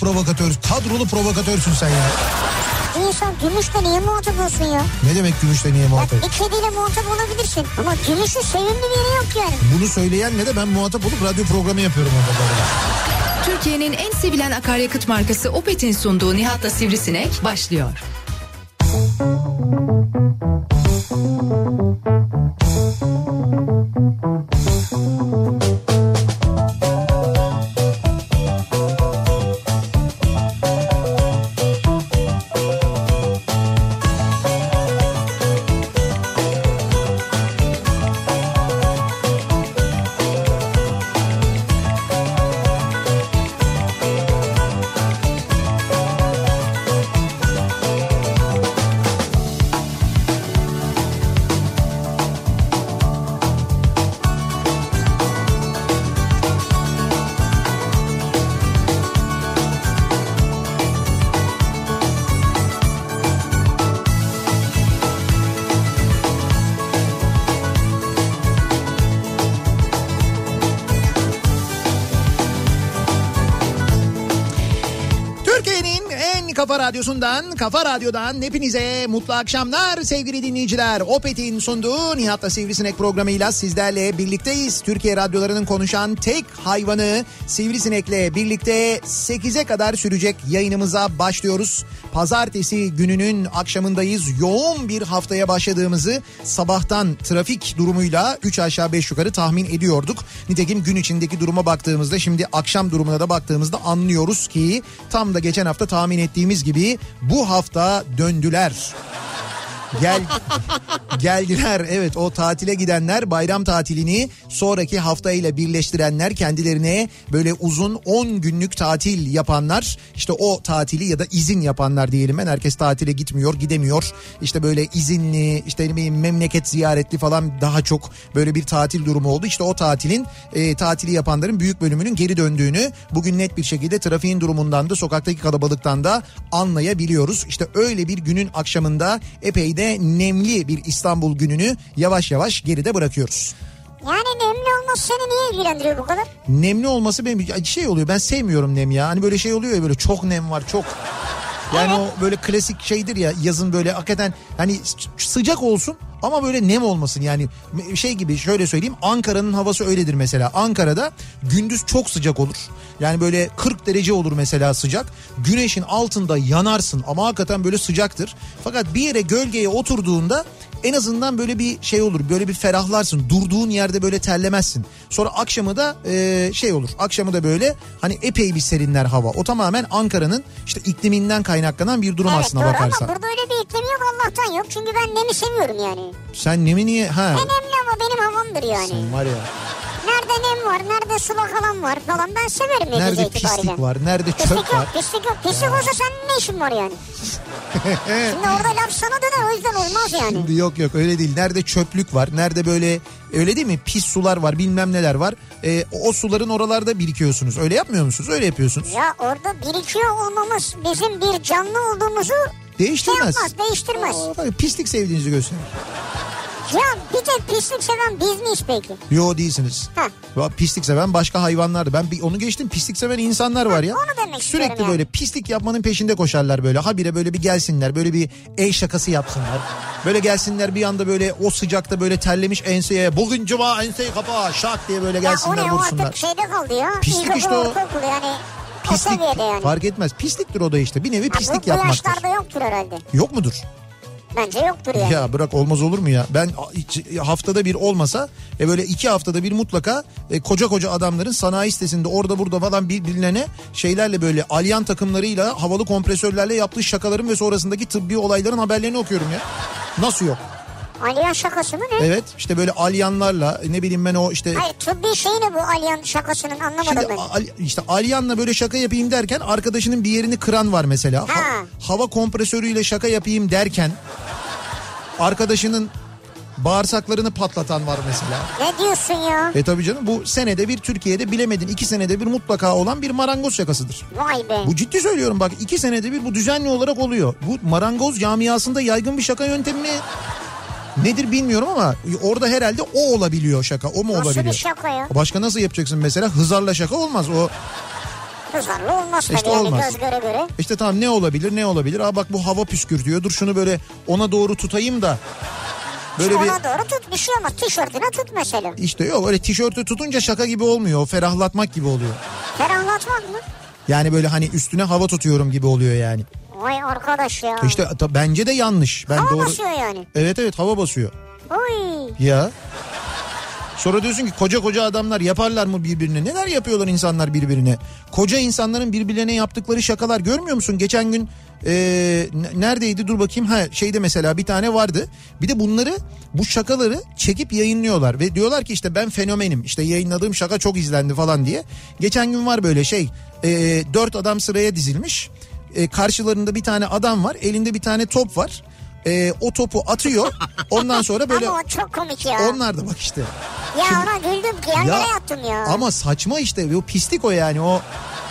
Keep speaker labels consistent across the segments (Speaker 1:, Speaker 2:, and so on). Speaker 1: provokatör, kadrolu provokatörsün sen ya.
Speaker 2: İnsan gümüşle niye muhatap olsun ya?
Speaker 1: Ne demek gümüşle niye
Speaker 2: Bak
Speaker 1: muhatap?
Speaker 2: bir kediyle muhatap olabilirsin. Ama gümüşün sevimli bir yeri yok yani.
Speaker 1: Bunu söyleyenle de ben muhatap olup radyo programı yapıyorum orada. bu arada.
Speaker 3: Türkiye'nin en sevilen akaryakıt markası Opet'in sunduğu Nihat'la Sivrisinek başlıyor.
Speaker 1: Türkiye'nin en kafa radyosundan, kafa radyodan hepinize mutlu akşamlar sevgili dinleyiciler. Opet'in sunduğu Nihat'la Sivrisinek programıyla sizlerle birlikteyiz. Türkiye radyolarının konuşan tek hayvanı Sivrisinek'le birlikte 8'e kadar sürecek yayınımıza başlıyoruz. Pazartesi gününün akşamındayız. Yoğun bir haftaya başladığımızı sabahtan trafik durumuyla 3 aşağı 5 yukarı tahmin ediyorduk. Nitekim gün içindeki duruma baktığımızda şimdi akşam durumuna da baktığımızda anlıyoruz ki tam da geçen hafta tahmin ettiğimiz gibi bu hafta döndüler. Gel geldiler evet o tatile gidenler bayram tatilini sonraki haftayla birleştirenler kendilerine böyle uzun 10 günlük tatil yapanlar işte o tatili ya da izin yapanlar diyelim ben herkes tatile gitmiyor gidemiyor işte böyle izinli işte ne bileyim memleket ziyaretli falan daha çok böyle bir tatil durumu oldu işte o tatilin e, tatili yapanların büyük bölümünün geri döndüğünü bugün net bir şekilde trafiğin durumundan da sokaktaki kalabalıktan da anlayabiliyoruz işte öyle bir günün akşamında epey de nemli bir İstanbul gününü yavaş yavaş geride bırakıyoruz.
Speaker 2: Yani nemli olması seni niye ilgilendiriyor bu kadar?
Speaker 1: Nemli olması benim ya şey oluyor ben sevmiyorum nem ya. Hani böyle şey oluyor ya böyle çok nem var çok. Yani o böyle klasik şeydir ya yazın böyle hakikaten hani s- sıcak olsun ama böyle nem olmasın yani m- şey gibi şöyle söyleyeyim Ankara'nın havası öyledir mesela Ankara'da gündüz çok sıcak olur yani böyle 40 derece olur mesela sıcak güneşin altında yanarsın ama hakikaten böyle sıcaktır fakat bir yere gölgeye oturduğunda en azından böyle bir şey olur böyle bir ferahlarsın durduğun yerde böyle terlemezsin sonra akşamı da e, şey olur akşamı da böyle hani epey bir serinler hava o tamamen Ankara'nın işte ikliminden kaynaklanan bir durum aslına
Speaker 2: doğru
Speaker 1: bakarsan
Speaker 2: ama burada öyle bir iklim yok Allah'tan yok. Çünkü ben nemi seviyorum yani.
Speaker 1: sen nemi niye ha
Speaker 2: En nemli ama benim havamdır yani.
Speaker 1: sen var ya
Speaker 2: Nerede nem var, nerede sulak alan var falan ben severim netice
Speaker 1: nerede
Speaker 2: şey itibariyle.
Speaker 1: pislik var nerede
Speaker 2: Pislik
Speaker 1: çöp var
Speaker 2: yok, pislik yok. Pislik olsa senin ne işin var yani? Şimdi orada laf sana döner o yüzden olmaz yani.
Speaker 1: Şimdi yok yok öyle değil. Nerede çöplük var? Nerede böyle öyle değil mi? Pis sular var, bilmem neler var. E, o o suların oralarda birikiyorsunuz. Öyle yapmıyor musunuz? Öyle yapıyorsunuz.
Speaker 2: Ya orada birikiyor olmamız bizim bir canlı olduğumuzu şey
Speaker 1: Değiştirmez.
Speaker 2: yapmaz, değiştirmez.
Speaker 1: Aa, tabii pislik sevdiğinizi gösterir.
Speaker 2: Ya bir tek pislik seven biz miyiz peki?
Speaker 1: Yo değilsiniz.
Speaker 2: Ha.
Speaker 1: Ya Pislik seven başka hayvanlardı. Ben bir, onu geçtim. Pislik seven insanlar var ya.
Speaker 2: Ha, onu demek istiyorum
Speaker 1: Sürekli
Speaker 2: yani.
Speaker 1: böyle pislik yapmanın peşinde koşarlar böyle. Habire böyle bir gelsinler. Böyle bir el şakası yapsınlar. Böyle gelsinler bir anda böyle o sıcakta böyle terlemiş enseye. Bugün cuma enseyi kapa şak diye böyle
Speaker 2: Ya o
Speaker 1: gelsinler
Speaker 2: ne o
Speaker 1: vursunlar.
Speaker 2: artık şeyde kaldı ya.
Speaker 1: Pislik
Speaker 2: İlkokul,
Speaker 1: işte o.
Speaker 2: ortaokul yani. O
Speaker 1: Pislik
Speaker 2: seviyede yani.
Speaker 1: fark etmez. Pisliktir o da işte. Bir nevi
Speaker 2: Ya
Speaker 1: pislik
Speaker 2: bu, bu
Speaker 1: yapmaktır.
Speaker 2: yaşlarda yoktur herhalde.
Speaker 1: Yok mudur?
Speaker 2: Bence yoktur yani.
Speaker 1: Ya bırak olmaz olur mu ya? Ben a- hiç- haftada bir olmasa e böyle iki haftada bir mutlaka e, koca koca adamların sanayi sitesinde orada burada falan birbirlerine şeylerle böyle alyan takımlarıyla havalı kompresörlerle yaptığı şakaların ve sonrasındaki tıbbi olayların haberlerini okuyorum ya. Nasıl yok?
Speaker 2: Alyan şakası mı ne?
Speaker 1: Evet işte böyle alyanlarla ne bileyim ben o işte...
Speaker 2: Hayır tıbbi şey ne bu alyan şakasının anlamadım
Speaker 1: Şimdi
Speaker 2: ben.
Speaker 1: al- işte Alyan'la böyle şaka yapayım derken arkadaşının bir yerini kıran var mesela.
Speaker 2: Ha.
Speaker 1: hava kompresörüyle şaka yapayım derken arkadaşının bağırsaklarını patlatan var mesela.
Speaker 2: Ne diyorsun ya?
Speaker 1: E tabii canım bu senede bir Türkiye'de bilemedin iki senede bir mutlaka olan bir marangoz şakasıdır.
Speaker 2: Vay be.
Speaker 1: E, Bu ciddi söylüyorum bak iki senede bir bu düzenli olarak oluyor. Bu marangoz camiasında yaygın bir şaka yöntemi mi? Nedir bilmiyorum ama orada herhalde o olabiliyor şaka. O mu
Speaker 2: Nasıl bir
Speaker 1: olabiliyor?
Speaker 2: şaka ya?
Speaker 1: Başka nasıl yapacaksın mesela? Hızarla şaka olmaz. O
Speaker 2: Hızarlı olmaz tabii
Speaker 1: İşte
Speaker 2: yani
Speaker 1: olmaz.
Speaker 2: göz göre göre.
Speaker 1: İşte tamam ne olabilir ne olabilir. Aa bak bu hava püskürtüyor. Dur şunu böyle ona doğru tutayım da. Böyle
Speaker 2: İşte
Speaker 1: bir
Speaker 2: Ona doğru tut bir şey olmaz. Tişörtüne tut mesela.
Speaker 1: işte yok öyle tişörtü tutunca şaka gibi olmuyor. O ferahlatmak gibi oluyor.
Speaker 2: Ferahlatmak mı?
Speaker 1: Yani böyle hani üstüne hava tutuyorum gibi oluyor yani.
Speaker 2: Vay arkadaş ya.
Speaker 1: İşte ta- bence de yanlış. Ben
Speaker 2: Hava
Speaker 1: doğru.
Speaker 2: basıyor yani.
Speaker 1: Evet evet hava basıyor.
Speaker 2: Oy.
Speaker 1: Ya. Sonra diyorsun ki koca koca adamlar yaparlar mı birbirine? Neler yapıyorlar insanlar birbirine? Koca insanların birbirlerine yaptıkları şakalar görmüyor musun? Geçen gün e, n- neredeydi dur bakayım ha şeyde mesela bir tane vardı. Bir de bunları bu şakaları çekip yayınlıyorlar ve diyorlar ki işte ben fenomenim işte yayınladığım şaka çok izlendi falan diye. Geçen gün var böyle şey e, dört adam sıraya dizilmiş E, karşılarında bir tane adam var elinde bir tane top var. E, o topu atıyor ondan sonra böyle
Speaker 2: Ama o çok komik ya.
Speaker 1: onlar da bak işte.
Speaker 2: Ya ona güldüm ki ya, nereye attım ya?
Speaker 1: Ama saçma işte. O pislik o yani. O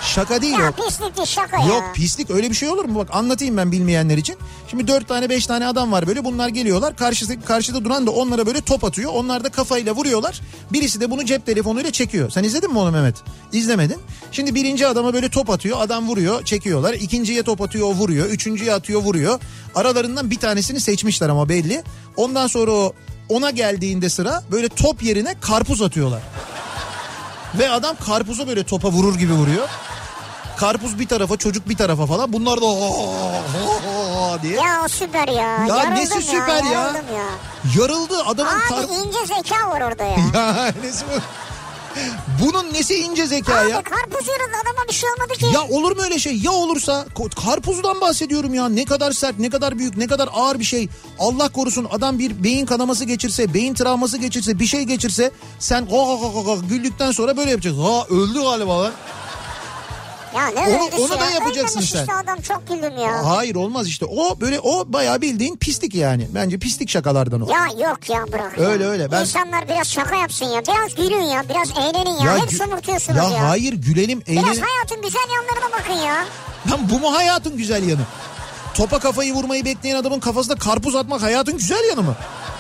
Speaker 1: şaka değil
Speaker 2: ya
Speaker 1: o.
Speaker 2: pislik değil şaka ya.
Speaker 1: Yok pislik öyle bir şey olur mu? Bak anlatayım ben bilmeyenler için. Şimdi dört tane beş tane adam var böyle bunlar geliyorlar. Karşısı, karşıda duran da onlara böyle top atıyor. Onlar da kafayla vuruyorlar. Birisi de bunu cep telefonuyla çekiyor. Sen izledin mi onu Mehmet? İzlemedin. Şimdi birinci adama böyle top atıyor. Adam vuruyor çekiyorlar. İkinciye top atıyor o vuruyor. Üçüncüye atıyor vuruyor. Aralarından bir tanesini seçmişler ama belli. Ondan sonra o ona geldiğinde sıra böyle top yerine karpuz atıyorlar. Ve adam karpuzu böyle topa vurur gibi vuruyor. Karpuz bir tarafa çocuk bir tarafa falan. Bunlar da "Aa, aa, aa" diye.
Speaker 2: Ya o süper ya. Ya
Speaker 1: nesi süper ya?
Speaker 2: Yarıldım ya.
Speaker 1: Yarıldı adamın
Speaker 2: Abi
Speaker 1: kar...
Speaker 2: ince zeka var orada ya.
Speaker 1: Ya nesi bu? Bunun nesi ince zeka
Speaker 2: Abi
Speaker 1: ya?
Speaker 2: karpuz yarıldı adama bir şey olmadı ki.
Speaker 1: Ya olur mu öyle şey? Ya olursa Ko- karpuzdan bahsediyorum ya. Ne kadar sert, ne kadar büyük, ne kadar ağır bir şey. Allah korusun adam bir beyin kanaması geçirse, beyin travması geçirse, bir şey geçirse sen "Oh, "Aa, aa, aa, aa" güldükten sonra böyle yapacaksın. Ha öldü galiba lan.
Speaker 2: Ya ne
Speaker 1: Onu-
Speaker 2: öldüsü
Speaker 1: onu da
Speaker 2: ya?
Speaker 1: yapacaksın
Speaker 2: Ölmemiş
Speaker 1: sen.
Speaker 2: işte adam çok güldüm ya.
Speaker 1: Hayır olmaz işte. O böyle o bayağı bildiğin pislik yani. Bence pislik şakalardan o.
Speaker 2: Ya yok ya bırak. ya.
Speaker 1: Öyle, öyle, ben-
Speaker 2: İnsanlar biraz şaka yapsın ya. Biraz gülün ya. Biraz eğlenin ya. Hep
Speaker 1: gü-
Speaker 2: somurtuyorsunuz ya.
Speaker 1: ya hayır gülelim
Speaker 2: Biraz
Speaker 1: eğlenelim.
Speaker 2: hayatın güzel yanlarına bakın ya.
Speaker 1: Lan bu mu hayatın güzel yanı? Topa kafayı vurmayı bekleyen adamın kafasına karpuz atmak hayatın güzel yanı mı?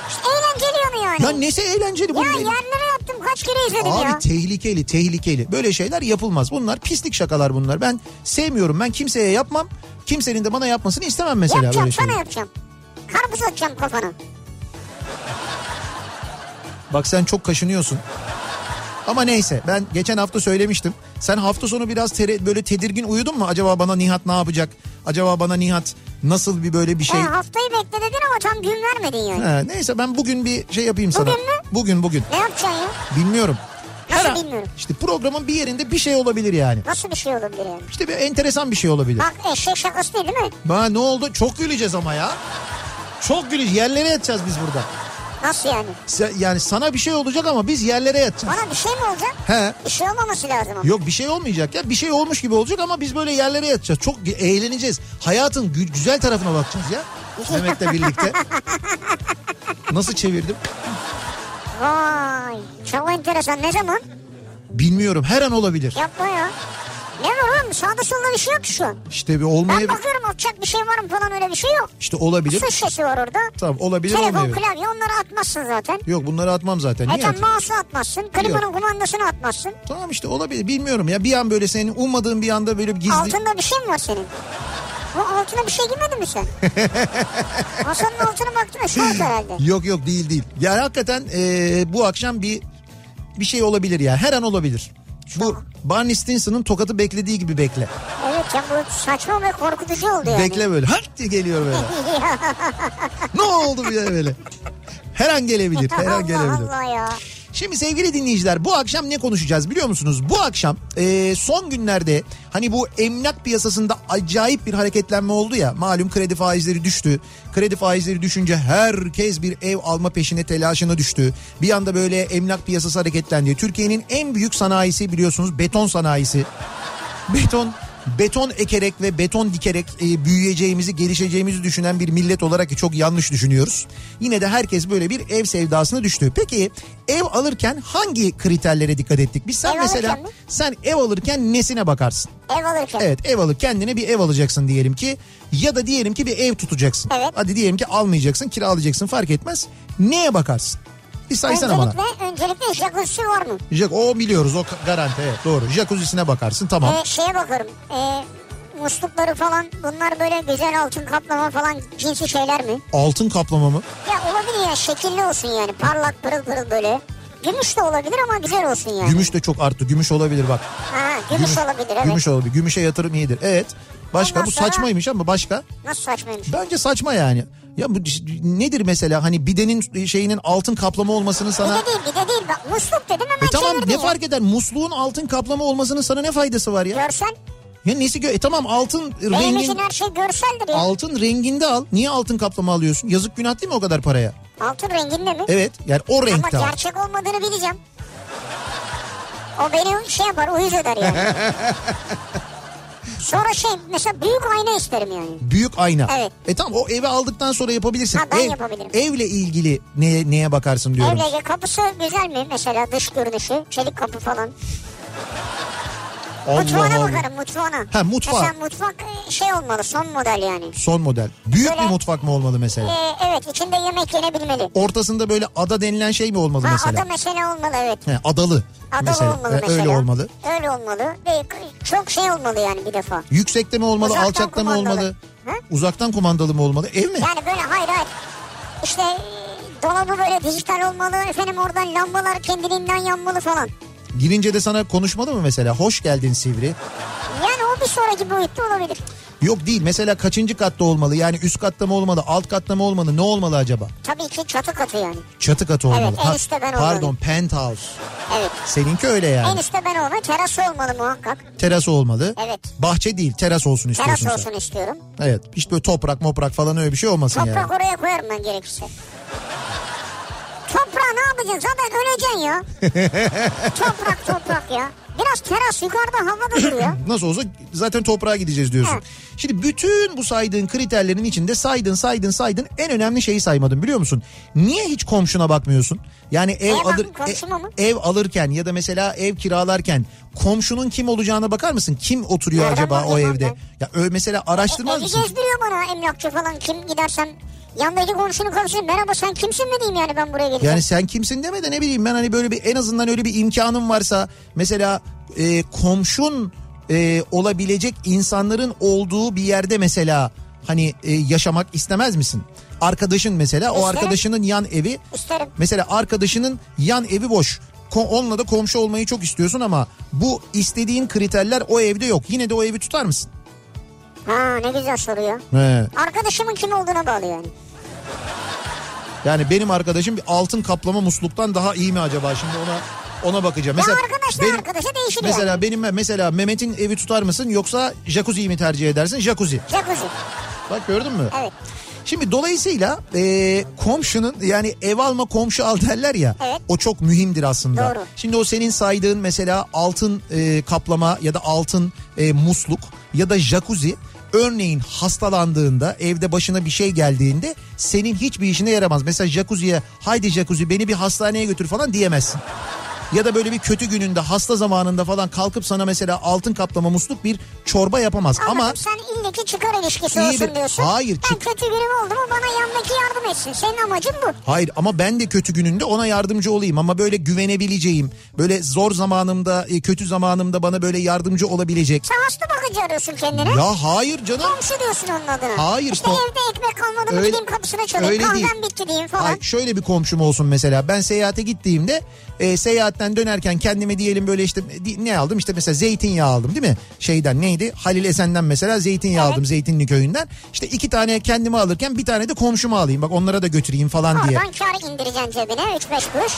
Speaker 2: İşte eğlenceli yanı yani.
Speaker 1: Ya nesi eğlenceli bu?
Speaker 2: Ya yerlere yaptım kaç kere izledim
Speaker 1: Abi
Speaker 2: ya.
Speaker 1: tehlikeli tehlikeli. Böyle şeyler yapılmaz. Bunlar pislik şakalar bunlar. Ben sevmiyorum. Ben kimseye yapmam. Kimsenin de bana yapmasını istemem mesela
Speaker 2: yapacağım
Speaker 1: böyle
Speaker 2: sana
Speaker 1: şeyler.
Speaker 2: yapacağım. Karpuz atacağım kafana.
Speaker 1: Bak sen çok kaşınıyorsun. Ama neyse ben geçen hafta söylemiştim. Sen hafta sonu biraz tere- böyle tedirgin uyudun mu? Acaba bana Nihat ne yapacak? Acaba bana Nihat nasıl bir böyle bir şey?
Speaker 2: E, haftayı bekle dedin ama tam gün vermedin yani.
Speaker 1: Ha, neyse ben bugün bir şey yapayım sana.
Speaker 2: Bugün mü?
Speaker 1: Bugün bugün.
Speaker 2: Ne yapacaksın ya?
Speaker 1: Bilmiyorum.
Speaker 2: Nasıl bilmiyorum.
Speaker 1: İşte programın bir yerinde bir şey olabilir yani.
Speaker 2: Nasıl bir şey olabilir yani?
Speaker 1: İşte bir enteresan bir şey olabilir.
Speaker 2: Bak eşek şakası değil değil mi?
Speaker 1: Ha, ne oldu? Çok güleceğiz ama ya. Çok güleceğiz. Yerlere yatacağız biz burada.
Speaker 2: Nasıl yani?
Speaker 1: Sen- Yani sana bir şey olacak ama biz yerlere yatacağız.
Speaker 2: Bana bir şey mi olacak?
Speaker 1: He.
Speaker 2: Bir şey olmaması lazım ama.
Speaker 1: Yok bir şey olmayacak ya. Bir şey olmuş gibi olacak ama biz böyle yerlere yatacağız. Çok eğleneceğiz. Hayatın gü- güzel tarafına bakacağız ya. Mehmet'le birlikte. Nasıl çevirdim?
Speaker 2: Vay çok enteresan ne zaman?
Speaker 1: Bilmiyorum. Her an olabilir.
Speaker 2: Yapma ya. Ne var oğlum sağda solda bir şey yok ki şu an.
Speaker 1: İşte bir
Speaker 2: Ben
Speaker 1: olmayabilir.
Speaker 2: bakıyorum atacak bir şey var mı falan öyle bir şey yok.
Speaker 1: İşte olabilir.
Speaker 2: Su şişesi var orada.
Speaker 1: Tamam olabilir
Speaker 2: Telefon
Speaker 1: olmayabilir.
Speaker 2: klavye onları atmazsın zaten.
Speaker 1: Yok bunları atmam zaten. Niye
Speaker 2: E tam
Speaker 1: atayım?
Speaker 2: mouse'u atmazsın. Klimanın kumandasını atmazsın.
Speaker 1: Tamam işte olabilir. Bilmiyorum ya. Bir an böyle senin ummadığın bir anda böyle bir gizli...
Speaker 2: Altında bir şey mi var senin? Bu altına bir şey girmedi mi sen? Masanın altına baktın mı? Şort herhalde.
Speaker 1: Yok yok değil değil. Yani hakikaten eee, bu akşam bir bir şey olabilir ya. Her an olabilir. Bu Barney Stinson'ın tokatı beklediği gibi bekle.
Speaker 2: Evet ya bu saçma ve korkutucu oldu yani.
Speaker 1: Bekle böyle. Hırt diye geliyor böyle. ne oldu bir de böyle. Her an gelebilir. Her
Speaker 2: Allah
Speaker 1: an gelebilir.
Speaker 2: Allah ya.
Speaker 1: Şimdi sevgili dinleyiciler bu akşam ne konuşacağız biliyor musunuz? Bu akşam e, son günlerde hani bu emlak piyasasında acayip bir hareketlenme oldu ya. Malum kredi faizleri düştü. Kredi faizleri düşünce herkes bir ev alma peşine telaşına düştü. Bir anda böyle emlak piyasası hareketlendi. Türkiye'nin en büyük sanayisi biliyorsunuz beton sanayisi. Beton beton ekerek ve beton dikerek e, büyüyeceğimizi, gelişeceğimizi düşünen bir millet olarak ki çok yanlış düşünüyoruz. Yine de herkes böyle bir ev sevdasına düştü. Peki ev alırken hangi kriterlere dikkat ettik? Biz sen
Speaker 2: Ev
Speaker 1: mesela
Speaker 2: alırken mi?
Speaker 1: sen ev alırken nesine bakarsın?
Speaker 2: Ev alırken.
Speaker 1: Evet ev alıp kendine bir ev alacaksın diyelim ki ya da diyelim ki bir ev tutacaksın.
Speaker 2: Evet.
Speaker 1: Hadi diyelim ki almayacaksın, kiralayacaksın fark etmez. Neye bakarsın? Bir saysana bana.
Speaker 2: öncelikle, öncelikle jacuzzi var mı?
Speaker 1: Jack- o biliyoruz o garanti evet doğru. Jacuzzi'sine bakarsın tamam.
Speaker 2: Ee, şeye bakarım. Ee, muslukları falan bunlar böyle güzel altın kaplama falan cinsi şeyler mi?
Speaker 1: Altın kaplama mı?
Speaker 2: Ya olabilir ya şekilli olsun yani parlak pırıl pırıl böyle. Gümüş de olabilir ama güzel olsun yani.
Speaker 1: Gümüş de çok arttı. Gümüş olabilir bak.
Speaker 2: Ha, gümüş, olabilir evet.
Speaker 1: Gümüş olabilir. Gümüşe yatırım iyidir. Evet. Başka
Speaker 2: Ondan
Speaker 1: bu
Speaker 2: sonra-
Speaker 1: saçmaymış ama başka.
Speaker 2: Nasıl saçmaymış?
Speaker 1: Bence saçma yani. Ya bu nedir mesela hani bidenin şeyinin altın kaplama olmasının
Speaker 2: Bir
Speaker 1: sana...
Speaker 2: de değil bir de değil bak musluk dedim hemen
Speaker 1: E tamam
Speaker 2: çevirdin
Speaker 1: ne
Speaker 2: ya.
Speaker 1: fark eder musluğun altın kaplama olmasının sana ne faydası var ya?
Speaker 2: Görsel
Speaker 1: Ya nesi gö- e tamam altın
Speaker 2: benim
Speaker 1: rengin
Speaker 2: için her şey görseldir ya.
Speaker 1: altın renginde al. Niye altın kaplama alıyorsun? Yazık günah değil mi o kadar paraya?
Speaker 2: Altın renginde mi?
Speaker 1: Evet yani o
Speaker 2: ama
Speaker 1: renkte al.
Speaker 2: gerçek olmadığını bileceğim. O beni şey yapar uyuz eder yani. Sonra şey mesela büyük ayna isterim yani.
Speaker 1: Büyük ayna.
Speaker 2: Evet.
Speaker 1: E tamam o evi aldıktan sonra yapabilirsin.
Speaker 2: Ha, ben
Speaker 1: Ev-
Speaker 2: yapabilirim.
Speaker 1: Evle ilgili neye, neye bakarsın diyorum.
Speaker 2: Evle kapısı güzel mi mesela dış görünüşü? Çelik kapı falan.
Speaker 1: Allah
Speaker 2: mutfağına
Speaker 1: Allah.
Speaker 2: bakarım mutfağına.
Speaker 1: Ha, mutfağa.
Speaker 2: Mesela mutfak e, şey olmalı son model yani.
Speaker 1: Son model. Büyük
Speaker 2: Böyle-
Speaker 1: bir mutfak mı olmalı
Speaker 2: Ee,
Speaker 1: mesela?
Speaker 2: evet içinde yemek yenebilmeli.
Speaker 1: Ortasında böyle ada denilen şey mi olmalı
Speaker 2: Ee, Ha,
Speaker 1: mesela?
Speaker 2: ada mesela olmalı evet.
Speaker 1: He, adalı.
Speaker 2: Adalı
Speaker 1: mesela.
Speaker 2: olmalı
Speaker 1: E,
Speaker 2: mesela.
Speaker 1: Öyle olmalı.
Speaker 2: Öyle olmalı. Ve k- çok şey olmalı yani bir defa.
Speaker 1: Yüksekte mi olmalı,
Speaker 2: Uzaktan
Speaker 1: alçakta mı
Speaker 2: kumandalı.
Speaker 1: olmalı?
Speaker 2: Ha?
Speaker 1: Uzaktan kumandalı mı olmalı? Ev mi?
Speaker 2: Yani böyle hayır hayır. İşte e, dolabı böyle dijital olmalı. Efendim oradan lambalar kendiliğinden yanmalı falan.
Speaker 1: Girince de sana konuşmalı mı mesela? Hoş geldin Sivri.
Speaker 2: Yani o bir sonraki boyutta olabilir.
Speaker 1: Yok değil. Mesela kaçıncı katta olmalı? Yani üst katta mı olmalı, alt katta mı olmalı? Ne olmalı acaba?
Speaker 2: Tabii ki çatı katı yani.
Speaker 1: Çatı katı
Speaker 2: Evet,
Speaker 1: olmalı.
Speaker 2: en üstte ben
Speaker 1: Pardon,
Speaker 2: olmalıyım.
Speaker 1: penthouse.
Speaker 2: Evet.
Speaker 1: Seninki öyle
Speaker 2: En
Speaker 1: yani.
Speaker 2: üstte ben olmalı. Terası olmalı muhakkak.
Speaker 1: Teras olmalı.
Speaker 2: Evet.
Speaker 1: Bahçe değil, teras olsun istiyorsun
Speaker 2: Teras
Speaker 1: sen.
Speaker 2: olsun istiyorum.
Speaker 1: Evet. Hiç böyle toprak, moprak falan öyle bir şey olmasın yani.
Speaker 2: Toprak oraya koyarım ben gerekirse. Toprağı ne yapacaksın? Zaten öleceksin ya. toprak toprak ya. Biraz teras yukarıda havada duruyor.
Speaker 1: Nasıl olsa zaten toprağa gideceğiz diyorsun.
Speaker 2: Evet.
Speaker 1: Şimdi bütün bu saydığın kriterlerin içinde saydın saydın saydın en önemli şeyi saymadın biliyor musun? Niye hiç komşuna bakmıyorsun? Yani ev
Speaker 2: Neye
Speaker 1: alır e,
Speaker 2: bakayım, komşuma mı?
Speaker 1: ev alırken ya da mesela ev kiralarken komşunun kim olacağına bakar mısın? Kim oturuyor
Speaker 2: Nereden
Speaker 1: acaba o
Speaker 2: bakacağım
Speaker 1: evde? Ya ö- mesela
Speaker 2: E,
Speaker 1: araştırmaz
Speaker 2: evi
Speaker 1: mısın?
Speaker 2: gezdiriyor bana emlakçı falan. Kim gidersem yandaki komşunun komşusu merhaba sen kimsin mi diyeyim yani ben buraya geleceğim.
Speaker 1: Yani sen kimsin deme de ne bileyim ben hani böyle bir en azından öyle bir imkanın varsa mesela e, komşun e, olabilecek insanların olduğu bir yerde mesela hani e, yaşamak istemez misin? Arkadaşın mesela o
Speaker 2: İsterim.
Speaker 1: arkadaşının yan evi
Speaker 2: İsterim.
Speaker 1: mesela arkadaşının yan evi boş. Ko- onunla da komşu olmayı çok istiyorsun ama bu istediğin kriterler o evde yok. Yine de o evi tutar mısın?
Speaker 2: Ha ne güzel soru ya.
Speaker 1: He.
Speaker 2: Arkadaşımın kim olduğuna bağlı yani.
Speaker 1: Yani benim arkadaşım bir altın kaplama musluluktan daha iyi mi acaba şimdi ona ona bakacağım. Mesela
Speaker 2: ya arkadaşla
Speaker 1: benim-
Speaker 2: arkadaşa değişir yani.
Speaker 1: Mesela benim mesela Mehmet'in evi tutar mısın yoksa jacuzzi'yi mi tercih edersin? Jacuzzi.
Speaker 2: Jacuzzi.
Speaker 1: Bak gördün mü?
Speaker 2: Evet.
Speaker 1: Şimdi dolayısıyla e, komşunun yani ev alma komşu al derler ya.
Speaker 2: Evet.
Speaker 1: O çok mühimdir aslında.
Speaker 2: Doğru.
Speaker 1: Şimdi o senin saydığın mesela altın e, kaplama ya da altın e, musluk ya da jacuzzi örneğin hastalandığında evde başına bir şey geldiğinde senin hiçbir işine yaramaz. Mesela jacuzziye haydi jacuzzi beni bir hastaneye götür falan diyemezsin. Ya da böyle bir kötü gününde hasta zamanında falan kalkıp sana mesela altın kaplama musluk bir çorba yapamaz.
Speaker 2: Anladım.
Speaker 1: Ama
Speaker 2: sen illaki çıkar ilişkisi
Speaker 1: İyi
Speaker 2: olsun
Speaker 1: bir-
Speaker 2: diyorsun.
Speaker 1: Hayır,
Speaker 2: Ben
Speaker 1: çık-
Speaker 2: kötü günüm oldu mu bana yandaki yardım etsin. Senin amacın bu.
Speaker 1: Hayır ama ben de kötü gününde ona yardımcı olayım ama böyle güvenebileceğim, böyle zor zamanımda, e, kötü zamanımda bana böyle yardımcı olabilecek.
Speaker 2: Sen hasta bakıcı arıyorsun kendine.
Speaker 1: Ya hayır canım.
Speaker 2: Komşu diyorsun onun adına.
Speaker 1: Hayır,
Speaker 2: İşte
Speaker 1: kom-
Speaker 2: evde ekmek kalmadı mı gideyim kapısına çalayım.
Speaker 1: öyle
Speaker 2: Kahvem
Speaker 1: değil.
Speaker 2: bitti diyeyim falan.
Speaker 1: Hayır, şöyle bir komşum olsun mesela. Ben seyahate gittiğimde e, seyahat marketten dönerken kendime diyelim böyle işte di- ne aldım işte mesela zeytinyağı aldım değil mi? Şeyden neydi? Halil Esen'den mesela zeytinyağı
Speaker 2: Evet.
Speaker 1: aldım Zeytinli köyünden. İşte iki tane kendime alırken bir tane de komşuma alayım bak onlara da götüreyim falan diye.
Speaker 2: Oradan kar indireceksin cebine 3-5 kuruş.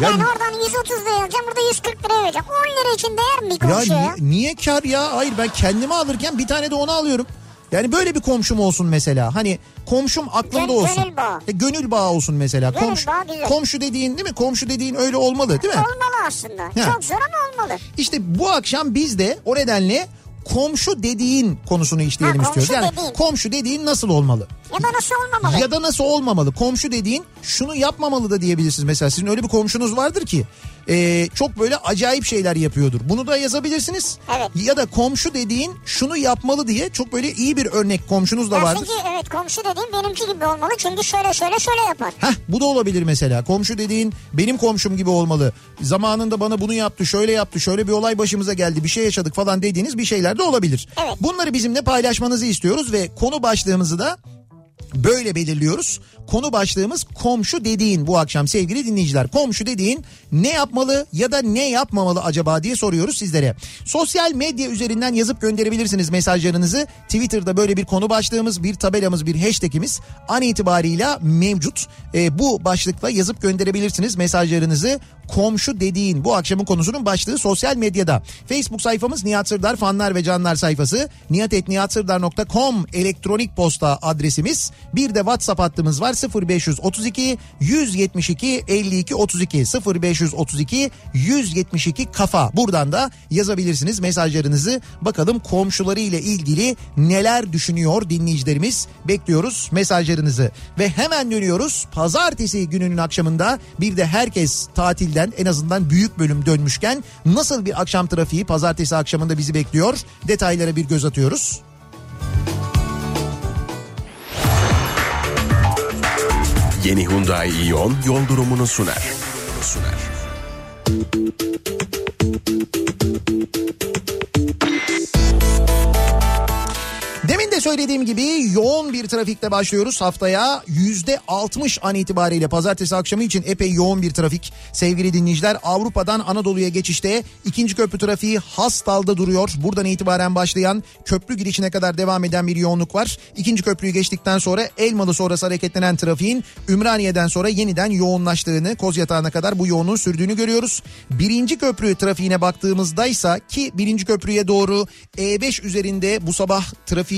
Speaker 1: Ya-
Speaker 2: yani oradan 130 liraya alacağım burada 140 liraya vereceğim. 10 lira için değer mi bir
Speaker 1: Ya
Speaker 2: komşuya?
Speaker 1: ni- niye kar ya? Hayır ben kendime alırken bir tane de onu alıyorum. Yani böyle bir komşum olsun mesela. Hani komşum aklımda
Speaker 2: Gön-
Speaker 1: olsun.
Speaker 2: gönül bağı.
Speaker 1: E, gönül bağı olsun mesela.
Speaker 2: Gönül
Speaker 1: komşu,
Speaker 2: bağı güzel.
Speaker 1: komşu dediğin değil mi? Komşu dediğin öyle olmalı değil mi?
Speaker 2: Olmalı aslında.
Speaker 1: Ya.
Speaker 2: Çok zor ama olmalı.
Speaker 1: İşte bu akşam biz de o nedenle komşu dediğin konusunu işleyelim
Speaker 2: Ha, komşu
Speaker 1: istiyoruz. Yani
Speaker 2: dediğin.
Speaker 1: komşu dediğin nasıl olmalı?
Speaker 2: Ya da nasıl olmamalı?
Speaker 1: Ya da nasıl olmamalı? Komşu dediğin şunu yapmamalı da diyebilirsiniz mesela. Sizin öyle bir komşunuz vardır ki e, çok böyle acayip şeyler yapıyordur. Bunu da yazabilirsiniz.
Speaker 2: Evet.
Speaker 1: Ya da komşu dediğin şunu yapmalı diye çok böyle iyi bir örnek komşunuz da
Speaker 2: Ya
Speaker 1: vardır.
Speaker 2: çünkü evet komşu dediğim benimki gibi olmalı. Çünkü şöyle şöyle şöyle yapar.
Speaker 1: Heh, bu da olabilir mesela. Komşu dediğin benim komşum gibi olmalı. Zamanında bana bunu yaptı, şöyle yaptı, şöyle bir olay başımıza geldi, bir şey yaşadık falan dediğiniz bir şeyler de olabilir.
Speaker 2: Evet.
Speaker 1: Bunları bizimle paylaşmanızı istiyoruz ve konu başlığımızı da böyle belirliyoruz. Konu başlığımız komşu dediğin bu akşam sevgili dinleyiciler. Komşu dediğin ne yapmalı ya da ne yapmamalı acaba diye soruyoruz sizlere. Sosyal medya üzerinden yazıp gönderebilirsiniz mesajlarınızı. Twitter'da böyle bir konu başlığımız, bir tabelamız, bir hashtagimiz an itibarıyla mevcut. Ee, bu başlıkla yazıp gönderebilirsiniz mesajlarınızı. Komşu dediğin bu akşamın konusunun başlığı sosyal medyada. Facebook sayfamız Nihat Sırdar fanlar ve canlar sayfası. nihatetnihatsırdar.com elektronik posta adresimiz. Bir de WhatsApp hattımız var 0532 172 52 32 0532 172 kafa. Buradan da yazabilirsiniz mesajlarınızı. Bakalım komşuları ile ilgili neler düşünüyor dinleyicilerimiz. Bekliyoruz mesajlarınızı. Ve hemen dönüyoruz. Pazartesi gününün akşamında bir de herkes tatilden en azından büyük bölüm dönmüşken nasıl bir akşam trafiği pazartesi akşamında bizi bekliyor? Detaylara bir göz atıyoruz.
Speaker 4: Yeni Hyundai Ion yol durumunu sunar.
Speaker 1: Demin de söylediğim gibi yoğun bir trafikte başlıyoruz haftaya. Yüzde 60 an itibariyle pazartesi akşamı için epey yoğun bir trafik. Sevgili dinleyiciler Avrupa'dan Anadolu'ya geçişte ikinci köprü trafiği Hastal'da duruyor. Buradan itibaren başlayan köprü girişine kadar devam eden bir yoğunluk var. İkinci köprüyü geçtikten sonra Elmalı sonrası hareketlenen trafiğin Ümraniye'den sonra yeniden yoğunlaştığını Kozyatağı'na kadar bu yoğunluğun sürdüğünü görüyoruz. Birinci köprü trafiğine baktığımızdaysa ki birinci köprüye doğru E5 üzerinde bu sabah trafiği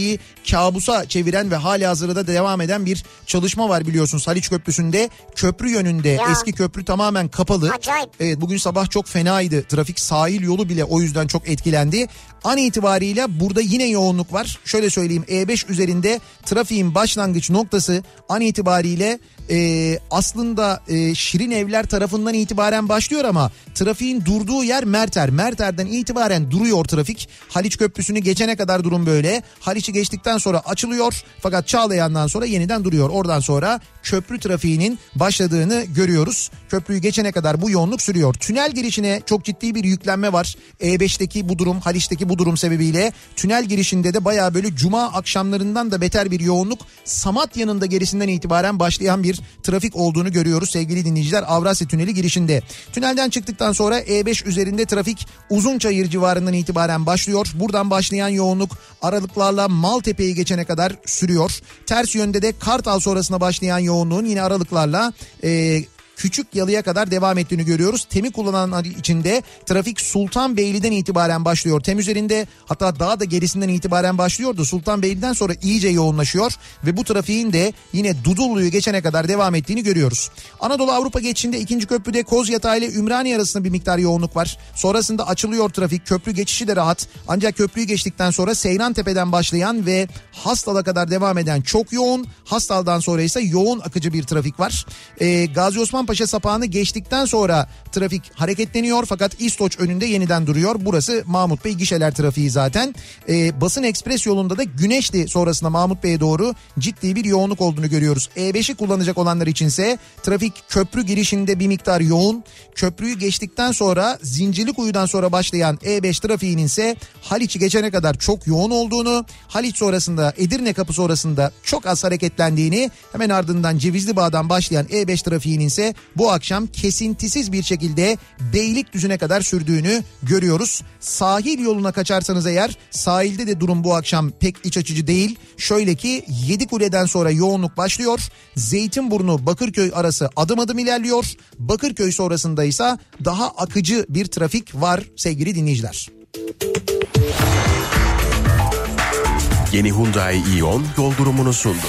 Speaker 1: kabusa çeviren ve hala hazırda devam eden bir çalışma var biliyorsunuz. Haliç Köprüsü'nde köprü yönünde
Speaker 2: Ya.
Speaker 1: eski köprü tamamen kapalı.
Speaker 2: Acayip.
Speaker 1: Evet bugün sabah çok fenaydı. Trafik sahil yolu bile o yüzden çok etkilendi. An itibariyle burada yine yoğunluk var. Şöyle söyleyeyim E5 üzerinde trafiğin başlangıç noktası an itibariyle e, aslında e, Şirin Evler tarafından itibaren başlıyor ama trafiğin durduğu yer Merter. Merter'den itibaren duruyor trafik. Haliç Köprüsü'nü geçene kadar durum böyle. Haliç'i geçtikten sonra açılıyor fakat Çağlayan'dan sonra yeniden duruyor. Oradan sonra köprü trafiğinin başladığını görüyoruz. Köprüyü geçene kadar bu yoğunluk sürüyor. Tünel girişine çok ciddi bir yüklenme var. E5'teki bu durum, Haliç'teki bu durum sebebiyle tünel girişinde de bayağı böyle cuma akşamlarından da beter bir yoğunluk Samatya'nın da gerisinden itibaren başlayan bir trafik olduğunu görüyoruz sevgili dinleyiciler Avrasya Tüneli girişinde. Tünelden çıktıktan sonra E5 üzerinde trafik Uzunçayır civarından itibaren başlıyor. Buradan başlayan yoğunluk aralıklarla Maltepe'yi geçene kadar sürüyor. Ters yönde de Kartal sonrasına başlayan yoğunluğun yine aralıklarla e, küçük yalıya kadar devam ettiğini görüyoruz. Temi kullananlar içinde trafik Sultanbeyli'den itibaren başlıyor. Tem üzerinde hatta daha da gerisinden itibaren başlıyordu. Sultanbeyli'den sonra iyice yoğunlaşıyor ve bu trafiğin de yine Dudullu'yu geçene kadar devam ettiğini görüyoruz. Anadolu Avrupa geçişinde ikinci köprüde Kozyatağı ile Ümraniye arasında bir miktar yoğunluk var. Sonrasında açılıyor trafik. Köprü geçişi de rahat. Ancak köprüyü geçtikten sonra Seyran Tepe'den başlayan ve Hastal'a kadar devam eden çok yoğun. Hastal'dan sonra ise yoğun akıcı bir trafik var. Ee, Gazi Osman Paşa sapağını geçtikten sonra trafik hareketleniyor fakat İstoç önünde yeniden duruyor. Burası Mahmut Bey gişeler trafiği zaten. Ee, basın ekspres yolunda da Güneşli sonrasında Mahmut Bey'e doğru ciddi bir yoğunluk olduğunu görüyoruz. E5'i kullanacak olanlar içinse trafik köprü girişinde bir miktar yoğun. Köprüyü geçtikten sonra Zincirlikuyu'dan sonra başlayan E5 trafiğinin ise Haliç'i geçene kadar çok yoğun olduğunu, Haliç sonrasında Edirne kapı sonrasında çok az hareketlendiğini, hemen ardından Cevizli Bağ'dan başlayan E5 E trafiğinin ise bu akşam kesintisiz bir şekilde Beylikdüzü'ne kadar sürdüğünü görüyoruz. Sahil yoluna kaçarsanız eğer sahilde de durum bu akşam pek iç açıcı değil. Şöyle ki Yedikule'den sonra yoğunluk başlıyor. Zeytinburnu Bakırköy arası adım adım ilerliyor. Bakırköy sonrasında ise daha akıcı bir trafik var sevgili dinleyiciler.
Speaker 4: Yeni Hyundai Ion yol durumunu sundu.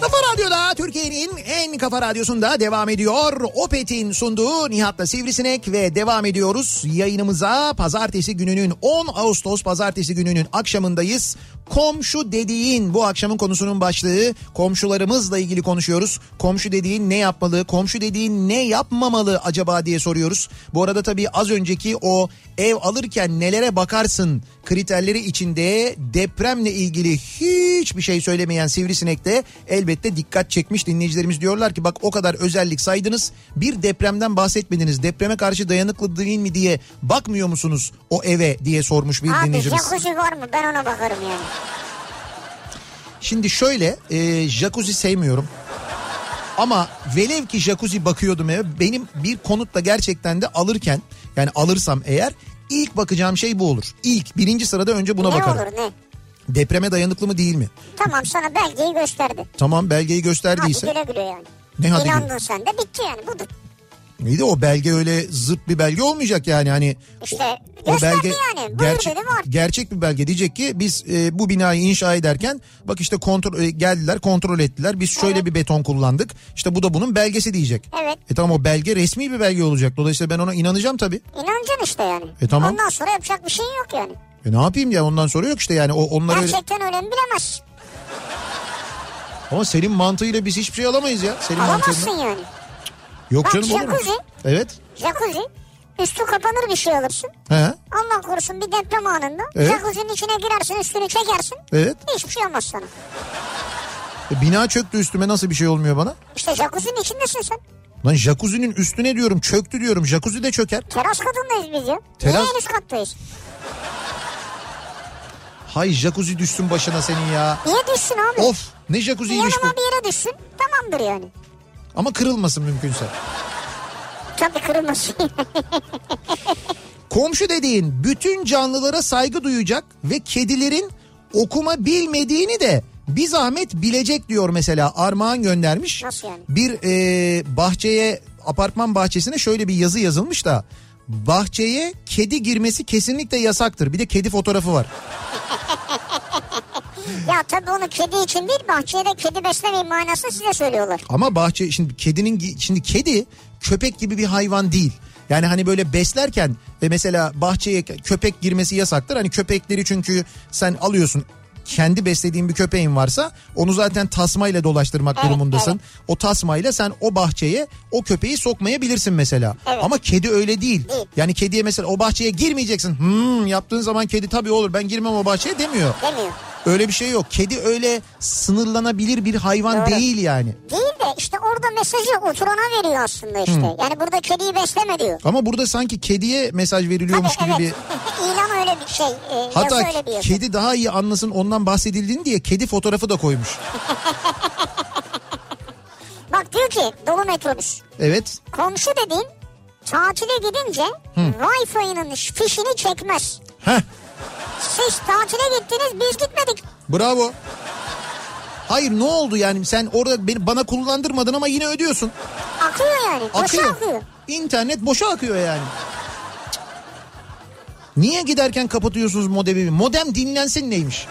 Speaker 1: Kafa Radyo'da Türkiye'nin en kafa radyosunda devam ediyor. Opet'in sunduğu Nihat'la Sivrisinek ve devam ediyoruz yayınımıza. Pazartesi gününün 10 Ağustos pazartesi gününün akşamındayız. Komşu dediğin bu akşamın konusunun başlığı komşularımızla ilgili konuşuyoruz. Komşu dediğin ne yapmalı, komşu dediğin ne yapmamalı acaba diye soruyoruz. Bu arada tabii az önceki o ev alırken nelere bakarsın kriterleri içinde depremle ilgili hiçbir şey söylemeyen Sivrisinek de elbette dikkat çekmiş dinleyicilerimiz diyorlar ki bak o kadar özellik saydınız bir depremden bahsetmediniz. Depreme karşı dayanıklı değil mi diye bakmıyor musunuz o eve diye sormuş bir
Speaker 2: Abi
Speaker 1: dinleyicimiz.
Speaker 2: jacuzzi var mı? Ben ona bakarım yani.
Speaker 1: Şimdi şöyle e, jacuzzi sevmiyorum. Ama velev ki jacuzzi bakıyordum eve benim bir konutla gerçekten de alırken yani alırsam eğer ilk bakacağım şey bu olur. İlk birinci sırada önce buna
Speaker 2: ne
Speaker 1: bakarım.
Speaker 2: olur ne?
Speaker 1: Depreme dayanıklı mı değil mi?
Speaker 2: Tamam sana belgeyi gösterdi.
Speaker 1: Tamam belgeyi
Speaker 2: Hadi
Speaker 1: gösterdiyse.
Speaker 2: güle güle yani.
Speaker 1: Ne hadi güle?
Speaker 2: İnandın sen de bitti yani budur.
Speaker 1: İyi de o belge öyle zırt bir belge olmayacak yani hani
Speaker 2: İşte
Speaker 1: o, o
Speaker 2: gösterdi
Speaker 1: belge
Speaker 2: yani. Buyur
Speaker 1: gerçek
Speaker 2: dedi, var.
Speaker 1: gerçek bir belge diyecek ki biz e, bu binayı inşa ederken bak işte kontrol e, geldiler kontrol ettiler biz şöyle bir beton kullandık işte bu da bunun belgesi diyecek.
Speaker 2: Evet.
Speaker 1: E tamam o belge resmi bir belge olacak dolayısıyla ben ona inanacağım tabii.
Speaker 2: İnanacaksın işte yani.
Speaker 1: E tamam.
Speaker 2: Ondan sonra yapacak bir şeyin yok yani.
Speaker 1: E ne yapayım ya ondan sonra yok işte yani o onları
Speaker 2: Gerçekten öyle mi bilemez.
Speaker 1: ama senin mantığıyla biz hiçbir şey alamayız ya senin
Speaker 2: Alamazsın
Speaker 1: mantığınla.
Speaker 2: yani.
Speaker 1: Yok
Speaker 2: Bak
Speaker 1: canım olur mu?
Speaker 2: jacuzzi.
Speaker 1: Evet.
Speaker 2: Jacuzzi üstü kapanır bir şey alırsın.
Speaker 1: He.
Speaker 2: Allah korusun bir deprem anında
Speaker 1: Evet.
Speaker 2: jacuzzi'nin içine girersin üstünü çekersin.
Speaker 1: Evet.
Speaker 2: Hiçbir şey olmaz sana.
Speaker 1: E, bina çöktü üstüme nasıl bir şey olmuyor bana?
Speaker 2: İşte jacuzzi'nin içindesin sen.
Speaker 1: Lan jacuzzi'nin üstüne diyorum çöktü diyorum jacuzzi de çöker.
Speaker 2: Teras katındayız biz ya.
Speaker 1: Teras-
Speaker 2: Niye en üst kattayız?
Speaker 1: Hay jacuzzi düşsün başına senin ya.
Speaker 2: Niye düşsün abi?
Speaker 1: Of ne
Speaker 2: Bir
Speaker 1: jacuzzi'ymiş bu.
Speaker 2: Yanıma bir yere düşsün tamamdır yani.
Speaker 1: Ama kırılmasın mümkünse.
Speaker 2: Tabii şey. kırılmasın.
Speaker 1: Komşu dediğin bütün canlılara saygı duyacak ve kedilerin okuma bilmediğini de bir zahmet bilecek diyor mesela Armağan göndermiş.
Speaker 2: Nasıl yani?
Speaker 1: Bir e, bahçeye apartman bahçesine şöyle bir yazı yazılmış da bahçeye kedi girmesi kesinlikle yasaktır. Bir de kedi fotoğrafı var.
Speaker 2: ya tabii onu kedi için değil bahçeye de kedi beslemeyin manasını size söylüyorlar.
Speaker 1: Ama bahçe şimdi kedinin gi- şimdi kedi köpek gibi bir hayvan değil. Yani hani böyle beslerken e, mesela bahçeye k- köpek girmesi yasaktır. Hani köpekleri çünkü sen alıyorsun kendi beslediğin bir köpeğin varsa onu zaten tasmayla dolaştırmak
Speaker 2: Evet,
Speaker 1: durumundasın. O tasmayla sen o bahçeye o köpeği sokmayabilirsin mesela.
Speaker 2: Evet.
Speaker 1: Ama kedi öyle değil.
Speaker 2: Değil.
Speaker 1: Yani kediye mesela o bahçeye girmeyeceksin. Hmm yaptığın zaman kedi tabii olur ben girmem o bahçeye demiyor.
Speaker 2: Demiyor.
Speaker 1: Öyle bir şey yok. Kedi öyle sınırlanabilir bir hayvan
Speaker 2: Doğru.
Speaker 1: değil yani.
Speaker 2: Değil de işte orada mesajı oturana veriyor aslında işte. Yani burada kediyi besleme diyor.
Speaker 1: Ama burada sanki kediye mesaj
Speaker 2: Tabii
Speaker 1: veriliyormuş gibi
Speaker 2: evet.
Speaker 1: bir...
Speaker 2: İlan öyle bir şey. E,
Speaker 1: Hatta
Speaker 2: yazı öyle bir yazı.
Speaker 1: kedi daha iyi anlasın ondan bahsedildiğini diye kedi fotoğrafı da koymuş.
Speaker 2: Bak diyor ki dolu metrobüs.
Speaker 1: Evet.
Speaker 2: Komşu dediğin tatile gidince Wi-Fi'nin fişini çekmez.
Speaker 1: Heh
Speaker 2: Siz tatile gittiniz biz gitmedik.
Speaker 1: bravo. Hayır ne oldu yani sen orada beni bana kullandırmadın ama yine ödüyorsun.
Speaker 2: Akıyor yani. Boşa
Speaker 1: Akıyor.
Speaker 2: akıyor.
Speaker 1: İnternet boşa akıyor yani. Niye giderken kapatıyorsunuz modemi? Modem dinlensin neymiş?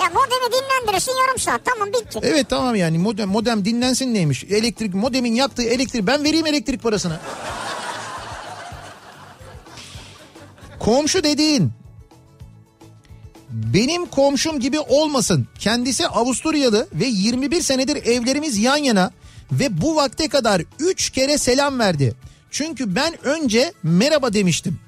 Speaker 2: Ya modemi dinlendirirsin yarım saat tamam bitti.
Speaker 1: Evet tamam yani modem, modem dinlensin neymiş? Elektrik modemin yaktığı elektrik ben vereyim elektrik parasını. Komşu dediğin benim komşum gibi olmasın. Kendisi Avusturyalı ve 21 senedir evlerimiz yan yana ve bu vakte kadar 3 kere selam verdi. Çünkü ben önce merhaba demiştim.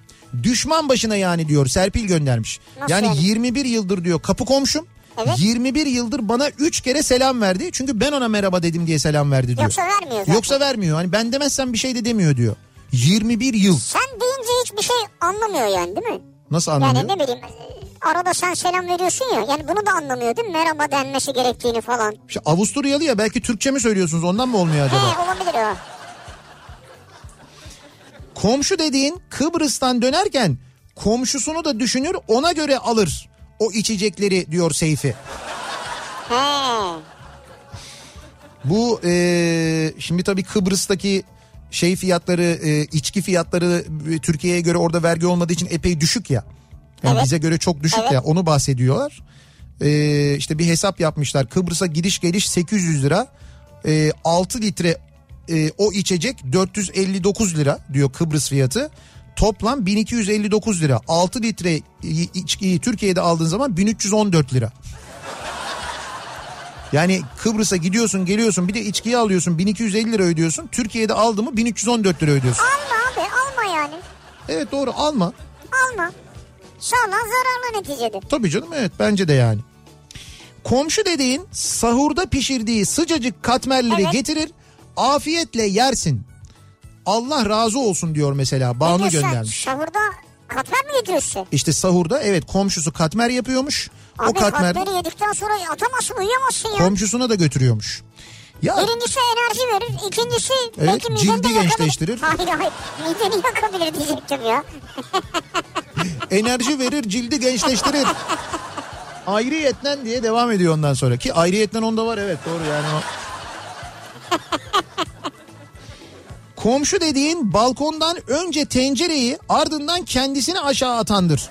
Speaker 1: Düşman başına yani diyor Serpil göndermiş.
Speaker 2: Nasıl
Speaker 1: yani
Speaker 2: yani?
Speaker 1: 21 yıldır diyor kapı komşum.
Speaker 2: Evet.
Speaker 1: 21 yıldır bana 3 kere selam verdi. Çünkü ben ona merhaba dedim diye selam verdi diyor.
Speaker 2: Yoksa vermiyor zaten.
Speaker 1: Yoksa vermiyor. Hani ben demezsem bir şey de demiyor diyor. 21 yıl.
Speaker 2: Sen deyince hiçbir şey anlamıyor yani değil mi?
Speaker 1: Nasıl
Speaker 2: Yani
Speaker 1: anlamıyor?
Speaker 2: ne bileyim arada sen selam veriyorsun ya yani bunu da anlamıyor değil mi? Merhaba denmesi gerektiğini falan.
Speaker 1: İşte Avusturyalı ya belki Türkçe mi söylüyorsunuz ondan mı olmuyor acaba?
Speaker 2: He olabilir o.
Speaker 1: Komşu dediğin Kıbrıs'tan dönerken komşusunu da düşünür ona göre alır o içecekleri diyor Seyfi.
Speaker 2: He.
Speaker 1: Bu e, şimdi tabii Kıbrıs'taki şey fiyatları e, içki fiyatları e, Türkiye'ye göre orada vergi olmadığı için epey düşük ya. Yani
Speaker 2: Evet.
Speaker 1: bize göre çok düşük
Speaker 2: Evet.
Speaker 1: ya onu bahsediyorlar. E, işte bir hesap yapmışlar Kıbrıs'a gidiş geliş 800 lira e, 6 litre e, o içecek 459 lira diyor Kıbrıs fiyatı. Toplam 1259 lira. 6 litre i- içkiyi Türkiye'de aldığın zaman 1314 lira. Yani Kıbrıs'a gidiyorsun geliyorsun bir de içkiyi alıyorsun 1250 lira ödüyorsun. Türkiye'de aldı mı 1314 lira ödüyorsun.
Speaker 2: Alma abi alma yani.
Speaker 1: Evet doğru alma.
Speaker 2: Alma. Sağlam zararlı neticede.
Speaker 1: Tabii canım evet bence de yani. Komşu dediğin sahurda pişirdiği sıcacık katmerleri
Speaker 2: Evet.
Speaker 1: getirir afiyetle yersin. Allah razı olsun diyor mesela Banu
Speaker 2: Diyorsun,
Speaker 1: göndermiş.
Speaker 2: Şahurda katmer mi getiriyorsun?
Speaker 1: İşte sahurda evet komşusu katmer yapıyormuş.
Speaker 2: Abi
Speaker 1: o katmer
Speaker 2: katmeri yedikten sonra atamazsın uyuyamazsın ya.
Speaker 1: komşusuna da götürüyormuş. Ya
Speaker 2: Birincisi enerji verir. ikincisi
Speaker 1: Evet,
Speaker 2: belki mideni
Speaker 1: cildi
Speaker 2: de yakabilir.
Speaker 1: gençleştirir.
Speaker 2: Hayır hayır. Mideni yakabilir diyecektim ya.
Speaker 1: enerji verir cildi gençleştirir. Ayrıyeten diye devam ediyor ondan sonra ki ayrıyeten onda var evet doğru yani o. Komşu dediğin balkondan önce tencereyi ardından kendisini aşağı atandır.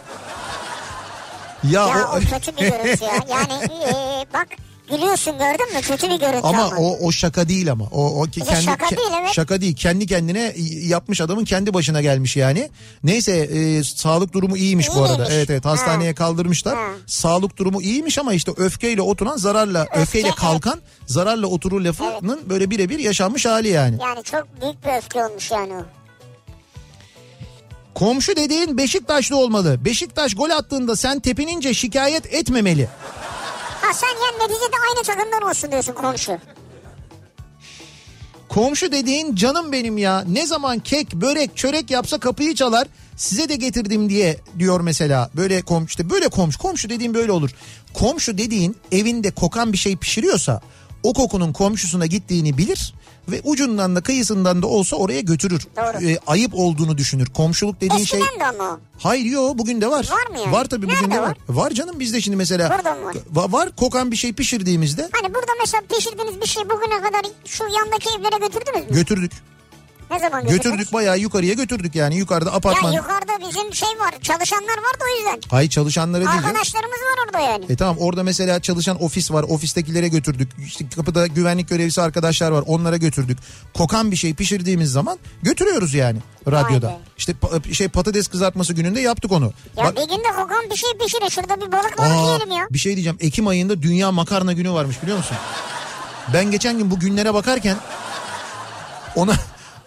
Speaker 1: Ya,
Speaker 2: Ya
Speaker 1: o-
Speaker 2: o kötü bir görüntü ya. Yani e, bak gülüyorsun gördün mü? Kötü bir görüntü ama.
Speaker 1: ama o, o şaka değil ama o, o ki
Speaker 2: Ya
Speaker 1: kendi
Speaker 2: şaka
Speaker 1: ke-
Speaker 2: değil, evet.
Speaker 1: şaka değil kendi kendine y- yapmış adamın kendi başına gelmiş yani. Neyse e, sağlık durumu iyiymiş bu
Speaker 2: İyiymiş.
Speaker 1: arada. Evet evet
Speaker 2: Ha.
Speaker 1: hastaneye kaldırmışlar.
Speaker 2: Ha.
Speaker 1: Sağlık durumu iyiymiş ama işte öfkeyle oturan zararla öfkeyle
Speaker 2: evet.
Speaker 1: kalkan zararla oturur lafının böyle birebir yaşanmış hali yani.
Speaker 2: Yani çok büyük bir öfke olmuş yani o.
Speaker 1: Komşu dediğin Beşiktaşlı olmalı. Beşiktaş gol attığında sen tepinince şikayet etmemeli.
Speaker 2: Ha sen yani neticede aynı takımdan olsun diyorsun komşu.
Speaker 1: Komşu dediğin canım benim ya. Ne zaman kek, börek, çörek yapsa kapıyı çalar. Size de getirdim diye diyor mesela. Böyle komşu işte böyle komşu. Komşu dediğin böyle olur. Komşu dediğin evinde kokan bir şey pişiriyorsa o kokunun komşusuna gittiğini bilir ve ucundan da kıyısından da olsa oraya götürür.
Speaker 2: Doğru.
Speaker 1: Ee, ayıp olduğunu düşünür. Komşuluk dediğin şey
Speaker 2: Eskiden de ama o.
Speaker 1: Hayır yo bugün de var.
Speaker 2: Var mı yani?
Speaker 1: Var tabii bugün
Speaker 2: Nerede
Speaker 1: de var.
Speaker 2: var?
Speaker 1: Var canım bizde şimdi mesela.
Speaker 2: Burada mı var?
Speaker 1: Va- var kokan bir şey pişirdiğimizde
Speaker 2: Hani burada mesela pişirdiğiniz bir şey bugüne kadar şu yandaki evlere götürdünüz mü?
Speaker 1: götürdük.
Speaker 2: ne zaman götürdünüz?
Speaker 1: Götürdük bayağı yukarıya götürdük yani yukarıda
Speaker 2: Ya
Speaker 1: apartman.
Speaker 2: yukarıda bizim şey var çalışanlar var da o yüzden.
Speaker 1: Hayır çalışanlara değil. canım.
Speaker 2: Arkadaşlarımız var orada yani.
Speaker 1: E tamam orada mesela çalışan ofis var. Ofistekilere götürdük. İşte kapıda güvenlik görevlisi arkadaşlar var. Onlara götürdük. Kokan bir şey pişirdiğimiz zaman götürüyoruz yani radyoda.
Speaker 2: Vay be.
Speaker 1: İşte pa- şey patates kızartması gününde yaptık onu.
Speaker 2: Ya
Speaker 1: Bak-
Speaker 2: bir günde kokan bir şey pişirin. Şurada bir balık var
Speaker 1: Aa,
Speaker 2: yiyelim ya.
Speaker 1: Bir şey diyeceğim. Ekim ayında Dünya Makarna Günü varmış biliyor musun? Ben geçen gün bu günlere bakarken ona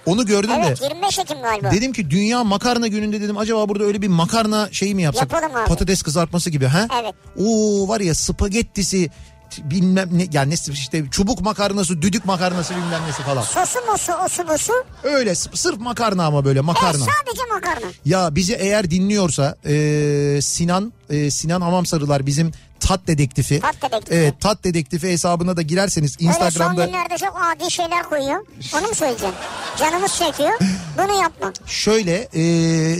Speaker 1: onu gördüm
Speaker 2: Evet
Speaker 1: de
Speaker 2: 25 Ekim galiba.
Speaker 1: dedim ki Dünya Makarna Günü'nde dedim acaba burada öyle bir makarna şeyi mi yapsak?
Speaker 2: Yapalım abi.
Speaker 1: Patates kızartması gibi ha?
Speaker 2: Evet.
Speaker 1: Oo var ya spagettisi t- bilmem ne yani ne işte çubuk makarnası, düdük makarnası bilmem nesi falan.
Speaker 2: Sosu musu osu busu.
Speaker 1: Öyle s- sırf makarna ama böyle
Speaker 2: Evet
Speaker 1: makarna.
Speaker 2: sadece makarna.
Speaker 1: Ya bizi eğer dinliyorsa e, Sinan e, Sinan Hamam Sarılar bizim tat dedektifi.
Speaker 2: Tat dedektifi.
Speaker 1: Evet tat dedektifi hesabına da girerseniz Instagram'da
Speaker 2: Öyle son günlerde çok adi şeyler koyuyor. Onu mu söyleyeceğim? Canımız çekiyor. Bunu yapma.
Speaker 1: şöyle e,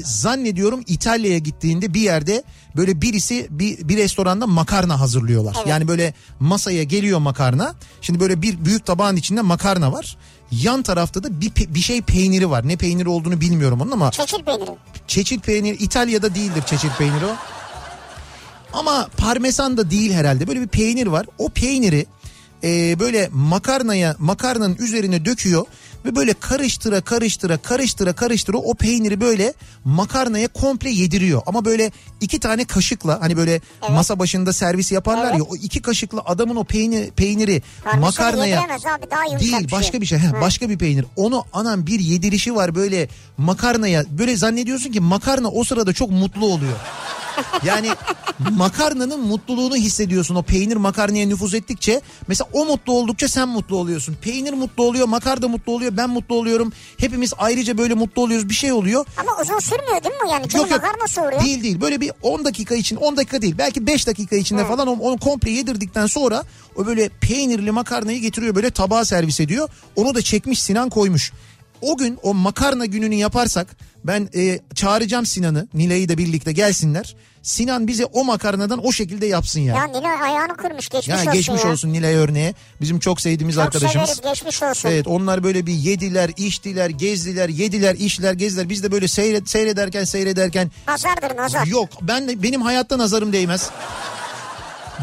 Speaker 1: zannediyorum İtalya'ya gittiğinde bir yerde böyle birisi bir, bir restoranda makarna hazırlıyorlar.
Speaker 2: Evet.
Speaker 1: Yani böyle masaya geliyor makarna. Şimdi böyle bir büyük tabağın içinde makarna var. Yan tarafta da bir, pe- bir şey peyniri var. Ne peyniri olduğunu bilmiyorum onun ama
Speaker 2: Çekil peyniri.
Speaker 1: Çeçil peynir İtalya'da değildir çeçil peyniri o. Ama parmesan da değil herhalde. Böyle bir peynir var. O peyniri e, böyle makarnaya makarnanın üzerine döküyor ve böyle karıştıra karıştıra karıştıra karıştıra o peyniri böyle makarnaya komple yediriyor. Ama böyle iki tane kaşıkla hani böyle masa başında servis yaparlar ya o iki kaşıkla adamın o peyni, peyniri
Speaker 2: Karnı
Speaker 1: makarnaya
Speaker 2: yediremez abi daha yumuşak
Speaker 1: değil
Speaker 2: bir şey.
Speaker 1: başka bir şey. Heh,
Speaker 2: Hı.
Speaker 1: başka bir peynir. Onu anan bir yedirişi var böyle makarnaya. Böyle zannediyorsun ki makarna o sırada çok mutlu oluyor. Yani makarnanın mutluluğunu hissediyorsun. O peynir makarnaya nüfuz ettikçe mesela o mutlu oldukça sen mutlu oluyorsun. Peynir mutlu oluyor, makarna mutlu oluyor, ben mutlu oluyorum. Hepimiz ayrıca böyle mutlu oluyoruz. Bir şey oluyor.
Speaker 2: Ama uzun sürmüyor değil mi bu yani? Çünkü makarna soğuruyor.
Speaker 1: Değil değil. Böyle bir 10 dakika için 10 dakika değil. Belki 5 dakika içinde falan onu, onu komple yedirdikten sonra o böyle peynirli makarnayı getiriyor böyle tabağa servis ediyor. Onu da çekmiş Sinan koymuş. O gün o makarna gününü yaparsak ben e, çağıracağım Sinan'ı Nilay'ı da birlikte gelsinler. Sinan bize o makarnadan o şekilde yapsın yani.
Speaker 2: Ya Nilay ayağını kırmış geçmiş
Speaker 1: Ya
Speaker 2: olsun
Speaker 1: geçmiş
Speaker 2: ya.
Speaker 1: olsun Nilay örneği. Bizim çok sevdiğimiz
Speaker 2: Çok
Speaker 1: arkadaşımız.
Speaker 2: severiz geçmiş olsun.
Speaker 1: Evet onlar böyle bir yediler, içtiler, gezdiler, yediler, içtiler, gezdiler. Biz de böyle seyret, seyrederken seyrederken
Speaker 2: Nazardır nazar.
Speaker 1: Yok ben de- benim hayattan nazarım değmez.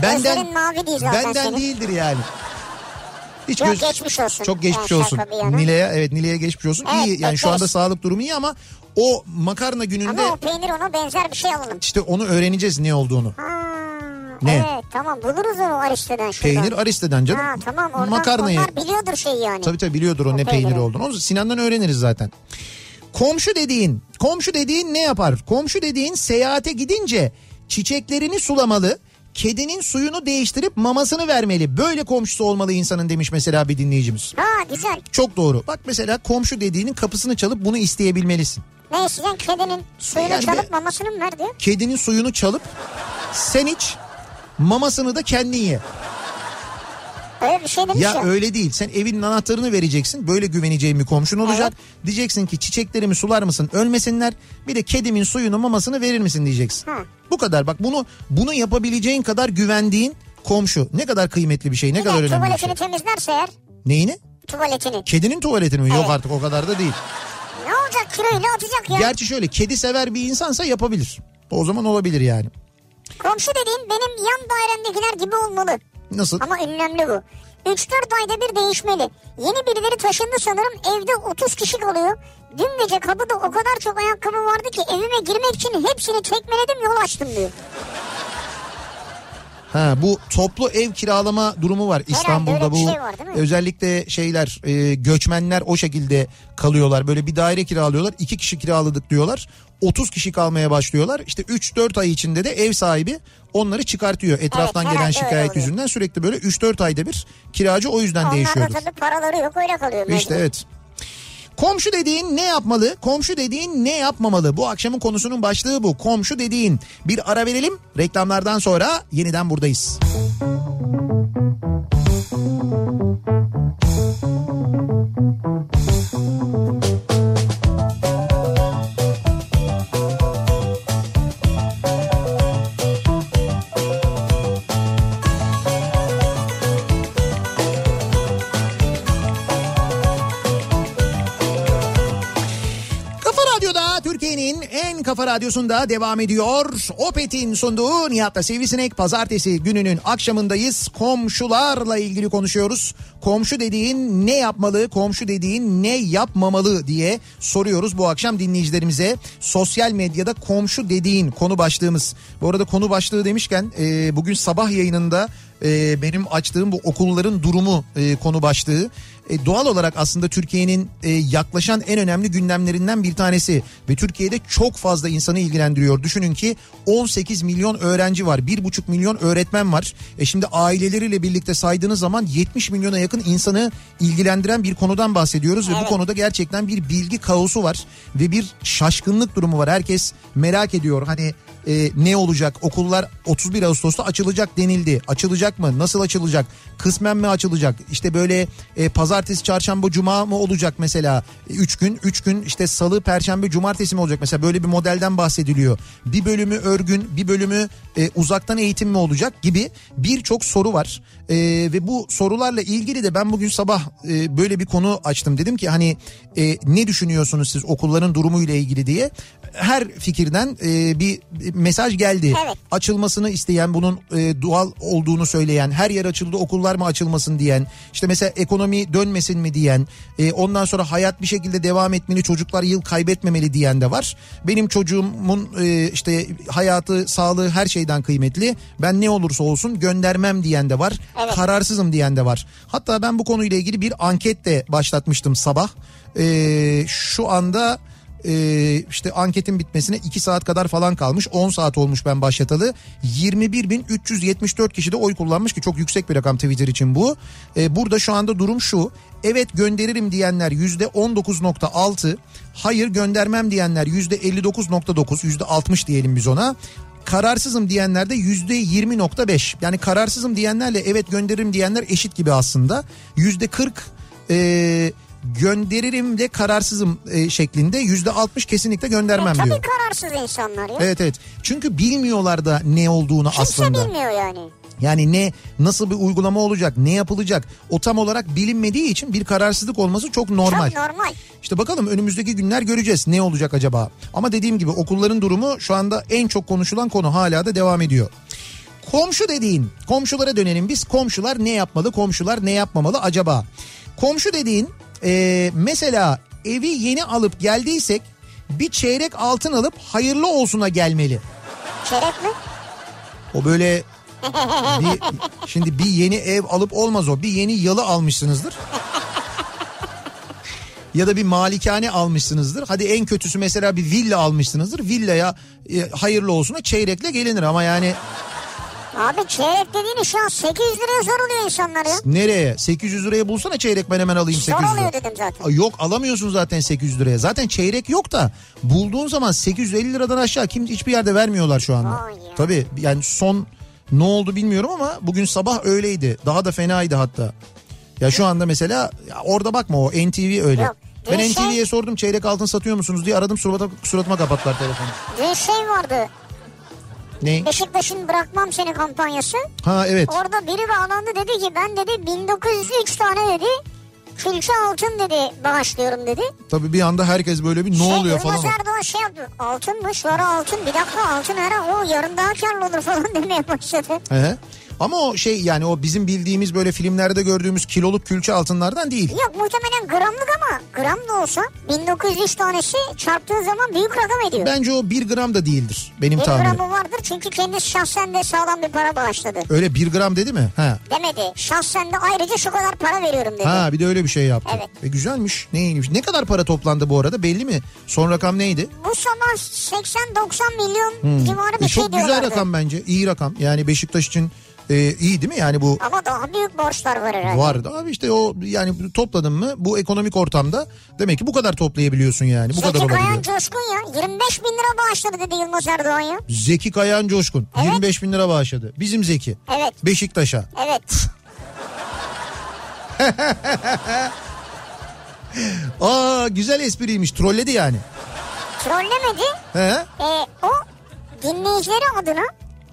Speaker 1: Benden
Speaker 2: Gözlerin mavi değil zaten
Speaker 1: benden
Speaker 2: senin.
Speaker 1: değildir yani. Hiç
Speaker 2: Yok, geçmiş olsun.
Speaker 1: Çok geçmiş
Speaker 2: Yani
Speaker 1: olsun.
Speaker 2: şaka bir yana.
Speaker 1: Nile'ye evet Nile'ye geçmiş olsun.
Speaker 2: Evet,
Speaker 1: iyi yani şu
Speaker 2: bekleriz.
Speaker 1: anda sağlık durumu iyi ama o makarna gününde
Speaker 2: Ama o peynir ona benzer bir şey alalım.
Speaker 1: işte onu öğreneceğiz ne olduğunu.
Speaker 2: Ha,
Speaker 1: Ne?
Speaker 2: Evet tamam buluruz onu Aristo'dan şuradan.
Speaker 1: Peynir Ariste'den canım.
Speaker 2: Ha tamam oradan
Speaker 1: Makarnayı.
Speaker 2: onlar biliyordur şey yani.
Speaker 1: Tabii tabii biliyordur o ne
Speaker 2: peyniri.
Speaker 1: peyniri olduğunu. Onu Sinan'dan öğreniriz zaten. Komşu dediğin, komşu dediğin ne yapar? Komşu dediğin seyahate gidince çiçeklerini sulamalı, kedinin suyunu değiştirip mamasını vermeli. Böyle komşusu olmalı insanın demiş mesela bir dinleyicimiz.
Speaker 2: Ha güzel.
Speaker 1: Çok doğru. Bak mesela komşu dediğinin kapısını çalıp bunu isteyebilmelisin.
Speaker 2: Ne isteyeceksin kedinin suyunu
Speaker 1: Yani
Speaker 2: çalıp
Speaker 1: bir-
Speaker 2: mamasını mı ver diyor.
Speaker 1: Kedinin suyunu çalıp sen iç, mamasını da kendin ye.
Speaker 2: Öyle bir şey demiş ya.
Speaker 1: Ya öyle değil. Sen evinin anahtarını vereceksin. Böyle güveneceğim bir komşun olacak. Diyeceksin ki çiçeklerimi sular mısın? Ölmesinler. Bir de kedimin suyunu mamasını verir misin diyeceksin.
Speaker 2: Hı.
Speaker 1: Bu kadar. Bak bunu bunu yapabileceğin kadar güvendiğin komşu. Ne kadar kıymetli bir şey. Ne
Speaker 2: Bir de
Speaker 1: kadar önemli bir şey.
Speaker 2: tuvaletini temizlerse eğer
Speaker 1: Neyini?
Speaker 2: tuvaletini.
Speaker 1: Kedinin tuvaletini mi? Yok
Speaker 2: Evet.
Speaker 1: artık o kadar da değil.
Speaker 2: Ne olacak kiloyla atacak ya.
Speaker 1: Gerçi şöyle kedi sever bir insansa yapabilir. O zaman olabilir yani.
Speaker 2: Komşu dediğin benim yan dairemdekiler gibi olmalı.
Speaker 1: Nasıl?
Speaker 2: Ama önemli bu. 3-4 ayda bir değişmeli. Yeni birileri taşındı sanırım evde 30 kişi kalıyor. Dün gece kapıda o kadar çok ayakkabı vardı ki evime girmek için hepsini çekmeledim yol açtım diyor.
Speaker 1: Ha bu toplu ev kiralama durumu var İstanbul'da
Speaker 2: öyle bir
Speaker 1: bu.
Speaker 2: şey var, değil mi?
Speaker 1: özellikle şeyler e, göçmenler o şekilde kalıyorlar. Böyle bir daire kiralıyorlar. iki kişi kiraladık diyorlar. 30 kişi kalmaya başlıyorlar. İşte 3-4 ay içinde de ev sahibi onları çıkartıyor. Etraftan
Speaker 2: herhalde
Speaker 1: gelen
Speaker 2: öyle
Speaker 1: şikayet
Speaker 2: oluyor.
Speaker 1: yüzünden sürekli böyle 3-4 ayda bir kiracı o yüzden
Speaker 2: Onlar
Speaker 1: değişiyordur.
Speaker 2: da tabii paraları yok öyle kalıyor.
Speaker 1: İşte
Speaker 2: mecbur.
Speaker 1: evet. Komşu dediğin ne yapmalı? Komşu dediğin ne yapmamalı? Bu akşamın konusunun başlığı bu. Komşu dediğin. Bir ara verelim. Reklamlardan sonra yeniden buradayız. Kafa Radyo'da Türkiye'nin en kafa radyosunda devam ediyor. Opet'in sunduğu Nihat'la Sivrisinek pazartesi gününün akşamındayız. Komşularla ilgili konuşuyoruz. Komşu dediğin ne yapmalı, komşu dediğin ne yapmamalı diye soruyoruz bu akşam dinleyicilerimize. Sosyal medyada komşu dediğin konu başlığımız. Bu arada konu başlığı demişken e, bugün sabah yayınında e, benim açtığım bu okulların durumu e, konu başlığı. E, doğal olarak aslında Türkiye'nin e, yaklaşan en önemli gündemlerinden bir tanesi ve Türkiye'de çok fazla insanı ilgilendiriyor. Düşünün ki 18 milyon öğrenci var, 1,5 milyon öğretmen var. E şimdi aileleriyle birlikte saydığınız zaman 70 milyona yakın insanı ilgilendiren bir konudan bahsediyoruz ve bu konuda gerçekten bir bilgi kaosu var ve bir şaşkınlık durumu var. Herkes merak ediyor. Hani e, ne olacak? Okullar 31 Ağustos'ta açılacak denildi. Açılacak mı? Nasıl açılacak? Kısmen mi açılacak? İşte böyle e, pazartesi, çarşamba, cuma mı olacak mesela? 3 gün, 3 gün işte salı, perşembe, cumartesi mi olacak? Mesela böyle bir modelden bahsediliyor. Bir bölümü örgün, bir bölümü e, uzaktan eğitim mi olacak gibi birçok soru var. E, ve bu sorularla ilgili de ben bugün sabah e, böyle bir konu açtım. Dedim ki hani e, ne düşünüyorsunuz siz okulların durumu ile ilgili diye. her fikirden e, bir mesaj geldi.
Speaker 2: Evet.
Speaker 1: Açılmasını isteyen, bunun e, doğal olduğunu söyleyen, her yer açıldı okullar mı açılmasın diyen, işte mesela ekonomi dönmesin mi diyen, e, ondan sonra hayat bir şekilde devam etmeli, çocuklar yıl kaybetmemeli diyen de var. Benim çocuğumun e, işte hayatı, sağlığı her şeyden kıymetli. Ben ne olursa olsun göndermem diyen de var. Kararsızım diyen de var. Hatta ben bu konuyla ilgili bir anket de başlatmıştım sabah. E, şu anda ee, işte anketin bitmesine 2 saat kadar falan kalmış. 10 saat olmuş ben başlatalı. 21.374 kişi de oy kullanmış ki çok yüksek bir rakam Twitter için bu. Ee, burada şu anda durum şu. Evet gönderirim diyenler %19.6. Hayır göndermem diyenler %59.9. %60 diyelim biz ona. Kararsızım diyenler de %20.5. Yani kararsızım diyenlerle evet gönderirim diyenler eşit gibi aslında. %40 e, gönderirim de kararsızım e, şeklinde yüzde altmış kesinlikle göndermem
Speaker 2: E, Tabii
Speaker 1: diyor.
Speaker 2: kararsız insanlar ya.
Speaker 1: Evet evet. Çünkü bilmiyorlar da ne olduğunu
Speaker 2: Kimse
Speaker 1: aslında.
Speaker 2: bilmiyor yani.
Speaker 1: Yani ne nasıl bir uygulama olacak, ne yapılacak o tam olarak bilinmediği için bir kararsızlık olması çok normal.
Speaker 2: Çok normal.
Speaker 1: İşte bakalım önümüzdeki günler göreceğiz ne olacak acaba. Ama dediğim gibi okulların durumu şu anda en çok konuşulan konu hala da devam ediyor. Komşu dediğin, komşulara dönelim biz. Komşular ne yapmalı, komşular ne yapmamalı acaba? Komşu dediğin e, mesela evi yeni alıp geldiysek bir çeyrek altın alıp hayırlı olsuna gelmeli.
Speaker 2: Çerek mi?
Speaker 1: O böyle bir, şimdi bir yeni ev alıp olmaz o. Bir yeni yalı almışsınızdır. ya da bir malikane almışsınızdır. Hadi en kötüsü mesela bir villa almışsınızdır. Villaya e, hayırlı olsuna çeyrekle gelinir ama yani
Speaker 2: Abi çeyrek dediğini şu an 800 liraya zor oluyor insanlar ya.
Speaker 1: nereye? 800 liraya bulsana çeyrek ben hemen alayım
Speaker 2: Zor
Speaker 1: 800 lira.
Speaker 2: oluyor dedim zaten.
Speaker 1: Aa, Yok alamıyorsun zaten 800 liraya. Zaten çeyrek yok da bulduğun zaman 850 liradan aşağı kim hiçbir yerde vermiyorlar şu anda.
Speaker 2: Vay ya.
Speaker 1: Tabii yani son ne oldu bilmiyorum ama bugün sabah öyleydi. Daha da fenaydı hatta. Ya şu anda mesela ya orada bakma o NTV öyle.
Speaker 2: Yok,
Speaker 1: Ben
Speaker 2: bir şey-
Speaker 1: NTV'ye sordum çeyrek altın satıyor musunuz diye aradım suratıma, suratıma kapattılar telefonu.
Speaker 2: Dün şey vardı.
Speaker 1: Ne?
Speaker 2: Beşiktaş'ın bırakmam seni kampanyası.
Speaker 1: Ha evet.
Speaker 2: Orada biri bağlandı dedi ki ben dedi 1903 tane dedi külçe altın dedi bağışlıyorum dedi.
Speaker 1: Tabii bir anda herkes böyle bir ne
Speaker 2: şey,
Speaker 1: oluyor
Speaker 2: Yılmaz
Speaker 1: falan. oldu.
Speaker 2: Erdoğan şey yaptı. Altın mı? Sonra altın. Bir dakika altın ara. O yarın daha karlı olur falan demeye başladı.
Speaker 1: He. Ama o şey yani o bizim bildiğimiz böyle filmlerde gördüğümüz kiloluk külçe altınlardan değil.
Speaker 2: Yok muhtemelen gramlık ama gram da olsa 1903 tanesi çarptığı zaman büyük rakam ediyor.
Speaker 1: Bence o 1 gram da değildir benim
Speaker 2: bir
Speaker 1: tahminim.
Speaker 2: gramı vardır çünkü kendisi şahsen de sağlam bir para bağışladı.
Speaker 1: Öyle 1 gram dedi mi? Ha.
Speaker 2: Demedi. Şahsen de ayrıca şu kadar para veriyorum dedi.
Speaker 1: Ha bir de öyle bir şey yaptı.
Speaker 2: Evet.
Speaker 1: E, güzelmiş. Ne iyiymiş. Ne kadar para toplandı bu arada belli mi? Son rakam neydi?
Speaker 2: Bu sabah 80-90 milyon civarı bir
Speaker 1: E,
Speaker 2: şey
Speaker 1: çok güzel
Speaker 2: diyorlardı.
Speaker 1: rakam bence. İyi rakam. Yani Beşiktaş için e, iyi değil mi? Yani bu
Speaker 2: Ama daha büyük borçlar var herhalde.
Speaker 1: var da abi işte o yani topladın mı bu ekonomik ortamda demek ki bu kadar toplayabiliyorsun yani. Bu kadar
Speaker 2: Zeki Kayan
Speaker 1: olabiliyor.
Speaker 2: Coşkun ya 25 bin lira bağışladı dedi Yılmaz Erdoğan ya.
Speaker 1: Zeki Kayan Coşkun
Speaker 2: Evet.
Speaker 1: 25 bin lira bağışladı. Bizim Zeki.
Speaker 2: Evet.
Speaker 1: Beşiktaş'a.
Speaker 2: Evet.
Speaker 1: Aa güzel espriymiş. Trolledi yani.
Speaker 2: Trollemedi.
Speaker 1: He?
Speaker 2: Ee, o dinleyicileri adına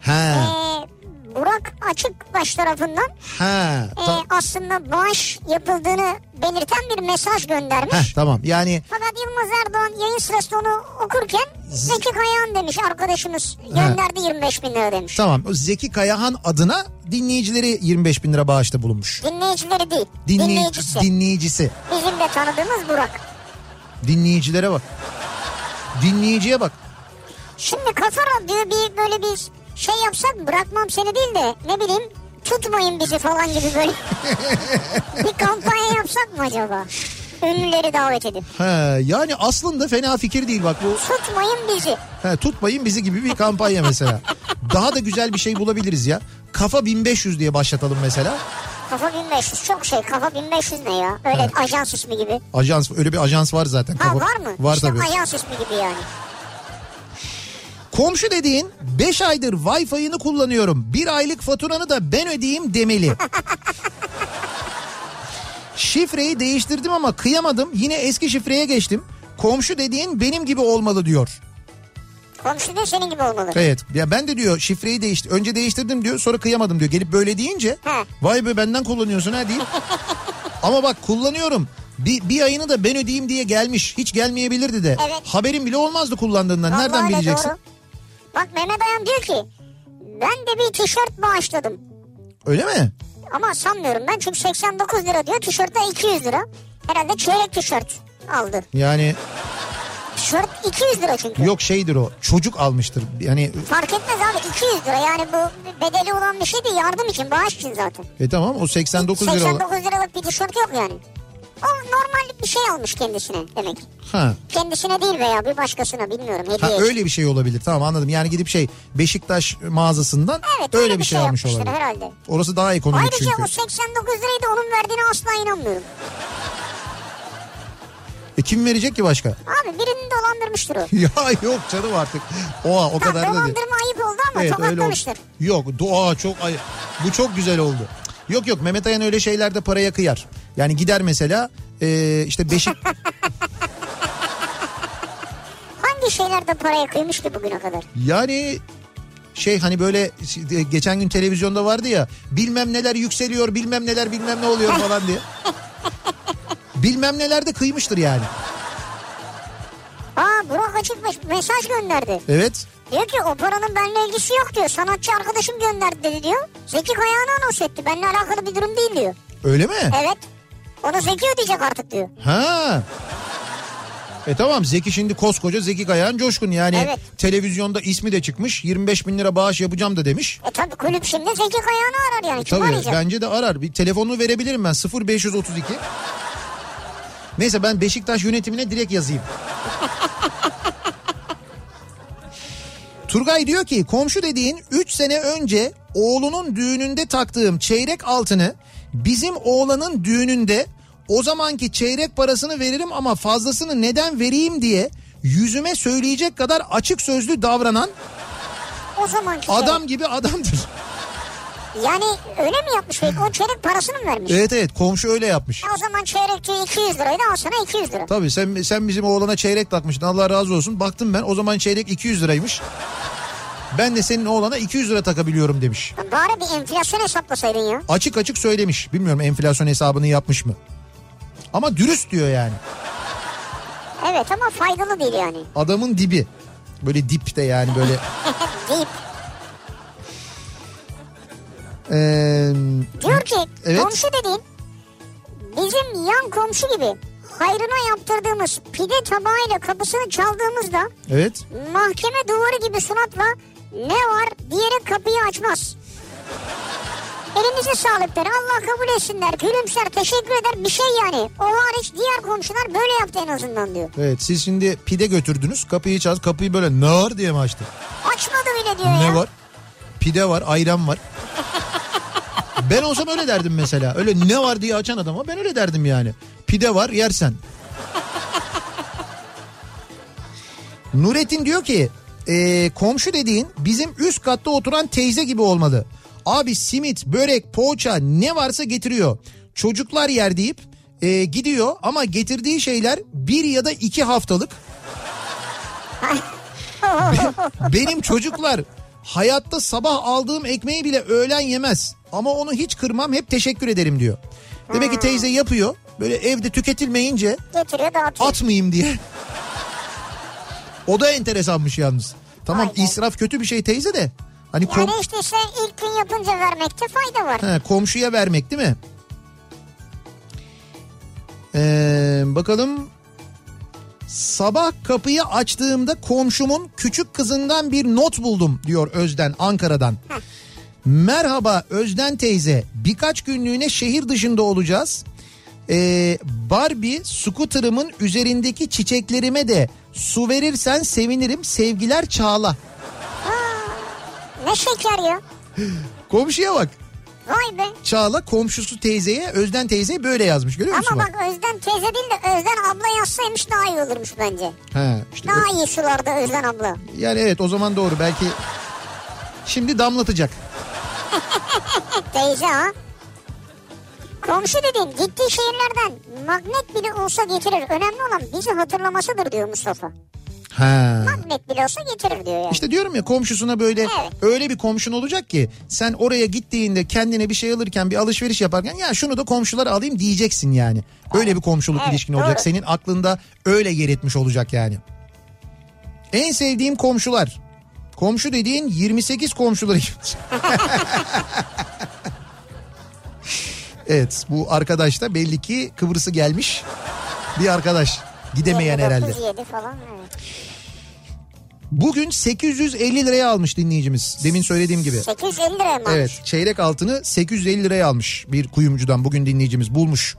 Speaker 1: He.
Speaker 2: ee, Burak Açıkbaş tarafından
Speaker 1: He.
Speaker 2: ee,
Speaker 1: Ta-
Speaker 2: aslında bağış yapıldığını belirten bir mesaj göndermiş.
Speaker 1: Heh, tamam. Yani
Speaker 2: Fakat Yılmaz Erdoğan yayın sırasında onu okurken Zeki Kayan demiş arkadaşımız gönderdi 25 bin lira demiş.
Speaker 1: Tamam o Zeki Kayahan adına dinleyicileri 25 bin lira bağışta bulunmuş.
Speaker 2: Dinleyicileri değil.
Speaker 1: Dinley-
Speaker 2: dinleyicisi.
Speaker 1: Dinleyicisi.
Speaker 2: Bizim de tanıdığımız Burak.
Speaker 1: Dinleyicilere bak. Dinleyiciye bak.
Speaker 2: Şimdi kafa radyo bir böyle bir şey yapsak bırakmam seni değil de ne bileyim tutmayın bizi falan gibi böyle bir kampanya yapsak mı acaba? Ünlüleri davet edip.
Speaker 1: He, yani aslında fena fikir değil bak bu.
Speaker 2: Tutmayın bizi.
Speaker 1: He, tutmayın bizi gibi bir kampanya mesela. Daha da güzel bir şey bulabiliriz ya. Kafa 1500 diye başlatalım mesela.
Speaker 2: Kafa 1500 çok şey. Kafa 1500 ne ya? Öyle ajans ismi gibi.
Speaker 1: Ajans öyle bir ajans var zaten.
Speaker 2: Ha
Speaker 1: Kafa-
Speaker 2: var mı?
Speaker 1: Var
Speaker 2: işte
Speaker 1: tabii.
Speaker 2: ajans ismi gibi yani.
Speaker 1: Komşu dediğin 5 aydır Wi-Fi'ını kullanıyorum. Bir aylık faturanı da ben ödeyeyim demeli. Şifreyi değiştirdim ama kıyamadım. Yine eski şifreye geçtim. Komşu dediğin benim gibi olmalı diyor.
Speaker 2: Komşu da senin gibi olmalı.
Speaker 1: Evet. Ya ben de diyor şifreyi değiştir. Önce değiştirdim diyor. Sonra kıyamadım diyor. Gelip böyle deyince
Speaker 2: Ha.
Speaker 1: vay be benden kullanıyorsun ha deyip. ama bak kullanıyorum. Bir, bir ayını da ben ödeyeyim diye gelmiş. Hiç gelmeyebilirdi de.
Speaker 2: Evet.
Speaker 1: Haberin bile olmazdı kullandığından.
Speaker 2: Vallahi
Speaker 1: Nereden
Speaker 2: öyle
Speaker 1: bileceksin?
Speaker 2: doğru. Bak Mehmet Ayan diyor ki ben de bir tişört bağışladım.
Speaker 1: Öyle mi?
Speaker 2: Ama sanmıyorum ben çünkü 89 lira diyor tişörtte 200 lira. Herhalde çeyrek tişört aldı.
Speaker 1: Yani
Speaker 2: Tişört 200 lira çünkü.
Speaker 1: yok şeydir o. Çocuk almıştır. Yani
Speaker 2: Fark etmez abi 200 lira yani bu bedeli olan bir şey değil yardım için bağış için zaten.
Speaker 1: e tamam o 89 lira. olan-
Speaker 2: 89 liralık bir tişört yok yani. O normal bir şey almış kendisine demek.
Speaker 1: Ha.
Speaker 2: Kendisine değil veya bir başkasına bilmiyorum hediye
Speaker 1: Ha,
Speaker 2: için.
Speaker 1: öyle bir şey olabilir tamam anladım. Yani gidip şey Beşiktaş mağazasından
Speaker 2: Evet,
Speaker 1: öyle bir şey almış
Speaker 2: yapmıştır
Speaker 1: olabilir.
Speaker 2: herhalde.
Speaker 1: Orası daha ekonomik
Speaker 2: Ayrıca
Speaker 1: çünkü.
Speaker 2: o 89 lirayı da onun verdiğine asla inanmıyorum.
Speaker 1: E, kim verecek ki başka?
Speaker 2: Abi birini dolandırmıştır o.
Speaker 1: ya yok canım artık. Oha o
Speaker 2: Tamam
Speaker 1: kadar da değil.
Speaker 2: dolandırma ayıp oldu
Speaker 1: Evet
Speaker 2: ama
Speaker 1: öyle oldu.
Speaker 2: tokatlamıştır.
Speaker 1: Yok doğa çok ay bu çok güzel oldu. Yok yok Mehmet Ayan öyle şeylerde paraya kıyar. Yani gider mesela e, işte Beşik
Speaker 2: Hangi şeylerde paraya kıymış ki bugüne kadar?
Speaker 1: yani şey hani böyle e, geçen gün televizyonda vardı ya bilmem neler yükseliyor bilmem neler bilmem ne oluyor falan diye. bilmem neler de kıymıştır yani.
Speaker 2: Aa Burak açıkmış mesaj gönderdi.
Speaker 1: Evet.
Speaker 2: Diyor ki o paranın benimle ilgisi yok diyor. Sanatçı arkadaşım gönderdi dedi diyor. Zeki Kayağan'ı anons etti. Benimle alakalı bir durum değil diyor.
Speaker 1: Öyle mi?
Speaker 2: Evet. Onu Zeki ödeyecek artık diyor.
Speaker 1: Ha. E tamam Zeki şimdi koskoca Zeki Kayan Coşkun yani
Speaker 2: Evet.
Speaker 1: televizyonda ismi de çıkmış 25 bin lira bağış yapacağım da demiş.
Speaker 2: E tabi kulüp şimdi Zeki Kayağan'ı arar yani. Kim
Speaker 1: Tabii
Speaker 2: arayacak?
Speaker 1: bence de arar. Bir telefonunu verebilirim ben 0532. Neyse ben Beşiktaş yönetimine direkt yazayım. Turgay diyor ki komşu dediğin 3 sene önce oğlunun düğününde taktığım çeyrek altını bizim oğlanın düğününde o zamanki çeyrek parasını veririm ama fazlasını neden vereyim diye yüzüme söyleyecek kadar açık sözlü davranan
Speaker 2: O zamanki şey.
Speaker 1: adam gibi adamdır.
Speaker 2: Yani öyle mi yapmış peki? O çeyrek parasını mı vermiş?
Speaker 1: Evet evet komşu öyle yapmış.
Speaker 2: E, o zaman çeyrek diyor 200 liraydı al sana 200 lira.
Speaker 1: Tabii sen sen bizim oğlana çeyrek takmıştın Allah razı olsun. Baktım ben o zaman çeyrek 200 liraymış. Ben de senin oğlana 200 lira takabiliyorum demiş.
Speaker 2: Lan Bari bir enflasyon hesaplasaydın ya.
Speaker 1: Açık açık söylemiş. Bilmiyorum enflasyon hesabını yapmış mı? Ama dürüst diyor yani.
Speaker 2: Evet ama faydalı değil yani.
Speaker 1: Adamın dibi. Böyle dip de yani böyle.
Speaker 2: Deyip
Speaker 1: Ee,
Speaker 2: diyor ki
Speaker 1: Evet.
Speaker 2: komşu dediğin bizim yan komşu gibi hayrına yaptırdığımız pide tabağıyla kapısını çaldığımızda
Speaker 1: evet.
Speaker 2: mahkeme duvarı gibi suratla ne var diyerek kapıyı açmaz. Elinize sağlık der. Allah kabul etsinler. Gülümser, teşekkür eder. Bir şey yani. O hariç diğer komşular böyle yaptı en azından diyor.
Speaker 1: Evet siz şimdi pide götürdünüz. Kapıyı çal kapıyı böyle nar diye mi açtı?
Speaker 2: Açmadı bile diyor ya.
Speaker 1: Ne var? Pide var, ayran var. ben olsam öyle derdim mesela. Öyle ne var diye açan adama ben öyle derdim yani. Pide var, yersen. Nurettin diyor ki "Ee, komşu dediğin bizim üst katta oturan teyze gibi olmalı. Abi simit, börek, poğaça ne varsa getiriyor. Çocuklar yer deyip ee, gidiyor ama getirdiği şeyler bir ya da iki haftalık. Benim çocuklar hayatta sabah aldığım ekmeği bile öğlen yemez. Ama onu hiç kırmam hep teşekkür ederim diyor. Demek ki teyze yapıyor. Böyle evde tüketilmeyince
Speaker 2: Getiriyor dağıtıyor.
Speaker 1: atmayayım diye. O da enteresanmış yalnız. Tamam
Speaker 2: Aynen.
Speaker 1: israf kötü bir şey teyze de. Hani kom-
Speaker 2: Yani işte sen ilk gün yapınca vermekte fayda var.
Speaker 1: He, komşuya vermek değil mi? Ee, bakalım. Sabah kapıyı açtığımda komşumun küçük kızından bir not buldum diyor Özden Ankara'dan. Merhaba Özden teyze birkaç günlüğüne şehir dışında olacağız. Ee, Barbie scooter'ımın üzerindeki çiçeklerime de su verirsen sevinirim sevgiler Çağla.
Speaker 2: Ne şeker ya.
Speaker 1: Komşuya bak
Speaker 2: Vay be.
Speaker 1: Çağla komşusu teyzeye Özden teyzeye böyle yazmış görüyor musun?
Speaker 2: Ama
Speaker 1: bak?
Speaker 2: bak Özden teyze değil de Özden abla yazsaymış daha iyi olurmuş bence.
Speaker 1: Ha, işte
Speaker 2: Daha iyi sularda Özden abla.
Speaker 1: o- yani evet o zaman doğru belki şimdi damlatacak.
Speaker 2: Teyze ha. Komşu dediğin gittiği şehirlerden magnet bile olsa getirir. Önemli olan bizi hatırlamasıdır diyor Mustafa.
Speaker 1: Ha.
Speaker 2: Bak bisiklet bile olsa getirir diyor yani.
Speaker 1: İşte diyorum ya komşusuna böyle
Speaker 2: Evet.
Speaker 1: öyle bir komşun olacak ki sen oraya gittiğinde kendine bir şey alırken bir alışveriş yaparken ya şunu da komşulara alayım diyeceksin yani. Böyle bir komşuluk
Speaker 2: Evet,
Speaker 1: ilişkin olacak.
Speaker 2: doğru.
Speaker 1: Senin aklında öyle yer etmiş olacak yani. En sevdiğim komşular. Komşu dediğin 28 komşuları. gibi. evet bu arkadaş da belli ki Kıbrıs'ı gelmiş bir arkadaş. Gidemeyen
Speaker 2: 29,
Speaker 1: herhalde.
Speaker 2: 7 falan evet.
Speaker 1: Bugün 850 liraya almış dinleyicimiz. Demin söylediğim gibi.
Speaker 2: 850 liraya mı?
Speaker 1: Evet çeyrek altını 850 liraya almış bir kuyumcudan bugün dinleyicimiz bulmuş.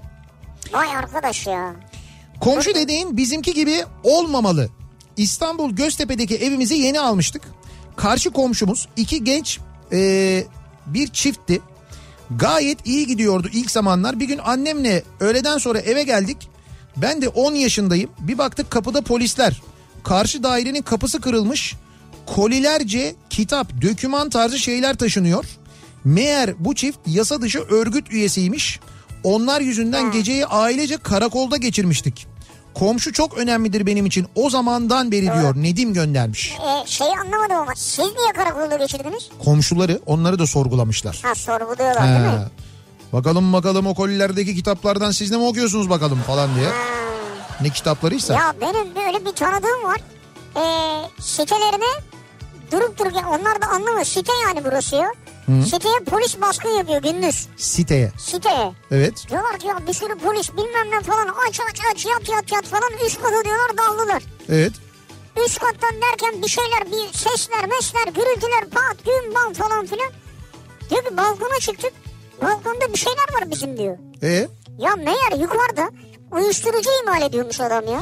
Speaker 2: Vay arkadaş ya.
Speaker 1: Komşu dediğin bizimki gibi olmamalı. İstanbul Göztepe'deki evimizi yeni almıştık. Karşı komşumuz iki genç eee, bir çiftti. Gayet iyi gidiyordu ilk zamanlar. Bir gün annemle öğleden sonra eve geldik. Ben de 10 yaşındayım. Bir baktık kapıda polisler. Karşı dairenin kapısı kırılmış. Kolilerce kitap, döküman tarzı şeyler taşınıyor. Meğer bu çift yasa dışı örgüt üyesiymiş. Onlar yüzünden geceyi ailece karakolda geçirmiştik. Komşu çok önemlidir benim için. O zamandan beri diyor Nedim göndermiş.
Speaker 2: E, şeyi anlamadım ama siz niye karakolda geçirdiniz?
Speaker 1: Komşuları onları da sorgulamışlar.
Speaker 2: Ha sorguluyorlar değil mi?
Speaker 1: Ha. Ee, Bakalım bakalım o kolilerdeki kitaplardan siz ne mi okuyorsunuz bakalım falan diye. Ne kitaplarıysa.
Speaker 2: Ya benim böyle bir tanıdığım var. E, sitelerine durup durup ya onlar da anlamıyor. Site yani burası ya. Siteye polis baskın yapıyor gündüz.
Speaker 1: Siteye.
Speaker 2: Siteye.
Speaker 1: Evet.
Speaker 2: Diyorlar ki ya bir sürü polis bilmem ne falan aç aç aç yat yat yat falan üst kata diyorlar daldılar.
Speaker 1: Evet.
Speaker 2: Üst kattan derken bir şeyler bir sesler mesler gürültüler pat güm bam falan filan. Diyor ki balkona çıktık balkonda bir şeyler var bizim diyor.
Speaker 1: E
Speaker 2: Ya meğer yukarıda uyuşturucu imal ediyormuş adam ya.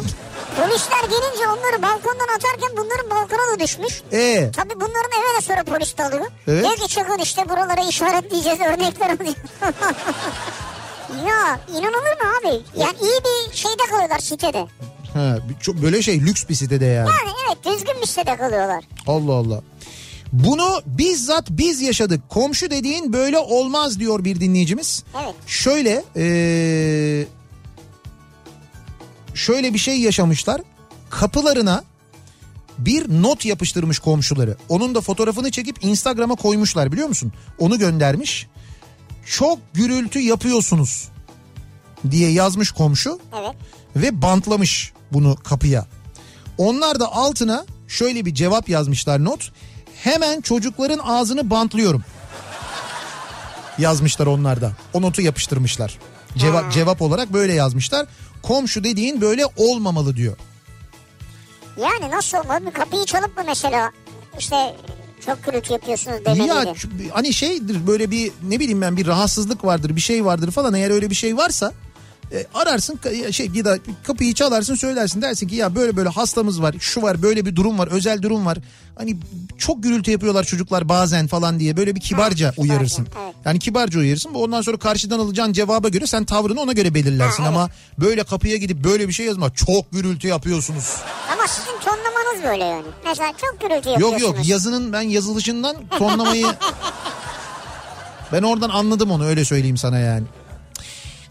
Speaker 2: Polisler gelince onları balkondan atarken bunların balkona da düşmüş.
Speaker 1: e
Speaker 2: Tabii bunların eve de sonra polis dalıyor.
Speaker 1: Evet.
Speaker 2: Diyor ki çıkın işte buralara işaretleyeceğiz örnekler alıyor. ya inanılır mı abi? Yani iyi bir şeyde kalıyorlar sitede.
Speaker 1: ha, bir- çok- böyle şey lüks bir sitede yani.
Speaker 2: Yani evet düzgün bir sitede kalıyorlar.
Speaker 1: Allah Allah. Bunu bizzat biz yaşadık. Komşu dediğin böyle olmaz diyor bir dinleyicimiz.
Speaker 2: Evet.
Speaker 1: Şöyle eee, şöyle bir şey yaşamışlar. Kapılarına bir not yapıştırmış komşuları. Onun da fotoğrafını çekip Instagram'a koymuşlar biliyor musun? Onu göndermiş. Çok gürültü yapıyorsunuz diye yazmış komşu
Speaker 2: Evet.
Speaker 1: ve bantlamış bunu kapıya. Onlar da altına şöyle bir cevap yazmışlar not. Hemen çocukların ağzını bantlıyorum. Yazmışlar onlar da. O notu yapıştırmışlar. Cevap cevap olarak böyle yazmışlar. Komşu dediğin böyle olmamalı diyor.
Speaker 2: Yani nasıl olmalı? Bir kapıyı çalıp mı mesela işte çok gürültü yapıyorsunuz demeliyle.
Speaker 1: Ya ç- hani şeydir böyle bir ne bileyim ben bir rahatsızlık vardır bir şey vardır falan eğer öyle bir şey varsa e, ararsın ka- şey ya da kapıyı çalarsın söylersin dersin ki ya böyle böyle hastamız var şu var böyle bir durum var özel durum var hani çok gürültü yapıyorlar çocuklar bazen falan diye böyle bir kibarca
Speaker 2: kibarca,
Speaker 1: uyarırsın.
Speaker 2: evet.
Speaker 1: Yani kibarca uyarırsın Bu ondan sonra karşıdan alacağın cevaba göre sen tavrını ona göre belirlersin
Speaker 2: Ha, evet.
Speaker 1: ama böyle kapıya gidip böyle bir şey yazma çok gürültü yapıyorsunuz.
Speaker 2: Ama sizin tonlamanız böyle yani. Mesela çok gürültü
Speaker 1: Yok
Speaker 2: yapıyorsunuz.
Speaker 1: yok yazının ben yazılışından tonlamayı ben oradan anladım onu öyle söyleyeyim sana yani.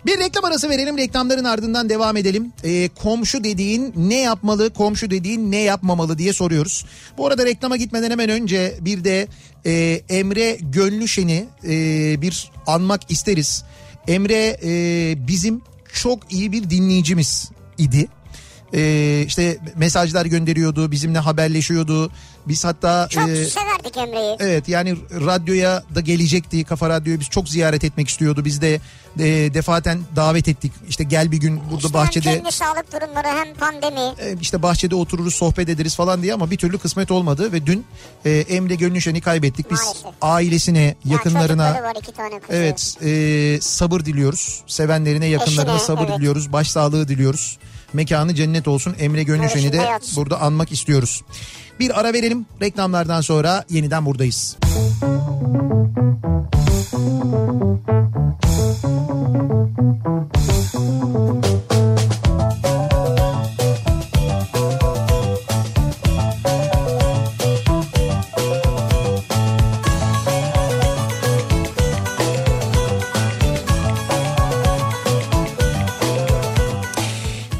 Speaker 1: Bir reklam arası verelim reklamların ardından devam edelim. Ee, komşu dediğin ne yapmalı komşu dediğin ne yapmamalı diye soruyoruz. Bu arada reklama gitmeden hemen önce bir de e, Emre Gönlüşen'i e, bir anmak isteriz. Emre e, bizim çok iyi bir dinleyicimiz idi. E, işte mesajlar gönderiyordu bizimle haberleşiyordu. Biz hatta...
Speaker 2: Çok
Speaker 1: e,
Speaker 2: severdik Emre'yi.
Speaker 1: Evet yani radyoya da gelecekti Kafa Radyo'yu biz çok ziyaret etmek istiyordu. Biz de e, defaten davet ettik. İşte gel bir gün burada
Speaker 2: İşte
Speaker 1: bahçede
Speaker 2: Hem kendi sağlık durumları hem pandemi.
Speaker 1: e, işte bahçede otururuz sohbet ederiz falan diye ama bir türlü kısmet olmadı ve dün e, Emre Gönlüşen'i kaybettik. Biz
Speaker 2: Maalesef.
Speaker 1: ailesine, yakınlarına
Speaker 2: Yani çocukları var iki tane kızı.
Speaker 1: Evet e, sabır diliyoruz. Sevenlerine yakınlarına
Speaker 2: Eşine,
Speaker 1: sabır
Speaker 2: evet.
Speaker 1: diliyoruz. Başsağlığı diliyoruz. Mekanı cennet olsun. Emre Gönlüşen'i
Speaker 2: Barışın,
Speaker 1: de
Speaker 2: hayat.
Speaker 1: burada anmak istiyoruz. Bir ara verelim. Reklamlardan sonra yeniden buradayız.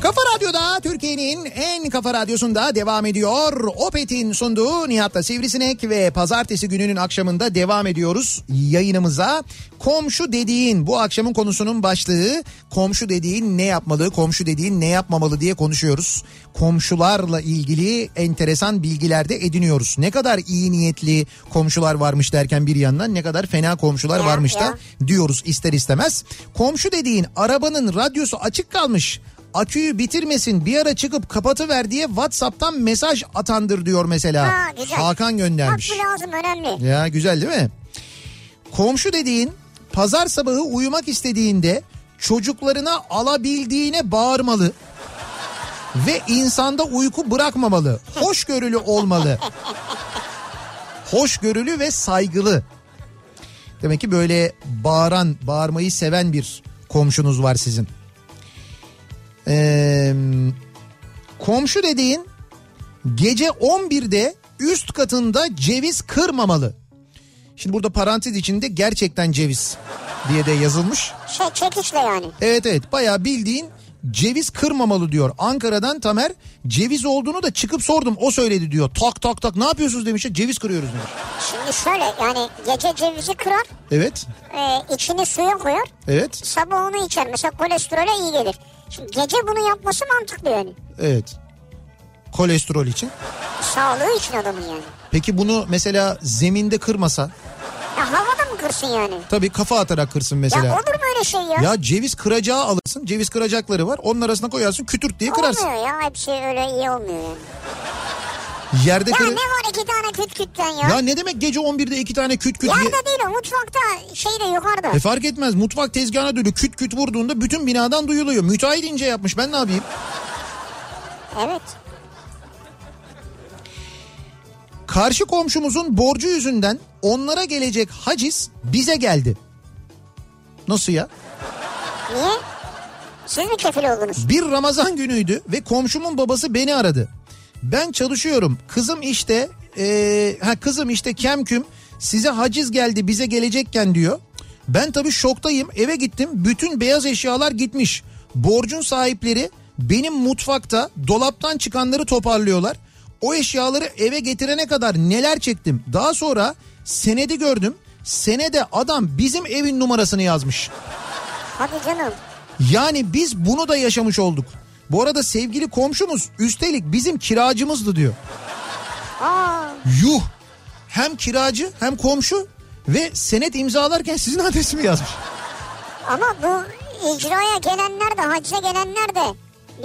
Speaker 1: Kafa Radyo'da Türkiye'nin en Kafa Radyosu'nda devam ediyor. Opet'in sunduğu Nihat'la Sivrisinek ve pazartesi gününün akşamında devam ediyoruz yayınımıza. Komşu dediğin bu akşamın konusunun başlığı komşu dediğin ne yapmalı, komşu dediğin ne yapmamalı diye konuşuyoruz. Komşularla ilgili enteresan bilgiler de ediniyoruz. Ne kadar iyi niyetli komşular varmış derken bir yandan ne kadar fena komşular
Speaker 2: Ya,
Speaker 1: varmış da
Speaker 2: ya.
Speaker 1: diyoruz ister istemez. Komşu dediğin arabanın radyosu açık kalmış. Aküyü bitirmesin bir ara çıkıp kapatıver diye Whatsapp'tan mesaj atandır diyor mesela.
Speaker 2: Ha, güzel.
Speaker 1: Hakan göndermiş.
Speaker 2: Bak bu lazım önemli.
Speaker 1: Ya güzel değil mi? Komşu dediğin pazar sabahı uyumak istediğinde çocuklarına alabildiğine bağırmalı ve insanda uyku bırakmamalı. Hoşgörülü olmalı. Hoşgörülü ve saygılı. Demek ki böyle bağıran, bağırmayı seven bir komşunuz var sizin. Ee, komşu dediğin gece 11'de üst katında ceviz kırmamalı. Şimdi burada parantez içinde gerçekten ceviz diye de yazılmış.
Speaker 2: Şey çekişle yani.
Speaker 1: Evet evet bayağı bildiğin ceviz kırmamalı diyor. Ankara'dan Tamer ceviz olduğunu da çıkıp sordum o söyledi diyor. Tak tak tak ne yapıyorsunuz demişler ceviz kırıyoruz demiş.
Speaker 2: Şimdi şöyle yani gece cevizi kırar,
Speaker 1: Evet
Speaker 2: e, içini suya koyar,
Speaker 1: evet
Speaker 2: sabah onu içer. Mesela kolesterole iyi gelir. Şimdi gece bunu yapması mantıklı yani.
Speaker 1: evet kolesterol için.
Speaker 2: Sağlığı için adamın yani.
Speaker 1: Peki bunu mesela zeminde kırmasa
Speaker 2: Ya havada mı kırsın yani?
Speaker 1: tabii kafa atarak kırsın mesela.
Speaker 2: Ya olur mu öyle şey ya?
Speaker 1: Ya ceviz kıracağı alırsın. Ceviz kıracakları var. Onun arasına koyarsın kütürt diye kırarsın.
Speaker 2: Olmuyor ya hepsi öyle iyi olmuyor yani.
Speaker 1: Yerde
Speaker 2: Ya
Speaker 1: kırı...
Speaker 2: ne var iki tane küt kütten ya?
Speaker 1: Ya ne demek gece 11'de iki tane küt küt... ye-
Speaker 2: Yerde değil o mutfakta şey de yukarıda.
Speaker 1: E fark etmez mutfak tezgahına dönü küt küt vurduğunda bütün binadan duyuluyor. Müteahhit ince yapmış ben ne yapayım?
Speaker 2: Evet.
Speaker 1: Karşı komşumuzun borcu yüzünden onlara gelecek haciz bize geldi. Nasıl ya?
Speaker 2: Niye? Siz mi kefil oldunuz?
Speaker 1: Bir Ramazan günüydü ve komşumun babası beni aradı. Ben çalışıyorum. Kızım işte eee, ha kızım işte kemküm size haciz geldi bize gelecekken diyor. Ben tabii şoktayım eve gittim bütün beyaz eşyalar gitmiş. Borcun sahipleri benim mutfakta dolaptan çıkanları toparlıyorlar. O eşyaları eve getirene kadar neler çektim. Daha sonra senedi gördüm. Senede adam bizim evin numarasını yazmış.
Speaker 2: Hadi canım.
Speaker 1: Yani biz bunu da yaşamış olduk. Bu arada sevgili komşumuz üstelik bizim kiracımızdı diyor.
Speaker 2: Aa,
Speaker 1: Yuh! Hem kiracı hem komşu ve senet imzalarken sizin adresimi yazmış.
Speaker 2: ama bu icraya gelenler de hacize gelenler de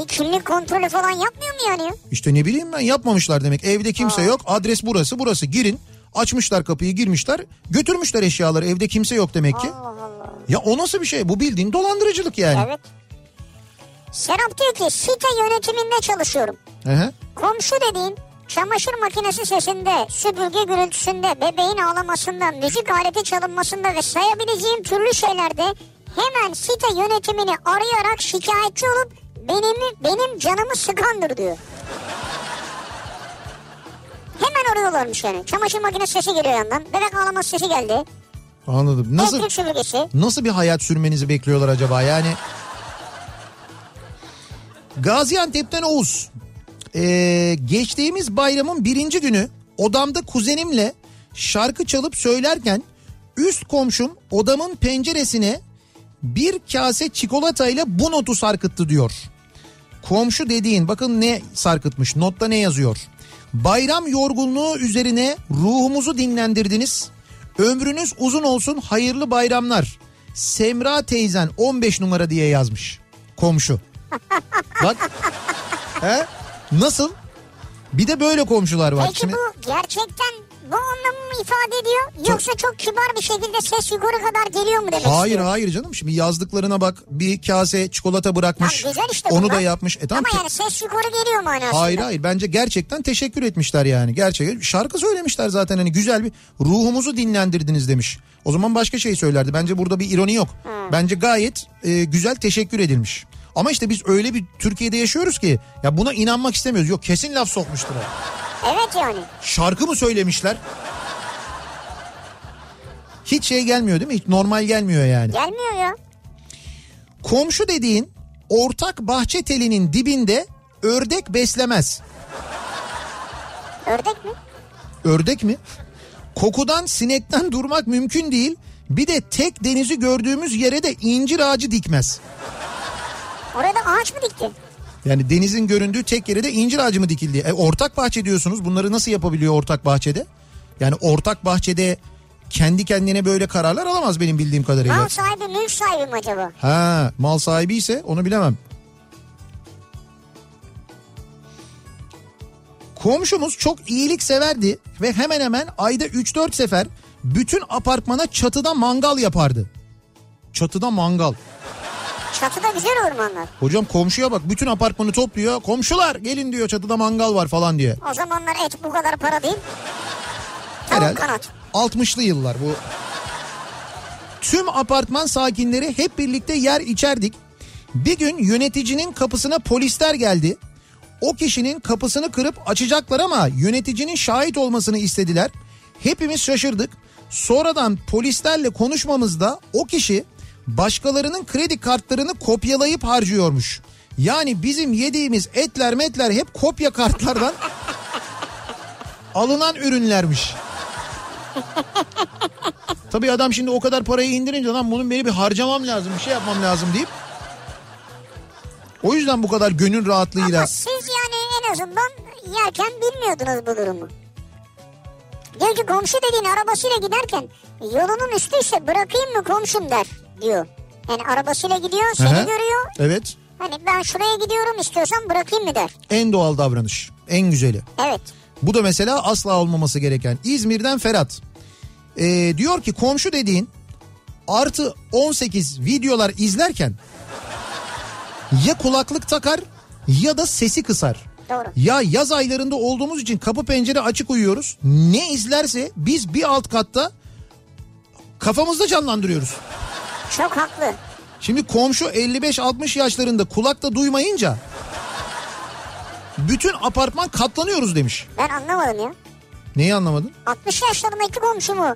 Speaker 2: bir kimlik kontrolü falan yapmıyor mu yani?
Speaker 1: İşte ne bileyim ben yapmamışlar demek. Evde kimse yok adres burası burası girin. Açmışlar kapıyı girmişler götürmüşler eşyaları evde kimse yok demek ki.
Speaker 2: Allah Allah.
Speaker 1: Ya o nasıl bir şey bu bildiğin dolandırıcılık yani.
Speaker 2: Evet. Serap diyor ki site yönetiminde çalışıyorum.
Speaker 1: Ehe.
Speaker 2: Komşu dediğin çamaşır makinesi sesinde, süpürge gürültüsünde, bebeğin ağlamasında, müzik aleti çalınmasında ve sayabileceğim türlü şeylerde hemen site yönetimini arayarak şikayetçi olup benim, benim canımı sıkandır diyor. Hemen arıyorlarmış yani. Çamaşır makinesi sesi geliyor yandan. Bebek ağlaması sesi geldi.
Speaker 1: Anladım. Nasıl
Speaker 2: Elektrik süpürgesi.
Speaker 1: Nasıl bir hayat sürmenizi bekliyorlar acaba yani? Gaziantep'ten Oğuz. Ee, geçtiğimiz bayramın birinci günü odamda kuzenimle şarkı çalıp söylerken üst komşum odamın penceresine bir kase çikolatayla bu notu sarkıttı diyor. Komşu dediğin bakın ne sarkıtmış notta ne yazıyor. Bayram yorgunluğu üzerine ruhumuzu dinlendirdiniz. Ömrünüz uzun olsun hayırlı bayramlar. Semra teyzen 15 numara diye yazmış komşu. Bak he? nasıl? Bir de böyle komşular var.
Speaker 2: Peki bu gerçekten bu anlamı mı ifade ediyor? Yoksa çok kibar bir şekilde ses yukarı kadar geliyor mu demek
Speaker 1: Hayır
Speaker 2: istiyor?
Speaker 1: hayır canım şimdi yazdıklarına bak bir kase çikolata bırakmış
Speaker 2: Tamam, güzel işte
Speaker 1: onu
Speaker 2: bunlar.
Speaker 1: da yapmış. E tamam
Speaker 2: Ama
Speaker 1: ki-
Speaker 2: yani ses yukarı geliyor manasında.
Speaker 1: Hayır hayır bence gerçekten teşekkür etmişler yani. Gerçekten şarkı söylemişler zaten hani güzel bir ruhumuzu dinlendirdiniz demiş. O zaman başka şey söylerdi. Bence burada bir ironi yok. Bence gayet e, güzel teşekkür edilmiş. Ama işte biz öyle bir Türkiye'de yaşıyoruz ki ya buna inanmak istemiyoruz. Yok kesin laf sokmuştur o.
Speaker 2: Evet yani.
Speaker 1: Şarkı mı söylemişler? Hiç şey gelmiyor değil mi? Hiç normal gelmiyor yani.
Speaker 2: Gelmiyor ya.
Speaker 1: Komşu dediğin ortak bahçe telinin dibinde Ördek beslemez.
Speaker 2: Ördek mi?
Speaker 1: Ördek mi? Kokudan sinekten durmak mümkün değil. Bir de tek denizi gördüğümüz yere de incir ağacı dikmez.
Speaker 2: Oraya da ağaç mı dikti?
Speaker 1: Yani denizin göründüğü tek yere de incir ağacı mı dikildi? E, ortak bahçe diyorsunuz. Bunları nasıl yapabiliyor ortak bahçede? Yani ortak bahçede kendi kendine böyle kararlar alamaz benim bildiğim kadarıyla.
Speaker 2: Mal sahibi mülk sahibi mi acaba?
Speaker 1: Ha, mal sahibi ise onu bilemem. Komşumuz çok iyilik severdi ve hemen hemen ayda 3-4 sefer bütün apartmana çatıda mangal yapardı. Çatıda mangal.
Speaker 2: Çatıda güzel olur mu onlar?
Speaker 1: Hocam komşuya bak bütün apartmanı topluyor. Komşular gelin diyor çatıda mangal var falan diye.
Speaker 2: O zamanlar et bu kadar para değil. Tavuk
Speaker 1: Herhalde
Speaker 2: kanat.
Speaker 1: 60'lı yıllar bu. Tüm apartman sakinleri hep birlikte yer içerdik. Bir gün yöneticinin kapısına polisler geldi. O kişinin kapısını kırıp açacaklar ama yöneticinin şahit olmasını istediler. Hepimiz şaşırdık. Sonradan polislerle konuşmamızda o kişi başkalarının kredi kartlarını kopyalayıp harcıyormuş. Yani bizim yediğimiz etler metler hep kopya kartlardan alınan ürünlermiş. Tabii adam şimdi o kadar parayı indirince lan bunun beni bir harcamam lazım bir şey yapmam lazım deyip o yüzden bu kadar gönül rahatlığıyla
Speaker 2: Ama siz yani en azından yerken bilmiyordunuz bu durumu. Diyor ki komşu dediğin arabasıyla giderken yolunun üstüyse bırakayım mı komşum der diyor. Yani arabasıyla gidiyor seni
Speaker 1: Aha.
Speaker 2: görüyor.
Speaker 1: evet
Speaker 2: Hani ben şuraya gidiyorum istiyorsan bırakayım mı der.
Speaker 1: en doğal davranış en güzeli.
Speaker 2: Evet.
Speaker 1: Bu da mesela asla olmaması gereken. İzmir'den Ferhat. Ee, diyor ki komşu dediğin artı 18 videolar izlerken ya kulaklık takar ya da sesi kısar.
Speaker 2: Doğru.
Speaker 1: Ya yaz aylarında olduğumuz için kapı pencere açık uyuyoruz. Ne izlerse biz bir alt katta kafamızda canlandırıyoruz.
Speaker 2: Çok haklı.
Speaker 1: Şimdi komşu 55-60 yaşlarında kulakta duymayınca bütün apartman katlanıyoruz demiş.
Speaker 2: Ben anlamadım ya.
Speaker 1: Neyi anlamadın?
Speaker 2: 60 yaşlarındaki komşumu.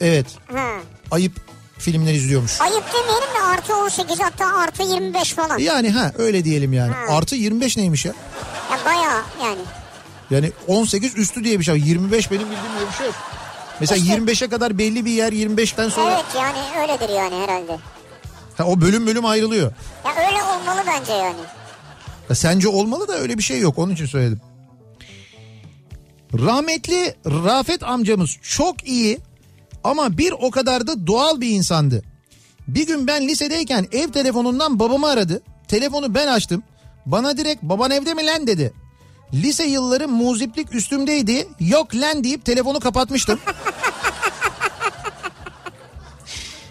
Speaker 1: Evet.
Speaker 2: Ha.
Speaker 1: ayıp filmler izliyormuş.
Speaker 2: Ayıp demeyelim de artı 18 hatta artı 25 falan. Ya
Speaker 1: Yani ha öyle diyelim yani.
Speaker 2: Ha.
Speaker 1: Artı 25 neymiş ya?
Speaker 2: bayağı yani.
Speaker 1: Yani 18 üstü diye bir şey. var. 25 benim bildiğim öyle bir şey yok. Mesela
Speaker 2: İşte-
Speaker 1: 25'e kadar belli bir yer 25'ten sonra
Speaker 2: Evet yani öyledir yani herhalde.
Speaker 1: ha, o bölüm bölüm ayrılıyor.
Speaker 2: Ya öyle olmalı bence yani.
Speaker 1: Ya E, sence olmalı da öyle bir şey yok onun için söyledim. Rahmetli Rafet amcamız çok iyi ama bir o kadar da doğal bir insandı. Bir gün ben lisedeyken ev telefonundan babamı aradı. Telefonu ben açtım. Bana direkt baban evde mi lan dedi. Lise yılları muziplik üstümdeydi. Yok lan deyip telefonu kapatmıştım.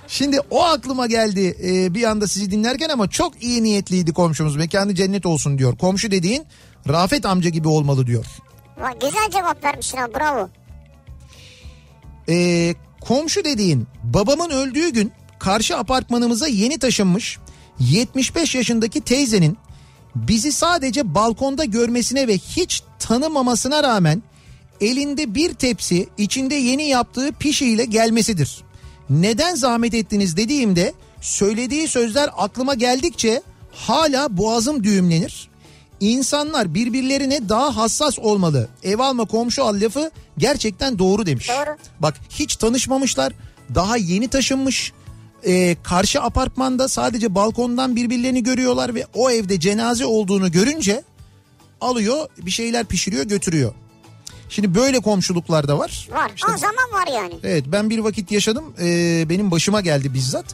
Speaker 1: Şimdi o aklıma geldi e, bir anda sizi dinlerken ama çok iyi niyetliydi komşumuz. Mekanı cennet olsun diyor. Komşu dediğin Rafet amca gibi olmalı diyor.
Speaker 2: Vay, Güzel cevap vermişsin ha bravo.
Speaker 1: E, komşu dediğin babamın öldüğü gün karşı apartmanımıza yeni taşınmış 75 yaşındaki teyzenin bizi sadece balkonda görmesine ve hiç tanımamasına rağmen elinde bir tepsi içinde yeni yaptığı pişiyle gelmesidir. Neden zahmet ettiniz dediğimde söylediği sözler aklıma geldikçe hala boğazım düğümlenir. İnsanlar birbirlerine daha hassas olmalı. Ev alma komşu al lafı gerçekten doğru demiş.
Speaker 2: Doğru.
Speaker 1: Bak hiç tanışmamışlar. Daha yeni taşınmış. Ee, karşı apartmanda sadece balkondan birbirlerini görüyorlar ve o evde cenaze olduğunu görünce alıyor bir şeyler pişiriyor götürüyor. Şimdi böyle komşuluklar da var.
Speaker 2: Var.
Speaker 1: İşte-
Speaker 2: o zaman var yani.
Speaker 1: Evet ben bir vakit yaşadım. Ee, benim başıma geldi bizzat.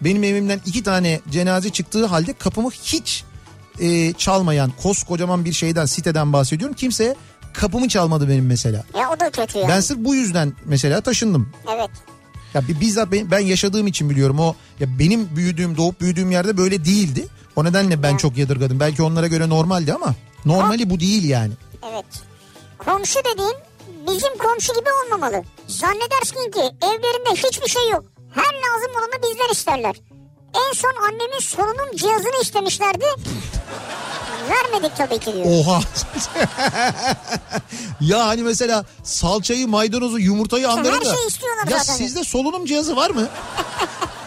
Speaker 1: Benim evimden iki tane cenaze çıktığı halde kapımı hiç e, çalmayan koskocaman bir şeyden siteden bahsediyorum. Kimse kapımı çalmadı benim mesela.
Speaker 2: Ya o da kötü yani.
Speaker 1: Ben sırf bu yüzden mesela taşındım.
Speaker 2: Evet.
Speaker 1: Ya bi- bizzat ben, ben yaşadığım için biliyorum o ya benim büyüdüğüm doğup büyüdüğüm yerde böyle değildi. O nedenle ben
Speaker 2: Ya.
Speaker 1: çok yadırgadım. Belki onlara göre normaldi ama normali bu değil yani.
Speaker 2: Evet. Komşu dediğin bizim komşu gibi olmamalı. Zannedersin ki evlerinde hiçbir şey yok. Her lazım olanı bizler isterler. En son annemin solunum cihazını istemişlerdi. Vermedik tabii ki diyor.
Speaker 1: Oha. ya hani mesela salçayı, maydanozu, yumurtayı anlarım da.
Speaker 2: şeyi istiyorlar
Speaker 1: ya
Speaker 2: zaten.
Speaker 1: sizde solunum cihazı var mı?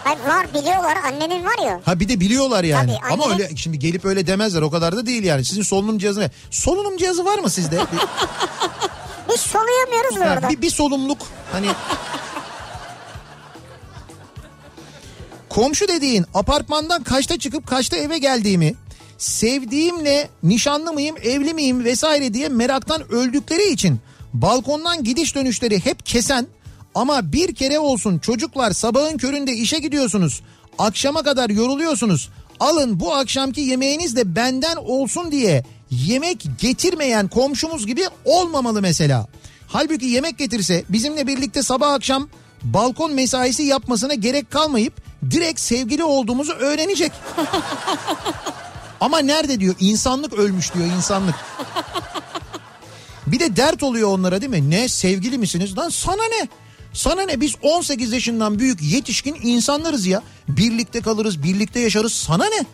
Speaker 2: Hayır var biliyorlar annenin var ya.
Speaker 1: Ha bir de biliyorlar yani.
Speaker 2: Tabii,
Speaker 1: Ama
Speaker 2: anne-
Speaker 1: öyle şimdi gelip öyle demezler o kadar da değil yani. Sizin solunum cihazı ne? Solunum cihazı var mı sizde? Bir,
Speaker 2: Biz soluyamıyoruz
Speaker 1: ha,
Speaker 2: orada.
Speaker 1: bir, bir solumluk hani... Komşu dediğin apartmandan kaçta çıkıp kaçta eve geldiğimi, sevdiğimle nişanlı mıyım, evli miyim vesaire diye meraktan öldükleri için balkondan gidiş dönüşleri hep kesen ama bir kere olsun çocuklar sabahın köründe işe gidiyorsunuz. Akşama kadar yoruluyorsunuz. Alın bu akşamki yemeğiniz de benden olsun diye yemek getirmeyen komşumuz gibi olmamalı mesela. Halbuki yemek getirse bizimle birlikte sabah akşam balkon mesaisi yapmasına gerek kalmayıp direkt sevgili olduğumuzu öğrenecek. Ama nerede diyor insanlık ölmüş diyor insanlık. Bir de dert oluyor onlara değil mi? Ne sevgili misiniz? Lan sana ne? Sana ne biz 18 yaşından büyük yetişkin insanlarız ya. Birlikte kalırız, birlikte yaşarız. Sana ne?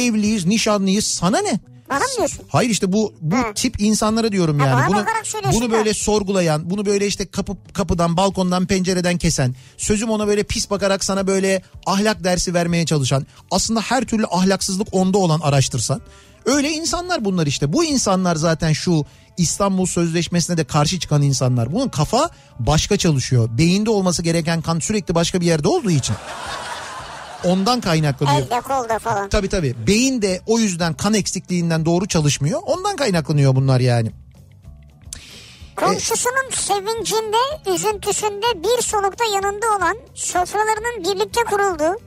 Speaker 1: Evliyiz, nişanlıyız. Sana ne?
Speaker 2: Bana mı diyorsun?
Speaker 1: Hayır işte bu bu
Speaker 2: Hı.
Speaker 1: tip insanlara diyorum
Speaker 2: Ha,
Speaker 1: yani.
Speaker 2: bana
Speaker 1: bunu
Speaker 2: bakarak söylüyorsun
Speaker 1: bunu
Speaker 2: da.
Speaker 1: böyle sorgulayan, bunu böyle işte kapı kapıdan, balkondan, pencereden kesen, sözüm ona böyle pis bakarak sana böyle ahlak dersi vermeye çalışan, aslında her türlü ahlaksızlık onda olan araştırsan. Öyle insanlar bunlar işte. Bu insanlar zaten şu İstanbul Sözleşmesi'ne de karşı çıkan insanlar. Bunun kafa başka çalışıyor. Beyinde olması gereken kan sürekli başka bir yerde olduğu için. Ondan kaynaklanıyor.
Speaker 2: Elde kolda falan.
Speaker 1: Tabii tabii. Beyin de o yüzden kan eksikliğinden doğru çalışmıyor. Ondan kaynaklanıyor bunlar yani.
Speaker 2: Komşusunun sevincinde, üzüntüsünde bir solukta yanında olan sofralarının birlikte kurulduğu,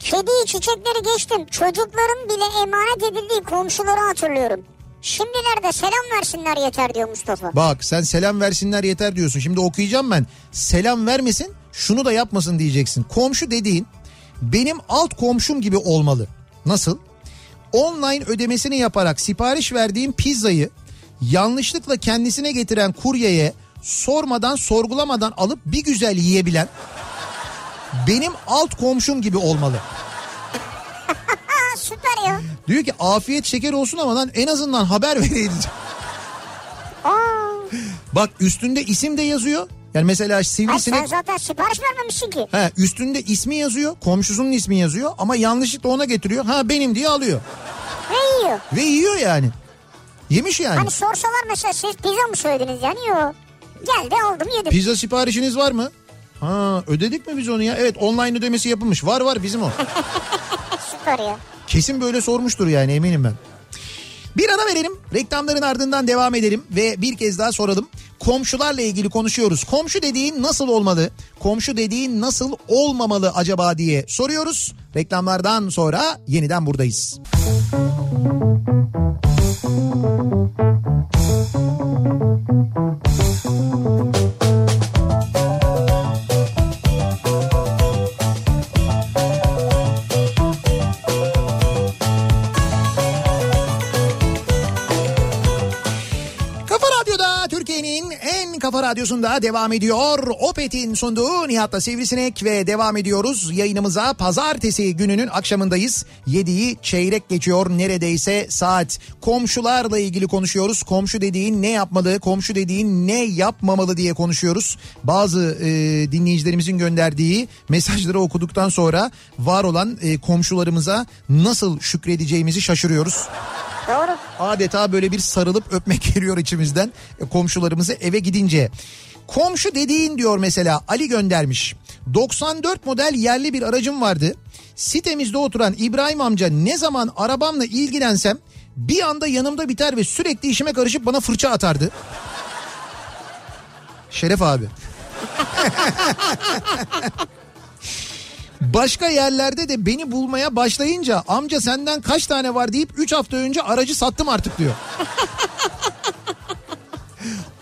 Speaker 2: kediyi çiçekleri geçtim çocukların bile emanet edildiği komşuları hatırlıyorum. Şimdilerde selam versinler yeter diyor Mustafa.
Speaker 1: Bak sen selam versinler yeter diyorsun. Şimdi okuyacağım ben. Selam vermesin şunu da yapmasın diyeceksin. Komşu dediğin benim alt komşum gibi olmalı. Nasıl? Online ödemesini yaparak sipariş verdiğim pizzayı yanlışlıkla kendisine getiren kuryeye sormadan sorgulamadan alıp bir güzel yiyebilen benim alt komşum gibi olmalı.
Speaker 2: Aa süper ya.
Speaker 1: Diyor ki afiyet şeker olsun ama lan en azından haber vereydi.
Speaker 2: Aa,
Speaker 1: Hani Bak üstünde isim de yazıyor. Yani mesela
Speaker 2: ay sen
Speaker 1: sivrisinek
Speaker 2: zaten sipariş vermemişsin ki.
Speaker 1: He, üstünde ismi yazıyor. Komşusunun ismi yazıyor ama yanlışlıkla ona getiriyor. Ha benim diye alıyor.
Speaker 2: Ne yiyor?
Speaker 1: Ve yiyor yani. Yemiş yani.
Speaker 2: Hani sorsalar mesela siz pizza mı söylediniz yani yok. Geldi aldım yedim.
Speaker 1: Pizza siparişiniz var mı? Ha ödedik mi biz onu ya? Evet online ödemesi yapılmış. Var var bizim o.
Speaker 2: süper ya.
Speaker 1: Kesin böyle sormuştur yani eminim ben. Bir ara verelim. Reklamların ardından devam edelim ve bir kez daha soralım. Komşularla ilgili konuşuyoruz. Komşu dediğin nasıl olmalı? Komşu dediğin nasıl olmamalı acaba diye soruyoruz. Reklamlardan sonra yeniden buradayız. Kafa Radyo'da Türkiye'nin en kafa radyosunda devam ediyor. Opet'in sunduğu Nihat'la Sivrisinek ve devam ediyoruz. Yayınımıza pazartesi gününün akşamındayız. 7'yi çeyrek geçiyor neredeyse saat. Komşularla ilgili konuşuyoruz. Komşu dediğin ne yapmalı, komşu dediğin ne yapmamalı diye konuşuyoruz. Bazı e, dinleyicilerimizin gönderdiği mesajları okuduktan sonra var olan e, komşularımıza nasıl şükredeceğimizi şaşırıyoruz
Speaker 2: Doğru.
Speaker 1: adeta böyle bir sarılıp öpmek geliyor içimizden e, komşularımızı eve gidince. Komşu dediğin diyor mesela Ali göndermiş. 94 model yerli bir aracım vardı. Sitemizde oturan İbrahim amca ne zaman arabamla ilgilensem bir anda yanımda biter ve sürekli işime karışıp bana fırça atardı. Şeref abi. Başka yerlerde de beni bulmaya başlayınca amca senden kaç tane var deyip 3 hafta önce aracı sattım artık diyor.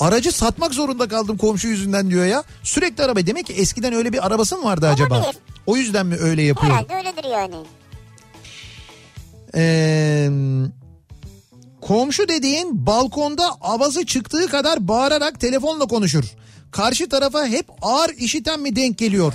Speaker 1: Aracı satmak zorunda kaldım komşu yüzünden diyor ya. Sürekli araba demek ki eskiden öyle bir arabası mı vardı acaba?
Speaker 2: Olabilir.
Speaker 1: O yüzden mi öyle yapıyor?
Speaker 2: Herhalde öyledir yani.
Speaker 1: Ee, komşu dediğin balkonda avazı çıktığı kadar bağırarak telefonla konuşur. Karşı tarafa hep ağır işiten mi denk geliyor?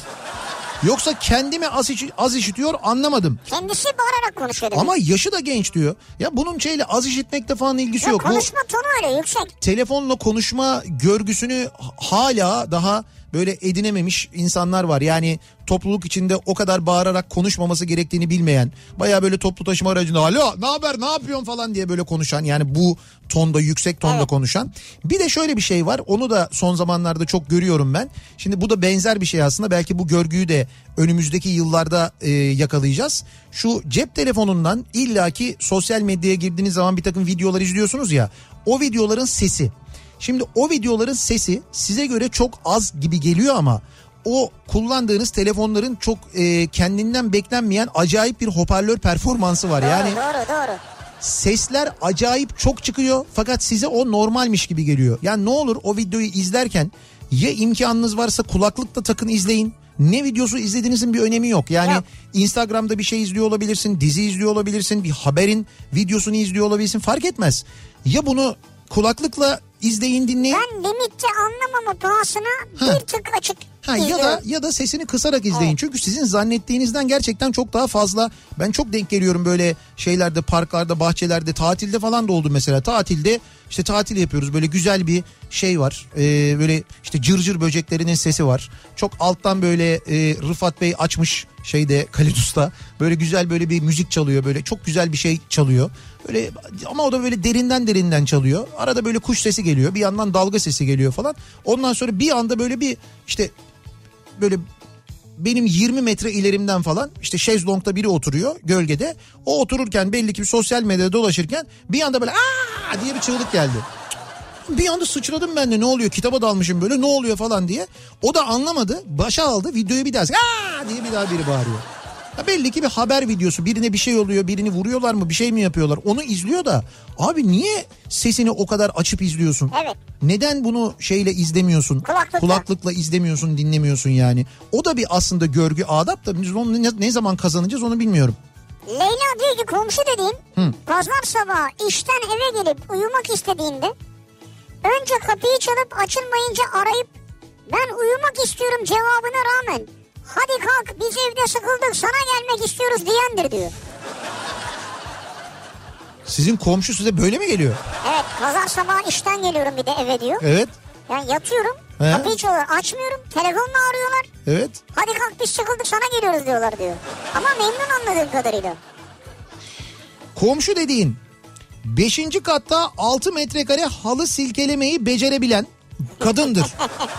Speaker 1: Yoksa kendimi az, işi- az işitiyor anlamadım.
Speaker 2: Kendisi bağırarak konuşuyor. demek.
Speaker 1: Ama yaşı da genç diyor. Ya bunun şeyle az işitmekle falan ilgisi
Speaker 2: Ya
Speaker 1: yok. Bu
Speaker 2: konuşma tonu öyle yüksek.
Speaker 1: telefonla konuşma görgüsünü h- hala daha böyle edinememiş insanlar var. Yani topluluk içinde o kadar bağırarak konuşmaması gerektiğini bilmeyen, baya böyle toplu taşıma aracında alo ne haber ne yapıyorsun falan diye böyle konuşan yani bu tonda yüksek tonda konuşan. Bir de şöyle bir şey var onu da son zamanlarda çok görüyorum ben. Şimdi bu da benzer bir şey aslında belki bu görgüyü de önümüzdeki yıllarda e, yakalayacağız. Şu cep telefonundan illaki sosyal medyaya girdiğiniz zaman bir takım videolar izliyorsunuz ya o videoların sesi. Şimdi o videoların sesi size göre çok az gibi geliyor ama o kullandığınız telefonların çok e, kendinden beklenmeyen acayip bir hoparlör performansı var. Yani
Speaker 2: Doğru doğru.
Speaker 1: sesler acayip çok çıkıyor fakat size o normalmiş gibi geliyor. Yani ne olur o videoyu izlerken ya imkanınız varsa kulaklıkla takın izleyin. Ne videosu izlediğinizin bir önemi yok. Yani
Speaker 2: Yok.
Speaker 1: Instagram'da bir şey izliyor olabilirsin, dizi izliyor olabilirsin, bir haberin videosunu izliyor olabilirsin fark etmez. Ya bunu kulaklıkla izleyin dinleyin.
Speaker 2: Ben limitçi anlamamı pahasına
Speaker 1: Ha.
Speaker 2: bir tık açık
Speaker 1: Ha, ya
Speaker 2: izliyorum.
Speaker 1: da ya da sesini kısarak izleyin. Çünkü sizin zannettiğinizden gerçekten çok daha fazla. Ben çok denk geliyorum böyle şeylerde, parklarda, bahçelerde, tatilde falan da oldu mesela. Tatilde işte tatil yapıyoruz. Böyle güzel bir şey var. Ee, böyle işte cırcır böceklerinin sesi var. Çok alttan böyle e, Rıfat Bey açmış şeyde Kalitus'ta böyle güzel böyle bir müzik çalıyor böyle çok güzel bir şey çalıyor. Böyle ama o da böyle derinden derinden çalıyor. Arada böyle kuş sesi geliyor. Bir yandan dalga sesi geliyor falan. Ondan sonra bir anda böyle bir işte böyle benim 20 metre ilerimden falan işte şezlongda biri oturuyor gölgede. O otururken belli ki sosyal medyada dolaşırken bir anda böyle aa diye bir çığlık geldi. Bir anda sıçradım ben de ne oluyor kitaba dalmışım böyle ne oluyor falan diye. O da anlamadı başa aldı videoyu bir daha aa diye bir daha biri bağırıyor. Ya belli ki bir haber videosu birine bir şey oluyor birini vuruyorlar mı bir şey mi yapıyorlar onu izliyor da abi niye sesini o kadar açıp izliyorsun?
Speaker 2: Evet.
Speaker 1: Neden bunu şeyle izlemiyorsun?
Speaker 2: Kulaklıkla.
Speaker 1: Kulaklıkla izlemiyorsun, dinlemiyorsun yani. O da bir aslında görgü, adap da biz onu ne, ne zaman kazanacağız onu bilmiyorum.
Speaker 2: Leyla diyor ki komşu dediğim pazar sabahı işten eve gelip uyumak istediğinde önce kapıyı çalıp açılmayınca arayıp ben uyumak istiyorum cevabına rağmen hadi kalk biz evde sıkıldık sana gelmek istiyoruz diyendir diyor.
Speaker 1: Sizin komşu size böyle mi geliyor?
Speaker 2: Evet pazar sabahı işten geliyorum bir de eve diyor.
Speaker 1: Evet,
Speaker 2: Yani yatıyorum
Speaker 1: He.
Speaker 2: kapıyı çalıyor açmıyorum telefonla arıyorlar
Speaker 1: evet.
Speaker 2: hadi kalk biz sıkıldık sana geliyoruz diyorlar diyor. Ama memnun anladığım kadarıyla.
Speaker 1: Komşu dediğin 5. katta 6 metrekare halı silkelemeyi becerebilen kadındır.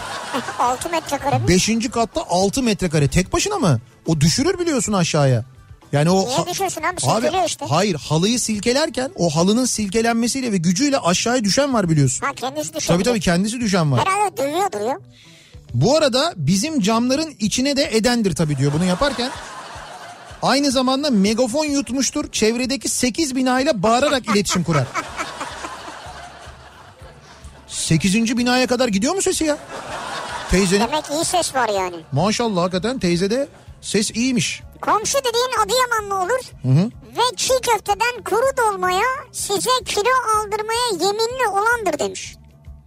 Speaker 2: 6 metrekare mi?
Speaker 1: 5. katta 6 metrekare tek başına mı? O düşürür biliyorsun aşağıya. Yani o
Speaker 2: Niye düşürsün abi? Silkeliyor
Speaker 1: Abi,
Speaker 2: işte.
Speaker 1: hayır halıyı silkelerken o halının silkelenmesiyle ve gücüyle aşağıya düşen var biliyorsun.
Speaker 2: Ha kendisi düşüyor.
Speaker 1: Tabii tabii kendisi düşen var.
Speaker 2: Herhalde dövüyor duruyor.
Speaker 1: Bu arada bizim camların içine de edendir tabii diyor bunu yaparken. Aynı zamanda megafon yutmuştur. Çevredeki 8 binayla bağırarak iletişim kurar. 8. binaya kadar gidiyor mu sesi ya? Teyzenin
Speaker 2: Demek iyi ses var yani.
Speaker 1: maşallah hakikaten teyzede ses iyiymiş.
Speaker 2: Komşu dediğin Adıyamanlı olur. Ve çiğ köfteden kuru dolmaya size kilo aldırmaya yeminli olandır demiş.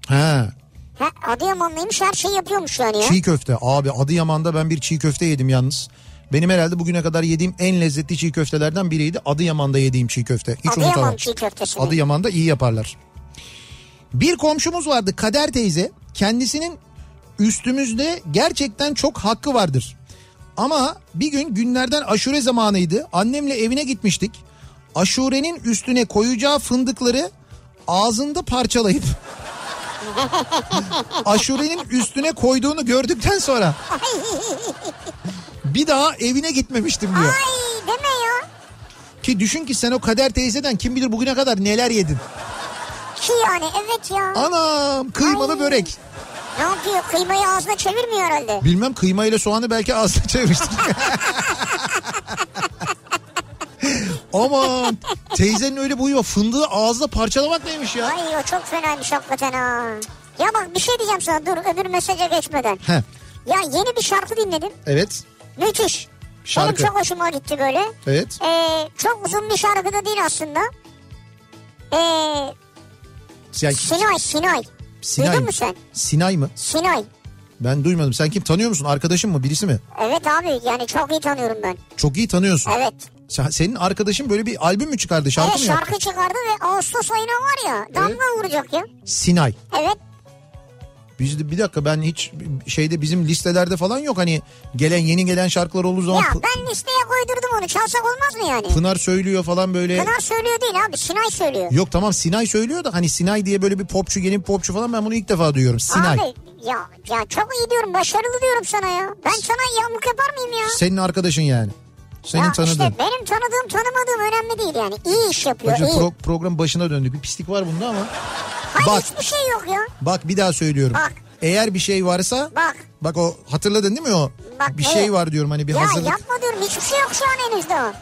Speaker 1: He.
Speaker 2: Ha, Adıyamanlıymış her şey yapıyormuş yani ya.
Speaker 1: Çiğ köfte abi Adıyaman'da ben bir çiğ köfte yedim yalnız. Benim herhalde bugüne kadar yediğim en lezzetli çiğ köftelerden biriydi. Adıyaman'da yediğim çiğ köfte. Hiç
Speaker 2: Adıyaman
Speaker 1: unutamam.
Speaker 2: çiğ köftesini.
Speaker 1: Adıyaman'da iyi yaparlar. Bir komşumuz vardı Kader teyze. Kendisinin üstümüzde gerçekten çok hakkı vardır. Ama bir gün günlerden aşure zamanıydı. Annemle evine gitmiştik. Aşurenin üstüne koyacağı fındıkları ağzında parçalayıp aşurenin üstüne koyduğunu gördükten sonra bir daha evine gitmemiştim diyor.
Speaker 2: Ay deme ya.
Speaker 1: Ki düşün ki sen o Kader teyzeden kim bilir bugüne kadar neler yedin.
Speaker 2: Ki yani evet ya.
Speaker 1: Anam kıymalı
Speaker 2: Ay.
Speaker 1: börek.
Speaker 2: ne yapıyor kıymayı ağzına çevirmiyor herhalde.
Speaker 1: Bilmem kıymayla soğanı belki ağzına çevirmiştik. Aman teyzenin öyle bir huyu var. Fındığı ağızla parçalamak neymiş ya?
Speaker 2: Ay o çok fenaymış hakikaten ha. Ya bak bir şey diyeceğim sana dur öbür mesaja geçmeden.
Speaker 1: He,
Speaker 2: Ya yeni bir şarkı dinledim.
Speaker 1: evet.
Speaker 2: Müthiş.
Speaker 1: Şarkı.
Speaker 2: Benim çok hoşuma gitti böyle.
Speaker 1: Evet.
Speaker 2: Ee, çok uzun bir şarkı da değil aslında. Ee,
Speaker 1: Yani
Speaker 2: Sinay, Sinay.
Speaker 1: Sinay.
Speaker 2: Duydun
Speaker 1: mı?
Speaker 2: Şey, mu sen?
Speaker 1: Sinay mı?
Speaker 2: Sinay.
Speaker 1: Ben duymadım. Sen kim tanıyor musun? Arkadaşın mı? Birisi mi?
Speaker 2: Evet abi yani çok iyi tanıyorum ben.
Speaker 1: Çok iyi tanıyorsun.
Speaker 2: Evet.
Speaker 1: Sen- Senin arkadaşın böyle bir albüm mü çıkardı? Şarkı
Speaker 2: evet
Speaker 1: mı yaptı?
Speaker 2: şarkı çıkardı ve Ağustos ayına var ya damga vuracak ya.
Speaker 1: Sinay.
Speaker 2: Evet.
Speaker 1: Bizde bir dakika ben hiç şeyde bizim listelerde falan yok hani gelen yeni gelen şarkılar olduğu zaman
Speaker 2: Ya
Speaker 1: P-
Speaker 2: ben listeye koydurdum onu çalsak olmaz mı yani?
Speaker 1: Pınar söylüyor falan böyle.
Speaker 2: Pınar söylüyor değil abi Sinay söylüyor.
Speaker 1: Yok tamam Sinay söylüyor da hani Sinay diye böyle bir popçu yeni bir popçu falan ben bunu ilk defa duyuyorum. Sinay.
Speaker 2: Abi ya, ya çok iyi diyorum başarılı diyorum sana ya. Ben sana yamuk yapar mıyım ya?
Speaker 1: Senin arkadaşın yani. Senin
Speaker 2: ya
Speaker 1: tanıdığın.
Speaker 2: işte benim tanıdığım tanımadığım önemli değil yani. İyi iş yapıyor
Speaker 1: Bacım,
Speaker 2: iyi.
Speaker 1: pro- program başına döndük. Bir pislik var bunda ama.
Speaker 2: Hayır
Speaker 1: Bak
Speaker 2: hiçbir şey yok ya.
Speaker 1: bak bir daha söylüyorum.
Speaker 2: Bak.
Speaker 1: Eğer bir şey varsa
Speaker 2: Bak.
Speaker 1: bak o hatırladın değil mi o?
Speaker 2: Bak,
Speaker 1: bir
Speaker 2: evet.
Speaker 1: şey var diyorum hani bir
Speaker 2: Ya
Speaker 1: hazırlık.
Speaker 2: yapma diyorum hiçbir şey yok şu an henüz daha.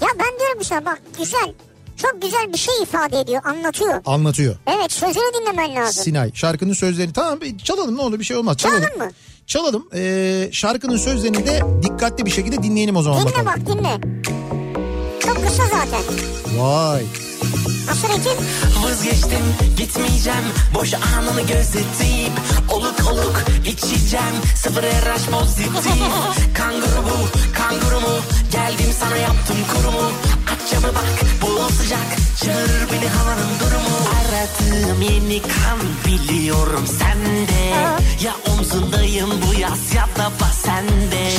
Speaker 2: ya ben diyorum sana bak güzel. Çok güzel bir şey ifade ediyor anlatıyor.
Speaker 1: Anlatıyor.
Speaker 2: Evet sözünü dinlemen lazım.
Speaker 1: Sinay şarkının sözlerini tamam bir çalalım ne olur bir şey olmaz çalalım.
Speaker 2: Çalalım mı?
Speaker 1: Çalalım. Ee, şarkının sözlerini de dikkatli bir şekilde dinleyelim o zaman
Speaker 2: dinle
Speaker 1: bakalım.
Speaker 2: bak dinle. Çok kısa zaten.
Speaker 1: Vay.
Speaker 2: Nasıl Ekim?
Speaker 5: Vazgeçtim gitmeyeceğim Boş anını gözetip Oluk oluk içeceğim Sıfır RH pozitif Kanguru bu kanguru mu Geldim sana yaptım kurumu Aç camı bak bu sıcak Çağırır beni havanın durumu Aradığım yeni kan biliyorum sende Ya omzundayım bu yaz ya da bak sende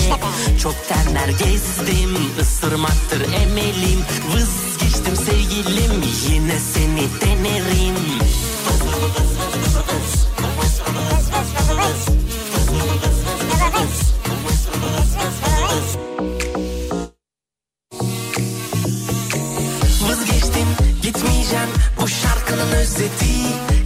Speaker 5: Çok tenler gezdim ısırmaktır emelim Vız geçtim sevgilim yine seni denerim Vazgeçtim gitmeyeceğim bu şarkının özeti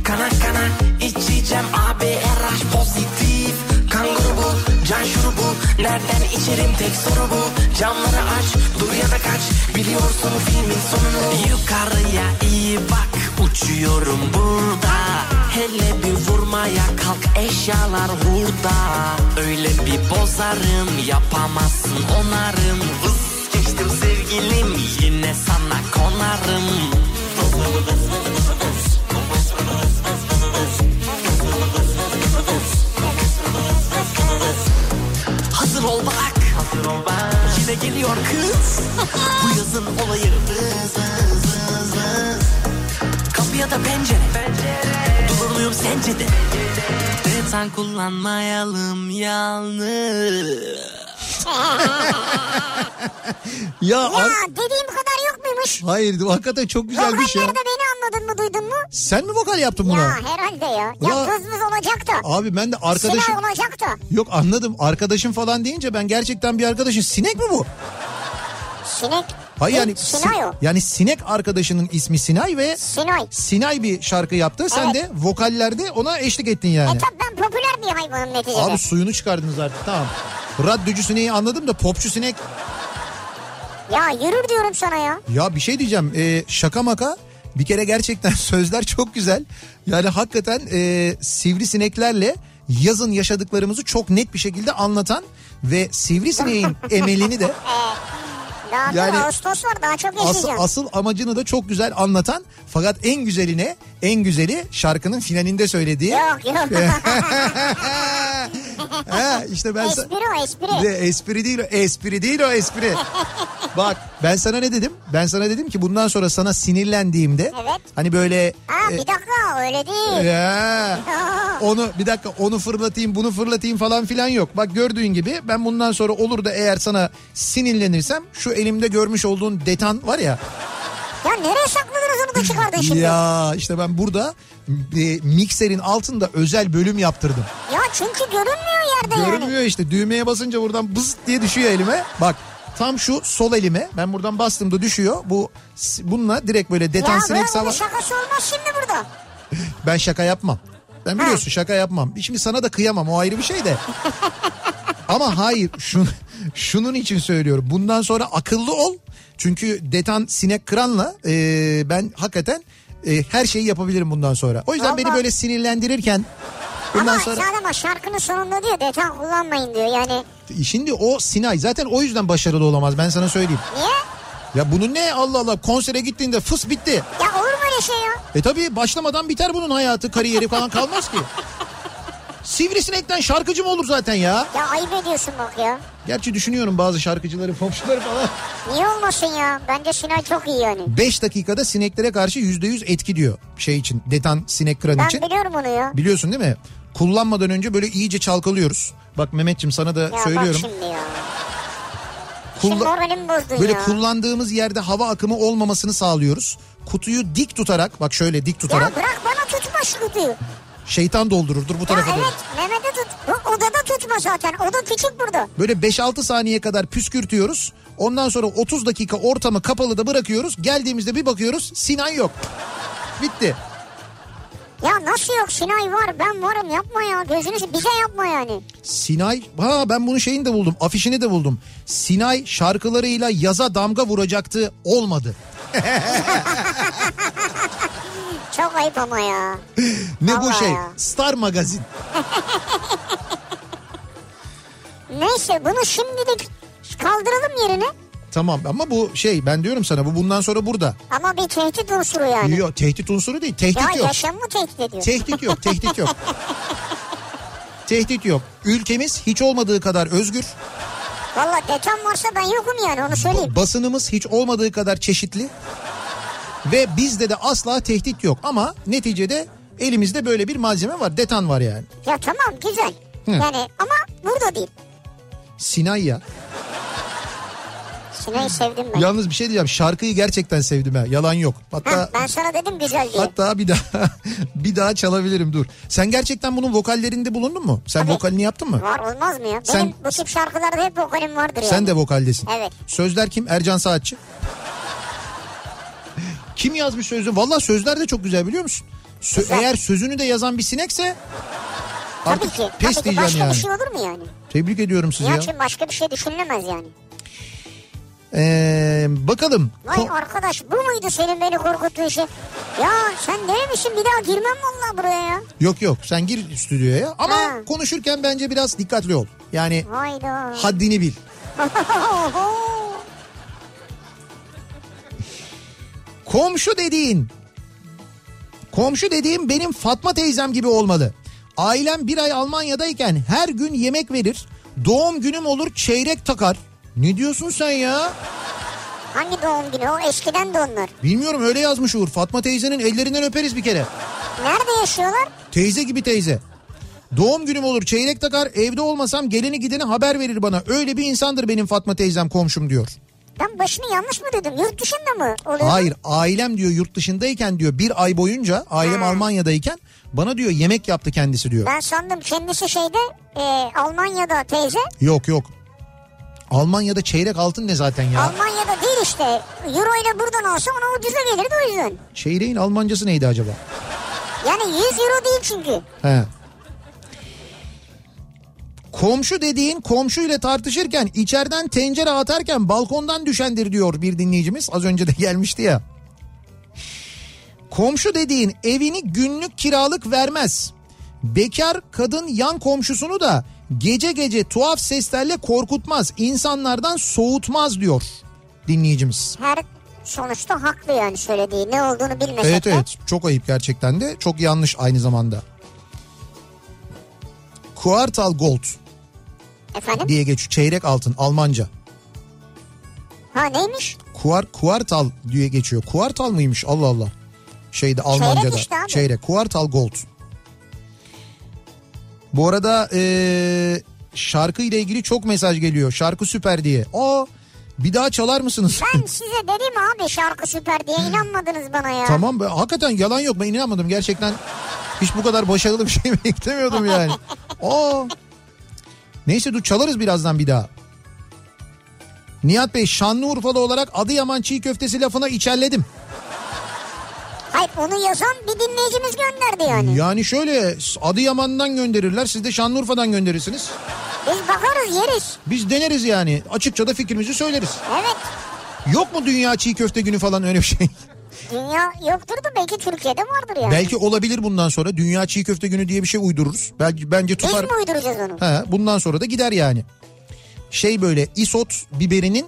Speaker 5: Kana kana içeceğim ABRH pozitif Kan grubu can şurubu nereden içerim tek soru bu Camları aç dur ya da kaç biliyorsun filmin sonunu Yukarıya iyi bak uçuyorum burada Hele bir vurmaya kalk eşyalar hurda Öyle bir bozarım yapamazsın onarım Vız geçtim sevgilim yine sana konarım Hazır ol bak Yine geliyor kız Bu yazın olayı Vız, vız, vız, vız. Kapı ya da pencere Durur muyum sence de Detan kullanmayalım yalnız
Speaker 1: Ya,
Speaker 2: Ya
Speaker 1: ar-
Speaker 2: dediğim kadar yok muymuş?
Speaker 1: hayır hakikaten çok güzel bir şey.
Speaker 2: Vokallarda beni anladın mı duydun mu?
Speaker 1: Sen mi vokal yaptın buna?
Speaker 2: Ya herhalde ya.
Speaker 1: Ya-
Speaker 2: Ya vız vız olacak da.
Speaker 1: Abi ben de arkadaşım
Speaker 2: Sinan olacak da.
Speaker 1: yok anladım arkadaşım falan deyince ben gerçekten bir arkadaşım sinek mi bu?
Speaker 2: Sinek.
Speaker 1: Hayır yani
Speaker 2: Sinay o.
Speaker 1: si- yani sinek arkadaşının ismi Sinay ve
Speaker 2: Sinay.
Speaker 1: Sinay bir şarkı yaptı. Sen
Speaker 2: Evet.
Speaker 1: de vokallerde ona eşlik ettin yani.
Speaker 2: E tabi ben popüler bir hayvanım neticede.
Speaker 1: Abi suyunu çıkardınız artık tamam. Radyocu sineği anladım da popçu sinek.
Speaker 2: Ya yürür diyorum sana ya.
Speaker 1: Ya bir şey diyeceğim e, şaka maka bir kere gerçekten sözler çok güzel. Yani hakikaten e, sivrisineklerle yazın yaşadıklarımızı çok net bir şekilde anlatan ve sivrisineğin emelini de
Speaker 2: Daha dur,
Speaker 1: Yani-
Speaker 2: Ağustos var daha çok
Speaker 1: asıl,
Speaker 2: yaşayacağım.
Speaker 1: asıl amacını da çok güzel anlatan fakat en güzeline en güzeli şarkının finalinde söylediği.
Speaker 2: Yok yok.
Speaker 1: ha, işte ben sa-
Speaker 2: espri o espri.
Speaker 1: De, espri değil o espri değil o espri. Bak ben sana ne dedim? Ben sana dedim ki bundan sonra sana sinirlendiğimde
Speaker 2: Evet.
Speaker 1: hani böyle
Speaker 2: Ha
Speaker 1: e,
Speaker 2: bir dakika öyle değil.
Speaker 1: ya,
Speaker 2: Aa,
Speaker 1: onu bir dakika onu fırlatayım bunu fırlatayım falan filan yok. Bak gördüğün gibi ben bundan sonra olur da eğer sana sinirlenirsem şu elimde görmüş olduğun detan var ya.
Speaker 2: ya nereye sakladınız onu da çıkardın şimdi? Ya,
Speaker 1: Ya işte ben burada e, mikserin altında özel bölüm yaptırdım.
Speaker 2: çünkü görünmüyor yerde yani.
Speaker 1: Görünmüyor işte düğmeye basınca buradan bız diye düşüyor elime. Bak tam şu sol elime ben buradan bastım da düşüyor. Bu s- bununla direkt böyle detan
Speaker 2: Ya
Speaker 1: sinek
Speaker 2: böyle
Speaker 1: sava.
Speaker 2: bunun şakası olmaz şimdi burada.
Speaker 1: Ben şaka yapmam. Ben biliyorsun şaka yapmam. Şimdi sana da kıyamam o ayrı bir şey de. Ama hayır şun, şunun için söylüyorum. Bundan sonra akıllı ol. Çünkü detan sinek kıranla e, ben hakikaten e, her şeyi yapabilirim bundan sonra. O yüzden beni
Speaker 2: Vallahi.
Speaker 1: böyle sinirlendirirken bundan
Speaker 2: Ama
Speaker 1: sonra...
Speaker 2: zaten bak şarkının sonunda diyor detan kullanmayın diyor yani.
Speaker 1: Şimdi o Sinay zaten o yüzden başarılı olamaz ben sana söyleyeyim.
Speaker 2: Niye?
Speaker 1: Ya bunun ne Allah Allah konsere gittiğinde fıs bitti.
Speaker 2: Ya olur mu öyle şey ya?
Speaker 1: E tabii başlamadan biter bunun hayatı kariyeri falan kalmaz ki. Sivrisinekten şarkıcı mı olur zaten ya?
Speaker 2: Ya ayıp ediyorsun bak ya.
Speaker 1: Gerçi düşünüyorum bazı şarkıcıları, popçuları falan.
Speaker 2: Niye olmasın ya? Bence Sinay çok iyi yani.
Speaker 1: 5 dakikada sineklere karşı %100 etki diyor şey için. Detan sinek kıran
Speaker 2: Ben
Speaker 1: için.
Speaker 2: biliyorum onu ya.
Speaker 1: Biliyorsun değil mi? Kullanmadan önce böyle iyice çalkalıyoruz. Bak Mehmetçim sana da
Speaker 2: Ya
Speaker 1: söylüyorum.
Speaker 2: bak şimdi ya.
Speaker 1: Kulla-
Speaker 2: Şimdi moralimi bozdun
Speaker 1: böyle
Speaker 2: ya.
Speaker 1: kullandığımız yerde hava akımı olmamasını sağlıyoruz. Kutuyu dik tutarak bak şöyle dik
Speaker 2: ya
Speaker 1: tutarak
Speaker 2: bırak bana tutma şu kutuyu.
Speaker 1: şeytan doldurur. Dur bu
Speaker 2: Ya
Speaker 1: tarafa doğru.
Speaker 2: evet Mehmet'e tut. Bu odada tutma zaten. Oda küçük burada.
Speaker 1: Böyle 5-6 saniye kadar püskürtüyoruz. Ondan sonra 30 dakika ortamı kapalı da bırakıyoruz. Geldiğimizde bir bakıyoruz Sinan yok. Bitti.
Speaker 2: Ya nasıl yok Sinay var ben varım yapma ya. Gözünü se- bize yapma yani.
Speaker 1: Sinay ha ben bunu şeyini de buldum afişini de buldum. Sinay şarkılarıyla yaza damga vuracaktı olmadı.
Speaker 2: Çok ayıp ama ya.
Speaker 1: Ne bu
Speaker 2: Vallahi
Speaker 1: şey
Speaker 2: ya.
Speaker 1: Star Magazin.
Speaker 2: Neyse bunu şimdilik kaldıralım yerine.
Speaker 1: Tamam ama bu şey ben diyorum sana bu bundan sonra burada.
Speaker 2: Ama bir tehdit unsuru yani.
Speaker 1: Yok tehdit unsuru değil tehdit
Speaker 2: Hani? ya
Speaker 1: yok.
Speaker 2: yaşamı tehdit ediyor.
Speaker 1: Tehdit yok, tehdit yok. tehdit yok. Ülkemiz hiç olmadığı kadar özgür.
Speaker 2: Valla deton varsa ben yokum yani onu söyleyeyim.
Speaker 1: Hani Basınımız hiç olmadığı kadar çeşitli. Ve bizde de asla tehdit yok. Ama neticede elimizde böyle bir malzeme var. Detan var yani.
Speaker 2: Ya tamam güzel. Yani ama burada değil.
Speaker 1: Sinay ya.
Speaker 2: Sinay'ı sevdim ben.
Speaker 1: Yalnız bir şey diyeceğim. Şarkıyı gerçekten sevdim ha. Yalan yok.
Speaker 2: Heh,
Speaker 1: Hatta
Speaker 2: ben sana dedim güzel diye.
Speaker 1: hatta bir daha bir daha çalabilirim dur. Sen gerçekten bunun vokallerinde bulundun mu? Sen
Speaker 2: Tabii.
Speaker 1: vokalini yaptın mı?
Speaker 2: Var olmaz mı ya? Benim
Speaker 1: Sen-
Speaker 2: bu tip şarkılarda hep vokalim vardır yani.
Speaker 1: Sen de vokaldesin.
Speaker 2: Evet.
Speaker 1: Sözler kim? Ercan Saatçi. kim yazmış sözü? Valla sözler de çok güzel biliyor musun? Sö-
Speaker 2: Güzel.
Speaker 1: Eğer sözünü de yazan bir sinekse
Speaker 2: Tabii
Speaker 1: artık
Speaker 2: ki.
Speaker 1: pes
Speaker 2: tabii
Speaker 1: diyeceğim
Speaker 2: ki başka
Speaker 1: yani.
Speaker 2: bir şey olur mu yani?
Speaker 1: Tebrik ediyorum sizi
Speaker 2: Ya.
Speaker 1: ya.
Speaker 2: Niçin başka bir şey düşünülemez yani.
Speaker 1: Ee, bakalım.
Speaker 2: Vay
Speaker 1: Ko-
Speaker 2: arkadaş bu muydu senin beni korkuttuğun şey? Ya sen neymişsin bir daha girmem vallahi buraya ya.
Speaker 1: yok yok sen gir stüdyoya ama
Speaker 2: Ha.
Speaker 1: konuşurken bence biraz dikkatli ol. Yani
Speaker 2: Hayda.
Speaker 1: haddini bil. Komşu dediğin. Komşu dediğim benim Fatma teyzem gibi olmalı. Ailem bir ay Almanya'dayken her gün yemek verir. Doğum günüm olur çeyrek takar. Ne diyorsun sen ya?
Speaker 2: Hangi doğum günü o eskiden de onlar.
Speaker 1: Bilmiyorum öyle yazmış Uğur. Fatma teyzenin ellerinden öperiz bir kere.
Speaker 2: Nerede yaşıyorlar?
Speaker 1: Teyze gibi teyze. Doğum günüm olur çeyrek takar evde olmasam geleni gideni haber verir bana. Öyle bir insandır benim Fatma teyzem komşum diyor.
Speaker 2: Ben başını yanlış mı dedim? Yurt dışında mı oluyor?
Speaker 1: Hayır ailem diyor yurt dışındayken diyor bir ay boyunca ailem
Speaker 2: Ha.
Speaker 1: Almanya'dayken bana diyor yemek yaptı kendisi diyor.
Speaker 2: Ben sandım kendisi şeyde e, Almanya'da teyze.
Speaker 1: Yok yok. Almanya'da çeyrek altın ne zaten ya?
Speaker 2: Almanya'da değil işte. Euro ile buradan alsa ona ucuza gelirdi o yüzden.
Speaker 1: Çeyreğin Almancası neydi acaba?
Speaker 2: Yani 100 euro değil çünkü.
Speaker 1: He. Komşu dediğin komşuyla tartışırken içeriden tencere atarken balkondan düşendir diyor bir dinleyicimiz. Az önce de gelmişti ya. Komşu dediğin evini günlük kiralık vermez. Bekar kadın yan komşusunu da gece gece tuhaf seslerle korkutmaz. insanlardan soğutmaz diyor dinleyicimiz.
Speaker 2: Her sonuçta haklı yani söylediği. Ne olduğunu bilmesek
Speaker 1: Evet
Speaker 2: de.
Speaker 1: evet çok ayıp gerçekten de çok yanlış aynı zamanda. Quartal Gold
Speaker 2: Efendim?
Speaker 1: diye geçiyor çeyrek altın Almanca.
Speaker 2: Ha neymiş?
Speaker 1: Kuar, kuartal diye geçiyor. Kuartal mıymış Allah Allah. Şeyde Almanca'da.
Speaker 2: işte abi.
Speaker 1: Çeyrek. Kuartal Gold. Bu arada eee şarkı ile ilgili çok mesaj geliyor. Şarkı süper diye. Aa bir daha çalar mısınız?
Speaker 2: Ben size dedim abi şarkı süper diye inanmadınız bana ya.
Speaker 1: Tamam be hakikaten yalan yok ben inanmadım gerçekten hiç bu kadar başarılı bir şey beklemiyordum yani. Oo. Neyse dur çalarız birazdan bir daha. Nihat Bey Şanlıurfalı olarak Adıyaman çiğ köftesi lafına içerledim.
Speaker 2: Hayır onu yazan bir dinleyicimiz gönderdi yani.
Speaker 1: Yani şöyle Adıyaman'dan gönderirler siz de Şanlıurfa'dan gönderirsiniz.
Speaker 2: Biz bakarız yeriz.
Speaker 1: Biz deneriz yani açıkça da fikrimizi söyleriz.
Speaker 2: Evet.
Speaker 1: Yok mu dünya çiğ köfte günü falan öyle bir şey?
Speaker 2: Dünya yoktur da belki Türkiye'de vardır yani.
Speaker 1: Belki olabilir bundan sonra dünya çiğ köfte günü diye bir şey uydururuz. Belki bence
Speaker 2: Biz
Speaker 1: tutar.
Speaker 2: mi uyduracağız onu?
Speaker 1: He, bundan sonra da gider yani. Şey böyle isot biberinin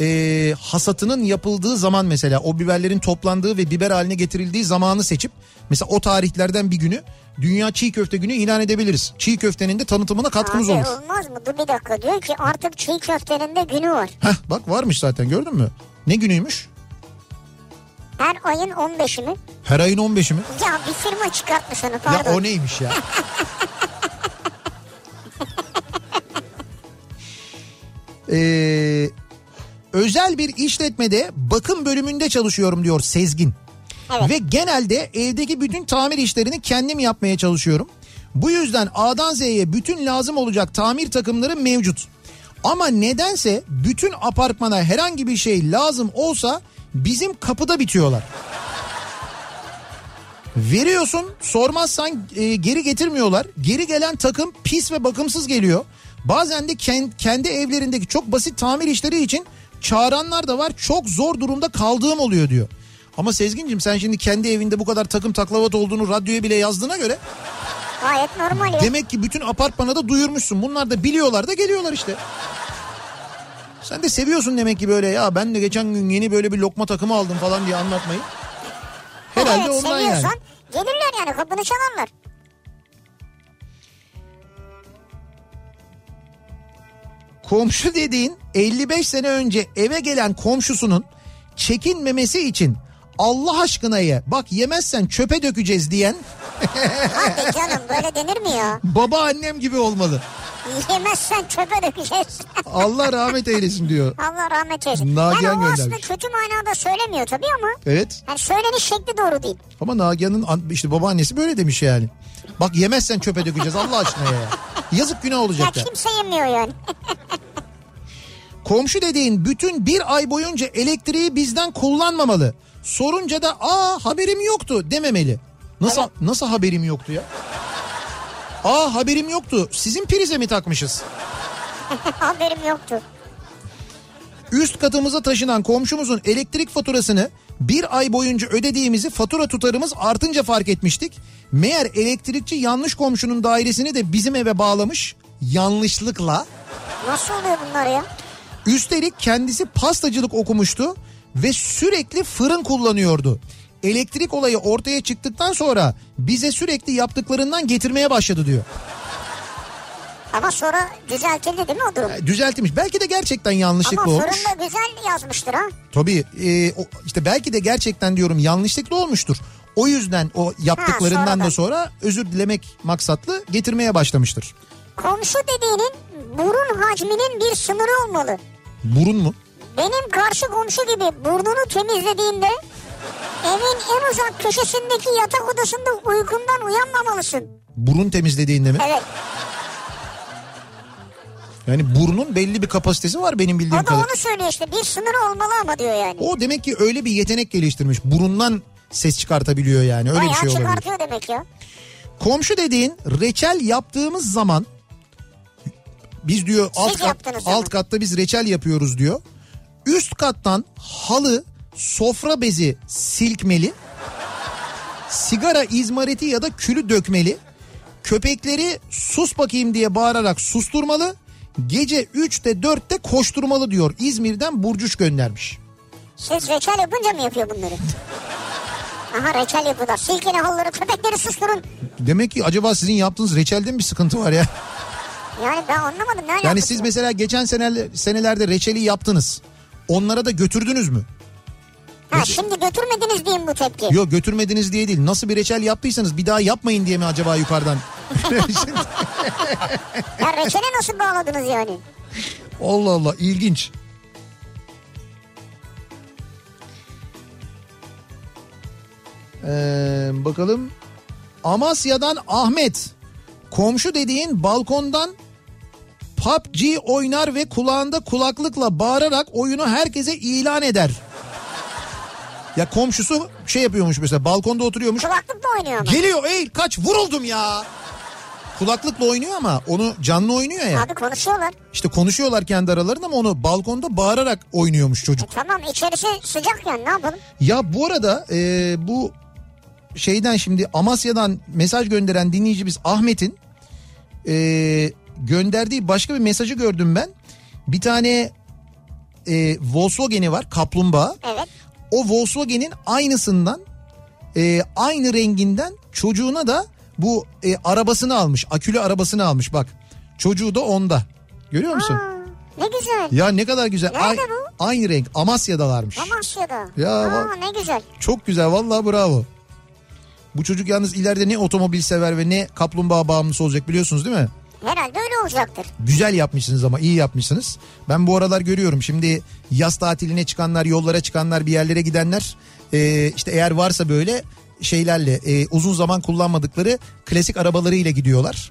Speaker 1: e, hasatının yapıldığı zaman mesela o biberlerin toplandığı ve biber haline getirildiği zamanı seçip mesela o tarihlerden bir günü Dünya Çiğ Köfte Günü ilan edebiliriz. Çiğ köftenin de tanıtımına katkımız
Speaker 2: Abi
Speaker 1: olur.
Speaker 2: olmaz mı? Dur bir dakika diyor ki artık çiğ köftenin de günü var.
Speaker 1: Heh bak varmış zaten gördün mü? Ne günüymüş?
Speaker 2: Her ayın 15'i mi?
Speaker 1: Her ayın 15'i mi?
Speaker 2: Ya bir firma çıkartmış onu
Speaker 1: Ya
Speaker 2: pardon.
Speaker 1: o neymiş ya? Ee, özel bir işletmede bakım bölümünde çalışıyorum diyor Sezgin.
Speaker 2: Evet.
Speaker 1: Ve genelde evdeki bütün tamir işlerini kendim yapmaya çalışıyorum. Bu yüzden A'dan Z'ye bütün lazım olacak tamir takımları mevcut. Ama nedense bütün apartmana herhangi bir şey lazım olsa bizim kapıda bitiyorlar. Veriyorsun sormazsan e, geri getirmiyorlar. Geri gelen takım pis ve bakımsız geliyor. Bazen de ken- kendi evlerindeki çok basit tamir işleri için çağıranlar da var. Çok zor durumda kaldığım oluyor diyor. Ama Sezgin'cim sen şimdi kendi evinde bu kadar takım taklavat olduğunu radyoya bile yazdığına göre
Speaker 2: Gayet normal ya.
Speaker 1: demek ki bütün apartmana da duyurmuşsun. Bunlar da biliyorlar da geliyorlar işte. Sen de seviyorsun demek ki böyle ya ben de geçen gün yeni böyle bir lokma takımı aldım falan diye anlatmayı. Herhalde
Speaker 2: evet,
Speaker 1: ondan yani.
Speaker 2: seviyorsan gelirler yani kapını çalarlar.
Speaker 1: Komşu dediğin 55 sene önce eve gelen komşusunun çekinmemesi için Allah aşkına ye bak yemezsen çöpe dökeceğiz diyen
Speaker 2: Hadi canım böyle denir mi ya?
Speaker 1: babaannem gibi olmalı.
Speaker 2: Yemezsen çöpe dökeceğiz.
Speaker 1: Allah rahmet eylesin diyor.
Speaker 2: Allah rahmet eylesin.
Speaker 1: Nagihan
Speaker 2: yani o aslında
Speaker 1: göndermiş.
Speaker 2: kötü manada söylemiyor tabii ama.
Speaker 1: Evet
Speaker 2: Yani söyleniş şekli doğru değil.
Speaker 1: ama Nagihan'ın an- işte babaannesi böyle demiş yani. Bak yemezsen çöpe dökeceğiz Allah aşkına ye. Yazık günah
Speaker 2: Ya
Speaker 1: olacak ya.
Speaker 2: kimse yemiyor yani.
Speaker 1: Komşu dediğin bütün bir ay boyunca elektriği bizden kullanmamalı. Sorunca da aa haberim yoktu dememeli. Nasıl nasıl haberim yoktu ya? Aa haberim yoktu. Sizin prize mi takmışız?
Speaker 2: Haberim yoktu.
Speaker 1: Üst katımıza taşınan komşumuzun elektrik faturasını bir ay boyunca ödediğimizi fatura tutarımız artınca fark etmiştik. Meğer elektrikçi yanlış komşunun dairesini de bizim eve bağlamış. Yanlışlıkla.
Speaker 2: Nasıl oluyor bunlar ya?
Speaker 1: Üstelik kendisi pastacılık okumuştu ve sürekli fırın kullanıyordu. Elektrik olayı ortaya çıktıktan sonra bize sürekli yaptıklarından getirmeye başladı diyor.
Speaker 2: Ama sonra düzeltildi değil mi o durum?
Speaker 1: E, Düzeltmiş. Belki de gerçekten yanlışlıkla
Speaker 2: Ama
Speaker 1: olmuş.
Speaker 2: fırında güzel yazmıştır ha.
Speaker 1: Tabii e, o- işte belki de gerçekten diyorum yanlışlıkla olmuştur. O yüzden o yaptıklarından
Speaker 2: sonradan.
Speaker 1: da sonra özür dilemek maksatlı getirmeye başlamıştır.
Speaker 2: Komşu dediğinin burun hacminin bir sınırı olmalı.
Speaker 1: Burun mu?
Speaker 2: Benim karşı komşu gibi burnunu temizlediğinde evin en uzak köşesindeki yatak odasında uykundan uyanmamalısın.
Speaker 1: Burun temizlediğinde mi?
Speaker 2: Evet.
Speaker 1: Yani burnun belli bir kapasitesi var benim bildiğim
Speaker 2: O da
Speaker 1: kadarıyla.
Speaker 2: onu söylüyor işte. Bir sınır olmalı ama diyor yani.
Speaker 1: O demek ki öyle bir yetenek geliştirmiş. Burundan ses çıkartabiliyor yani. Öyle bir
Speaker 2: Bayağı
Speaker 1: şey olabilir.
Speaker 2: çıkartıyor demek ya.
Speaker 1: Komşu dediğin reçel yaptığımız zaman biz diyor alt,
Speaker 2: Siz
Speaker 1: kat-
Speaker 2: yaptınız
Speaker 1: alt
Speaker 2: ama.
Speaker 1: katta biz reçel yapıyoruz diyor. Üst kattan halı, sofra bezi silkmeli. Sigara izmariti ya da külü dökmeli. Köpekleri sus bakayım diye bağırarak susturmalı. Gece 3'te 4'te koşturmalı diyor. İzmir'den Burcuş göndermiş.
Speaker 2: Siz reçel yapınca mı yapıyor bunları? Aha reçel yapıyorlar. Silkini halları köpekleri susturun.
Speaker 1: Demek ki acaba sizin yaptığınız reçelde mi bir sıkıntı var ya?
Speaker 2: Yani ben anlamadım. Ne
Speaker 1: Yani
Speaker 2: alakası
Speaker 1: siz
Speaker 2: var?
Speaker 1: mesela geçen seneler, senelerde reçeli yaptınız. Onlara da götürdünüz mü?
Speaker 2: Ha, şimdi götürmediniz diyeyim bu tepki.
Speaker 1: Yok götürmediniz diye değil. Nasıl bir reçel yaptıysanız bir daha yapmayın diye mi acaba yukarıdan?
Speaker 2: Ya reçele nasıl bağladınız yani?
Speaker 1: Allah Allah ilginç. Ee, bakalım. Amasya'dan Ahmet. Komşu dediğin balkondan PUBG oynar ve kulağında kulaklıkla bağırarak oyunu herkese ilan eder. Ya komşusu şey yapıyormuş mesela balkonda oturuyormuş.
Speaker 2: Kulaklıkla oynuyor ama.
Speaker 1: Geliyor ey kaç vuruldum ya. Kulaklıkla oynuyor ama onu canlı oynuyor ya.
Speaker 2: Abi konuşuyorlar.
Speaker 1: İşte konuşuyorlar kendi aralarında ama onu balkonda bağırarak oynuyormuş çocuk.
Speaker 2: E, Tamam içerisi sıcak yani ne yapalım?
Speaker 1: Ya bu arada e, bu şeyden şimdi Amasya'dan mesaj gönderen dinleyicimiz Ahmet'in e, gönderdiği başka bir mesajı gördüm ben. Bir tane e, Volkswagen'i var kaplumbağa.
Speaker 2: Evet.
Speaker 1: O Volkswagen'in aynısından e, aynı renginden çocuğuna da bu e, arabasını almış. Akülü arabasını almış bak. Çocuğu da onda. Görüyor musun?
Speaker 2: Aa, ne güzel.
Speaker 1: Ya ne kadar güzel.
Speaker 2: Nerede bu?
Speaker 1: Aynı renk Amasya'dalarmış.
Speaker 2: Amasya'da.
Speaker 1: Ya
Speaker 2: Aa,
Speaker 1: bak.
Speaker 2: ne güzel.
Speaker 1: Çok güzel vallahi bravo. Bu çocuk yalnız ileride ne otomobil sever ve ne kaplumbağa bağımlısı olacak biliyorsunuz değil mi?
Speaker 2: Herhalde öyle olacaktır.
Speaker 1: Güzel yapmışsınız ama iyi yapmışsınız. Ben bu aralar görüyorum şimdi yaz tatiline çıkanlar, yollara çıkanlar, bir yerlere gidenler e, işte eğer varsa böyle şeylerle e, uzun zaman kullanmadıkları klasik arabalarıyla gidiyorlar.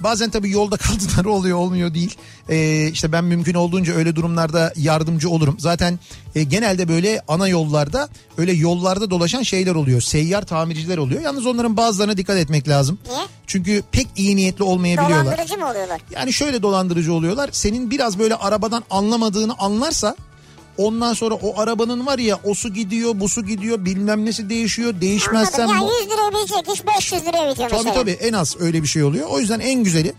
Speaker 1: Bazen tabii yolda kaldılar oluyor olmuyor değil. E, işte ben mümkün olduğunca öyle durumlarda yardımcı olurum. Zaten e, genelde böyle ana yollarda öyle yollarda dolaşan şeyler oluyor. Seyyar tamirciler oluyor. Yalnız onların bazılarına dikkat etmek lazım.
Speaker 2: Niye?
Speaker 1: Çünkü pek iyi niyetli olmayabiliyorlar.
Speaker 2: Dolandırıcı mı oluyorlar?
Speaker 1: Yani şöyle dolandırıcı oluyorlar. Senin biraz böyle arabadan anlamadığını anlarsa ondan sonra o arabanın var ya o su gidiyor bu su gidiyor bilmem nesi değişiyor değişmezsen...
Speaker 2: Anladım.
Speaker 1: bu-
Speaker 2: Ya 100 liraya şey, verecek iş 500 liraya veriyor
Speaker 1: Tabii
Speaker 2: mesela.
Speaker 1: tabii en az öyle bir şey oluyor. O yüzden en güzeli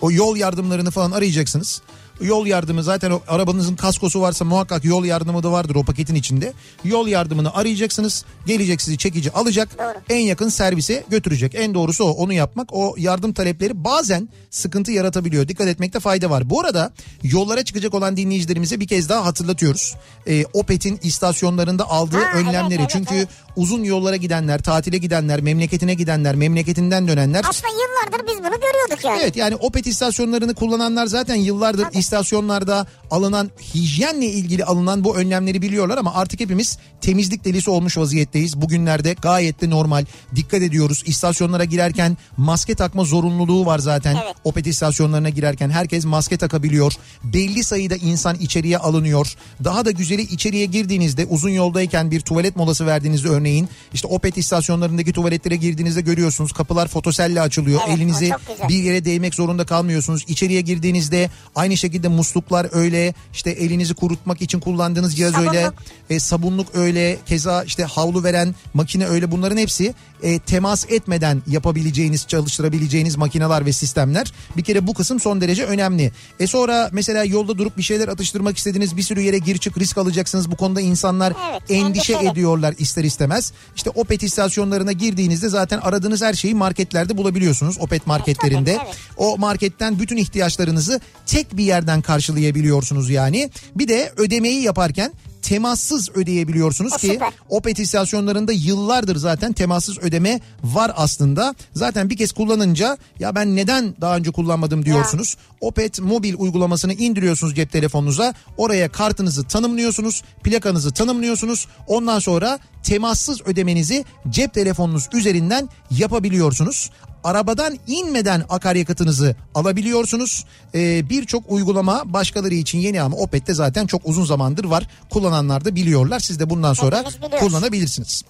Speaker 1: o yol yardımlarını falan arayacaksınız. Yol yardımı zaten o arabanızın kaskosu varsa muhakkak yol yardımı da vardır o paketin içinde. Yol yardımını arayacaksınız. Gelecek sizi çekici alacak.
Speaker 2: Doğru.
Speaker 1: En yakın servise götürecek. En doğrusu o onu yapmak. O yardım talepleri bazen sıkıntı yaratabiliyor. Dikkat etmekte fayda var. Bu arada yollara çıkacak olan dinleyicilerimize bir kez daha hatırlatıyoruz. Ee, Opet'in istasyonlarında aldığı
Speaker 2: Ha, evet,
Speaker 1: önlemleri.
Speaker 2: evet,
Speaker 1: Çünkü
Speaker 2: evet.
Speaker 1: uzun yollara gidenler, tatile gidenler, memleketine gidenler, memleketinden dönenler.
Speaker 2: Aslında yıllardır biz bunu görüyorduk yani.
Speaker 1: Evet yani Opet istasyonlarını kullananlar zaten yıllardır istasyonlarda alınan hijyenle ilgili alınan bu önlemleri biliyorlar ama artık hepimiz temizlik delisi olmuş vaziyetteyiz. Bugünlerde gayet de normal dikkat ediyoruz. İstasyonlara girerken maske takma zorunluluğu var zaten.
Speaker 2: Evet.
Speaker 1: Opet istasyonlarına girerken herkes maske takabiliyor. Belli sayıda insan içeriye alınıyor. Daha da güzeli içeriye girdiğinizde uzun yoldayken bir tuvalet molası verdiğinizde örneğin işte Opet istasyonlarındaki tuvaletlere girdiğinizde görüyorsunuz kapılar fotoselle açılıyor.
Speaker 2: Evet, o
Speaker 1: Elinizi
Speaker 2: çok güzel.
Speaker 1: bir yere değmek zorunda kalmıyorsunuz. İçeriye girdiğinizde aynı şekilde musluklar öyle işte elinizi kurutmak için kullandığınız cihaz
Speaker 2: Sabunluk.
Speaker 1: öyle. E, sabunluk öyle keza işte havlu veren makine öyle bunların hepsi e, temas etmeden yapabileceğiniz çalıştırabileceğiniz makineler ve sistemler bir kere bu kısım son derece önemli. E sonra mesela yolda durup bir şeyler atıştırmak istediğiniz bir sürü yere gir çık risk alacaksınız bu konuda insanlar
Speaker 2: Evet,
Speaker 1: endişe
Speaker 2: endişeli.
Speaker 1: ediyor diyorlar ister istemez. İşte Opet istasyonlarına girdiğinizde zaten aradığınız her şeyi marketlerde bulabiliyorsunuz. Opet marketlerinde.
Speaker 2: tabii.
Speaker 1: O marketten bütün ihtiyaçlarınızı tek bir yerden karşılayabiliyorsunuz yani. Bir de ödemeyi yaparken temassız ödeyebiliyorsunuz
Speaker 2: O
Speaker 1: ki
Speaker 2: süper.
Speaker 1: Opet istasyonlarında yıllardır zaten temassız ödeme var aslında. Zaten bir kez kullanınca ya ben neden daha önce kullanmadım diyorsunuz. Opet mobil uygulamasını indiriyorsunuz cep telefonunuza. Oraya kartınızı tanımlıyorsunuz, plakanızı tanımlıyorsunuz. Ondan sonra temassız ödemenizi cep telefonunuz üzerinden yapabiliyorsunuz. Arabadan inmeden akaryakıtınızı alabiliyorsunuz. Ee, Birçok uygulama başkaları için yeni ama Opet'te zaten çok uzun zamandır var. Kullananlar da biliyorlar. Siz de bundan sonra
Speaker 2: Hepimiz biliyoruz.
Speaker 1: kullanabilirsiniz.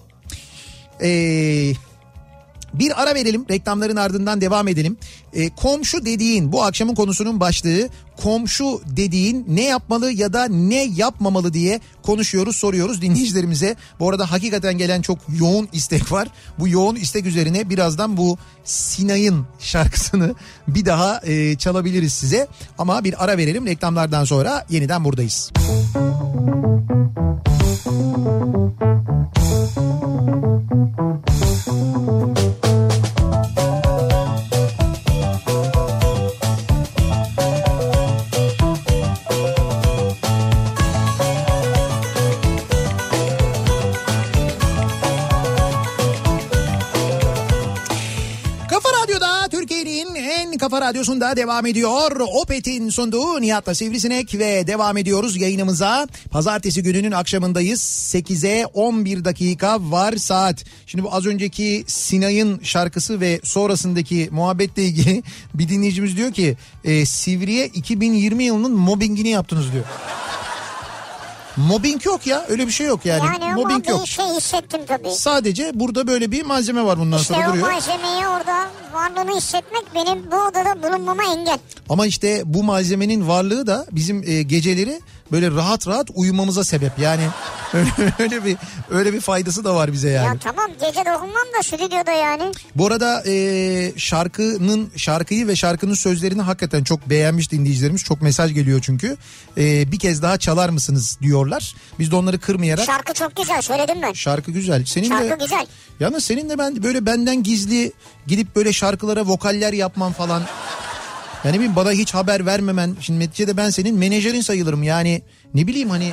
Speaker 1: Ee, bir ara verelim reklamların ardından devam edelim. Ee, komşu dediğin bu akşamın konusunun başlığı komşu dediğin ne yapmalı ya da ne yapmamalı diye konuşuyoruz soruyoruz dinleyicilerimize. Bu arada hakikaten gelen çok yoğun istek var. Bu yoğun istek üzerine birazdan bu Sinay'ın şarkısını bir daha e, çalabiliriz size. Ama bir ara verelim reklamlardan sonra yeniden buradayız.
Speaker 6: Kafa Radyo'da Türkiye'nin en kafa radyosunda devam ediyor. Opet'in sunduğu Nihat'la Sivrisinek ve devam ediyoruz yayınımıza. Pazartesi gününün akşamındayız. 8'e 11 dakika var saat. Şimdi bu az önceki Sinay'ın şarkısı ve sonrasındaki muhabbetle ilgili bir dinleyicimiz diyor ki e, Sivri'ye 2020 yılının mobbingini yaptınız diyor. Mobbing yok ya öyle bir şey yok yani.
Speaker 2: Yani ama
Speaker 1: mobbing
Speaker 2: bir
Speaker 1: yok.
Speaker 2: şey hissettim tabii.
Speaker 1: Sadece burada böyle bir malzeme var bundan
Speaker 2: İşte
Speaker 1: sonra
Speaker 2: o
Speaker 1: duruyor.
Speaker 2: malzemeyi orada varlığını hissetmek benim bu odada bulunmama engel.
Speaker 1: Ama işte bu malzemenin varlığı da bizim e, geceleri böyle rahat rahat uyumamıza sebep. Yani öyle bir öyle bir faydası da var bize yani.
Speaker 2: Ya tamam gece dokunmam da stüdyoda yani.
Speaker 1: Bu arada e, şarkının şarkıyı ve şarkının sözlerini hakikaten çok beğenmiş dinleyicilerimiz. Çok mesaj geliyor çünkü. E, bir kez daha çalar mısınız diyorlar. Biz de onları kırmayarak
Speaker 2: Şarkı çok güzel söyledim ben.
Speaker 1: şarkı güzel. Senin de
Speaker 2: Şarkı güzel.
Speaker 1: Yalnız senin de ben böyle benden gizli gidip böyle şarkılara vokaller yapman falan. Yani bir bana hiç haber vermemen. Şimdi neticede ben senin menajerin sayılırım yani. Ne bileyim hani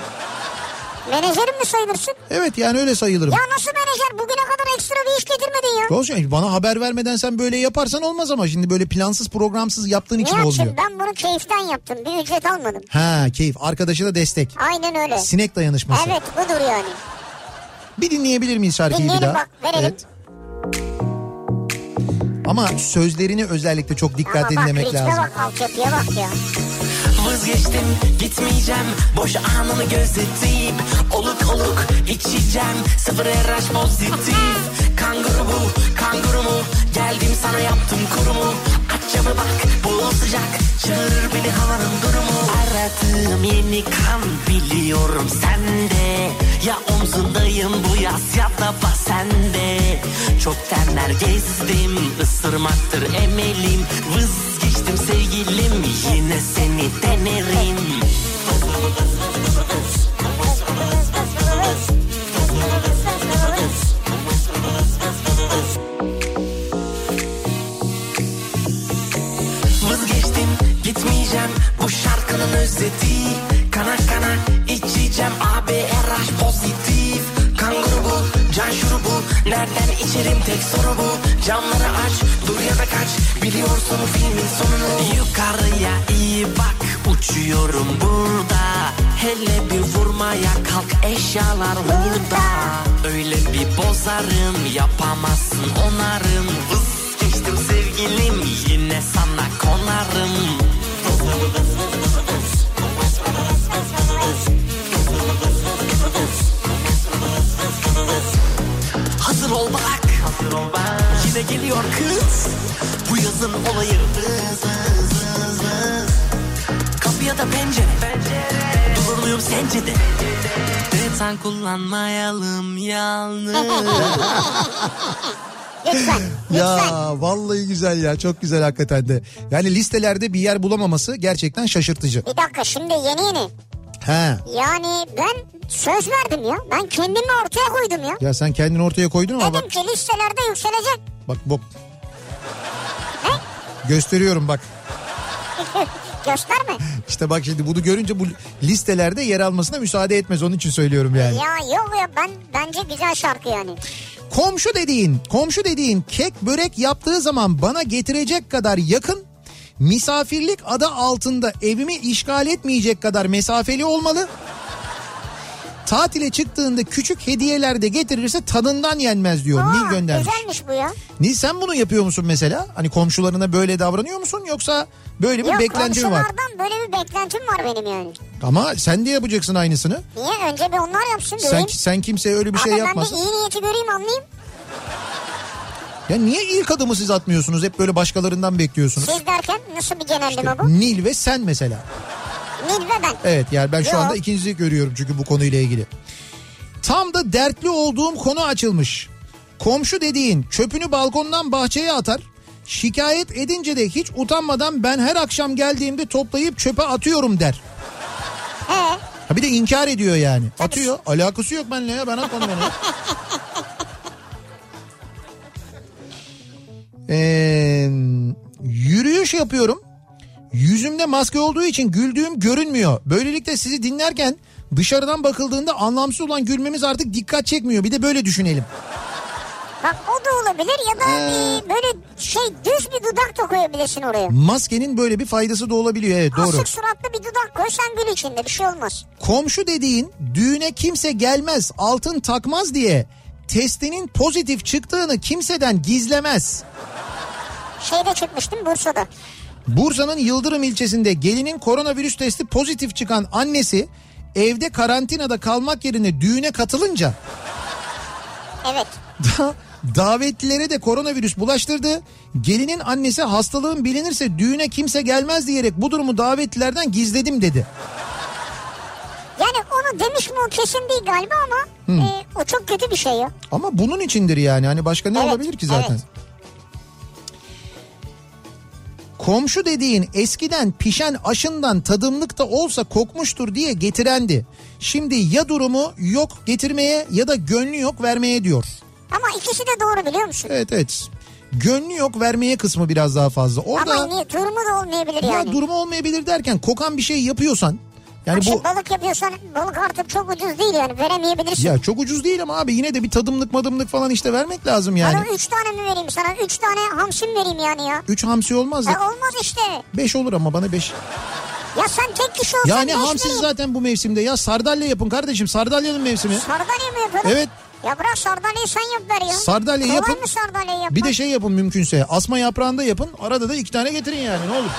Speaker 2: Menajerim mi sayılırsın?
Speaker 1: evet yani öyle sayılırım.
Speaker 2: Ya nasıl menajer? Bugüne kadar ekstra bir iş getirmedin ya.
Speaker 1: Olsun bana haber vermeden sen böyle yaparsan olmaz ama şimdi böyle plansız programsız yaptığın için
Speaker 2: Niye
Speaker 1: olmuyor.
Speaker 2: için? Ben bunu keyiften yaptım. Bir ücret almadım.
Speaker 1: Ha keyif arkadaşına destek.
Speaker 2: Aynen öyle.
Speaker 1: Sinek dayanışması.
Speaker 2: Evet budur yani.
Speaker 1: Bir dinleyebilir miyiz şarkıyı bir
Speaker 2: Dinleyelim
Speaker 1: daha?
Speaker 2: bak verelim.
Speaker 1: Evet. Ama sözlerini özellikle çok
Speaker 2: Ama
Speaker 1: dikkatli
Speaker 2: bak
Speaker 1: dinlemek
Speaker 2: ritme
Speaker 1: lazım.
Speaker 2: bak altyapıya bak ya.
Speaker 5: Vazgeçtim gitmeyeceğim Boş anını gözeteyim Oluk oluk içeceğim Sıfır eraj pozitif Kanguru bu kanguru mu Geldim sana yaptım kurumu Aç camı bak bu sıcak Çağırır beni havanın durumu Aradığım yeni kan biliyorum sende Ya omzundayım bu yaz ya da bas sende Çok tenler gezdim ısırmaktır emelim Vazgeçtim sevgilim yine seni denerim Vazgeçtim gitmeyeceğim bu şarkının özeti Kana kana içeceğim ABRH pozitif Kan grubu can şurubu nereden içerim tek soru bu Camları aç dur ya da kaç biliyorsun filmin sonunu Yukarıya iyi bak uçuyorum burada Hele bir vurmaya kalk eşyalar burada Öyle bir bozarım yapamazsın onarım Vazgeçtim sevgilim yine sana konarım Hazır ol bak Hazır ol bak Yine geliyor kız Bu yazın olayı Vız, vız, vız, vız. Kapıya da pencere, Durur muyum sence de Sen kullanmayalım yalnız
Speaker 2: Lütfen. Lütfen.
Speaker 1: Ya vallahi güzel ya çok güzel hakikaten de. Yani listelerde bir yer bulamaması gerçekten şaşırtıcı.
Speaker 2: Bir dakika şimdi yeni yeni.
Speaker 1: He.
Speaker 2: Yani ben söz verdim ya. Ben kendimi ortaya koydum ya.
Speaker 1: Ya sen kendini ortaya koydun ama bak
Speaker 2: Dedim ki listelerde yükselecek.
Speaker 1: bak bak. Gösteriyorum bak.
Speaker 2: Gösterme.
Speaker 1: İşte bak şimdi bunu görünce bu listelerde yer almasına müsaade etmez onun için söylüyorum yani.
Speaker 2: Ya yok ya ben bence güzel şarkı yani.
Speaker 1: Komşu dediğin, komşu dediğin kek börek yaptığı zaman bana getirecek kadar yakın, misafirlik adı altında evimi işgal etmeyecek kadar mesafeli olmalı. Tatile çıktığında küçük hediyeler de getirirse tadından yenmez diyor.
Speaker 2: Aa,
Speaker 1: Nil göndermiş.
Speaker 2: Güzelmiş bu ya.
Speaker 1: Nil sen bunu yapıyor musun mesela? Hani komşularına böyle davranıyor musun yoksa böyle bir
Speaker 2: Yok
Speaker 1: beklentin var?
Speaker 2: komşulardan böyle bir beklentim var benim yani.
Speaker 1: Ama sen de yapacaksın aynısını.
Speaker 2: Niye? Önce bir onlar yapsın
Speaker 1: Sen,
Speaker 2: göreyim.
Speaker 1: sen kimseye öyle bir şey
Speaker 2: Abi
Speaker 1: yapmasın.
Speaker 2: ben bir iyi niyeti göreyim anlayayım.
Speaker 1: Ya niye ilk adımı siz atmıyorsunuz? Hep böyle başkalarından bekliyorsunuz.
Speaker 2: Siz derken nasıl bir genelleme bu?
Speaker 1: Ee, Nil ve sen mesela.
Speaker 2: Nil ve ben.
Speaker 1: Evet yani ben şu
Speaker 2: Yo.
Speaker 1: anda ikinizi görüyorum çünkü bu konuyla ilgili. Tam da dertli olduğum konu açılmış. Komşu dediğin çöpünü balkondan bahçeye atar. Şikayet edince de hiç utanmadan ben her akşam geldiğimde toplayıp çöpe atıyorum der.
Speaker 2: He.
Speaker 1: Ha bir de inkar ediyor yani. Atıyor. Alakası yok benimle ya ben atmadım onu. Ee, yürüyüş yapıyorum. Yüzümde maske olduğu için güldüğüm görünmüyor. Böylelikle sizi dinlerken dışarıdan bakıldığında anlamsız olan gülmemiz artık dikkat çekmiyor. Bir de böyle düşünelim.
Speaker 2: Bak o da olabilir ya
Speaker 1: Ee.
Speaker 2: da e, böyle şey düz bir dudak da koyabilirsin oraya.
Speaker 1: Maskenin böyle bir faydası da olabiliyor. Evet doğru.
Speaker 2: Asık suratlı bir dudak koy sen gül içinde bir şey olmaz.
Speaker 1: Komşu dediğin düğüne kimse gelmez, altın takmaz diye testinin pozitif çıktığını kimseden gizlemez.
Speaker 2: Şeyde çıkmıştım Bursa'da.
Speaker 1: Bursa'nın Yıldırım ilçesinde gelinin koronavirüs testi pozitif çıkan annesi evde karantinada kalmak yerine düğüne katılınca
Speaker 2: Evet.
Speaker 1: da- davetlilere de koronavirüs bulaştırdı. Gelinin annesi hastalığın bilinirse düğüne kimse gelmez diyerek bu durumu davetlilerden gizledim dedi.
Speaker 2: Yani onu onu demiş mi o kesin değil galiba ama e, o çok kötü bir şey ya.
Speaker 1: Ama bunun içindir yani. Hani başka ne
Speaker 2: Evet,
Speaker 1: olabilir ki zaten?
Speaker 2: evet.
Speaker 1: Komşu dediğin eskiden pişen aşından tadımlık da olsa kokmuştur diye getirendi. Şimdi ya durumu yok getirmeye ya da gönlü yok vermeye diyor.
Speaker 2: Ama ikisi de doğru biliyor musun?
Speaker 1: Evet evet. Gönlü yok vermeye kısmı biraz daha fazla. Orada
Speaker 2: Ama niye durumu da olmayabilir
Speaker 1: ya
Speaker 2: yani.
Speaker 1: durumu olmayabilir derken kokan bir şey yapıyorsan yani
Speaker 2: Şimdi
Speaker 1: hani bu
Speaker 2: balık yapıyorsan balık artık çok ucuz değil yani veremeyebilirsin.
Speaker 1: ya çok ucuz değil ama abi yine de bir tadımlık madımlık falan işte vermek lazım yani.
Speaker 2: Bana üç tane mi vereyim sana? Üç tane hamsi mi vereyim yani ya?
Speaker 1: 3 hamsi olmaz
Speaker 2: E
Speaker 1: da
Speaker 2: olmaz işte.
Speaker 1: 5 olur ama bana 5.
Speaker 2: Ya sen tek kişi olsan
Speaker 1: Yani
Speaker 2: beş
Speaker 1: hamsi
Speaker 2: vereyim.
Speaker 1: zaten bu mevsimde ya sardalya yapın kardeşim sardalyanın mevsimi.
Speaker 2: Sardalya mı yapalım?
Speaker 1: Evet.
Speaker 2: Ya bırak sardalyayı sen yap ver ya.
Speaker 1: Sardalya
Speaker 2: Kolay
Speaker 1: yapın.
Speaker 2: mı sardalya yapmak?
Speaker 1: Bir de şey yapın mümkünse asma yaprağında yapın arada da iki tane getirin yani ne olur.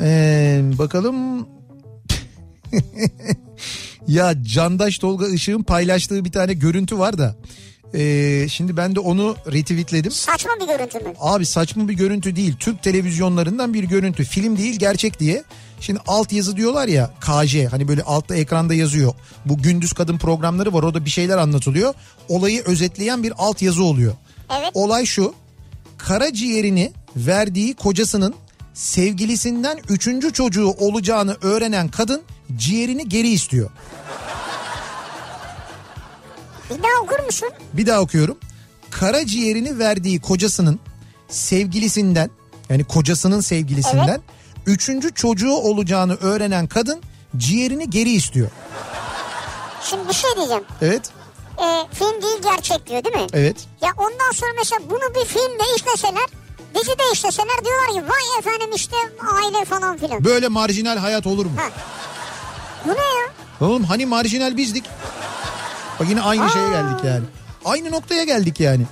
Speaker 1: Ee, bakalım. ya Candaş Tolga Işık'ın paylaştığı bir tane görüntü var da. ee, şimdi ben de onu retweetledim.
Speaker 2: Saçma bir görüntü mü?
Speaker 1: Abi saçma bir görüntü değil. Türk televizyonlarından bir görüntü. Film değil gerçek diye. Şimdi alt yazı diyorlar ya KJ hani böyle altta ekranda yazıyor. Bu gündüz kadın programları var orada bir şeyler anlatılıyor. Olayı özetleyen bir alt yazı oluyor.
Speaker 2: Evet.
Speaker 1: Olay şu. Karaciğerini verdiği kocasının sevgilisinden üçüncü çocuğu olacağını öğrenen kadın ciğerini geri istiyor.
Speaker 2: Bir daha okur musun?
Speaker 1: Bir daha okuyorum. Karaciğerini verdiği kocasının sevgilisinden yani kocasının sevgilisinden üçüncü çocuğu olacağını öğrenen kadın ciğerini geri istiyor.
Speaker 2: Şimdi bir şey diyeceğim.
Speaker 1: Evet.
Speaker 2: Ee, film değil gerçek diyor değil mi?
Speaker 1: Evet.
Speaker 2: Ya ondan sonra mesela bunu bir filmde işleseler, dizide işleseler diyorlar ki vay efendim işte aile falan filan.
Speaker 1: Böyle marjinal hayat olur mu?
Speaker 2: Ha. Bu ne ya?
Speaker 1: Oğlum hani marjinal bizdik. Bak yine aynı şeye geldik yani. Aynı noktaya geldik yani.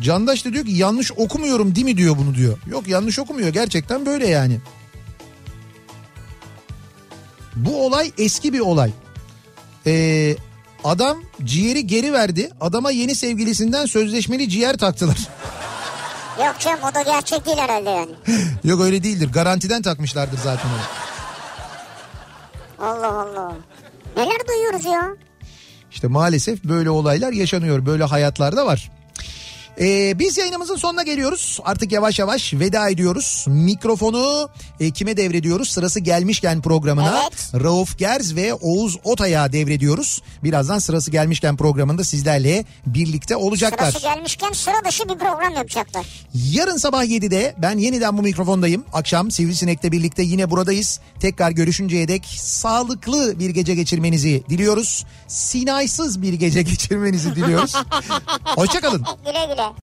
Speaker 1: Candaş da diyor ki yanlış okumuyorum değil mi diyor bunu diyor. Yok yanlış okumuyor gerçekten böyle yani. Bu olay eski bir olay. Ee, adam ciğeri geri verdi. Adama yeni sevgilisinden sözleşmeli ciğer taktılar.
Speaker 2: Yok canım o da gerçek değil herhalde yani.
Speaker 1: Yok öyle değildir. Garantiden takmışlardır zaten onu.
Speaker 2: Allah Allah. Neler duyuyoruz ya?
Speaker 1: İşte maalesef böyle olaylar yaşanıyor. Böyle hayatlarda var. Ee, biz yayınımızın sonuna geliyoruz. Artık yavaş yavaş veda ediyoruz. Mikrofonu e, kime devrediyoruz? Sırası gelmişken programına
Speaker 2: Evet.
Speaker 1: Rauf Gerz ve Oğuz Otay'a devrediyoruz. Birazdan sırası gelmişken programında sizlerle birlikte olacaklar.
Speaker 2: Sırası gelmişken sıra dışı bir program yapacaklar.
Speaker 1: Yarın sabah 7'de ben yeniden bu mikrofondayım. Akşam Sivrisinek'le birlikte yine buradayız. Tekrar görüşünceye dek sağlıklı bir gece geçirmenizi diliyoruz. Sinaysız bir gece geçirmenizi diliyoruz. Hoşçakalın.
Speaker 2: Güle güle.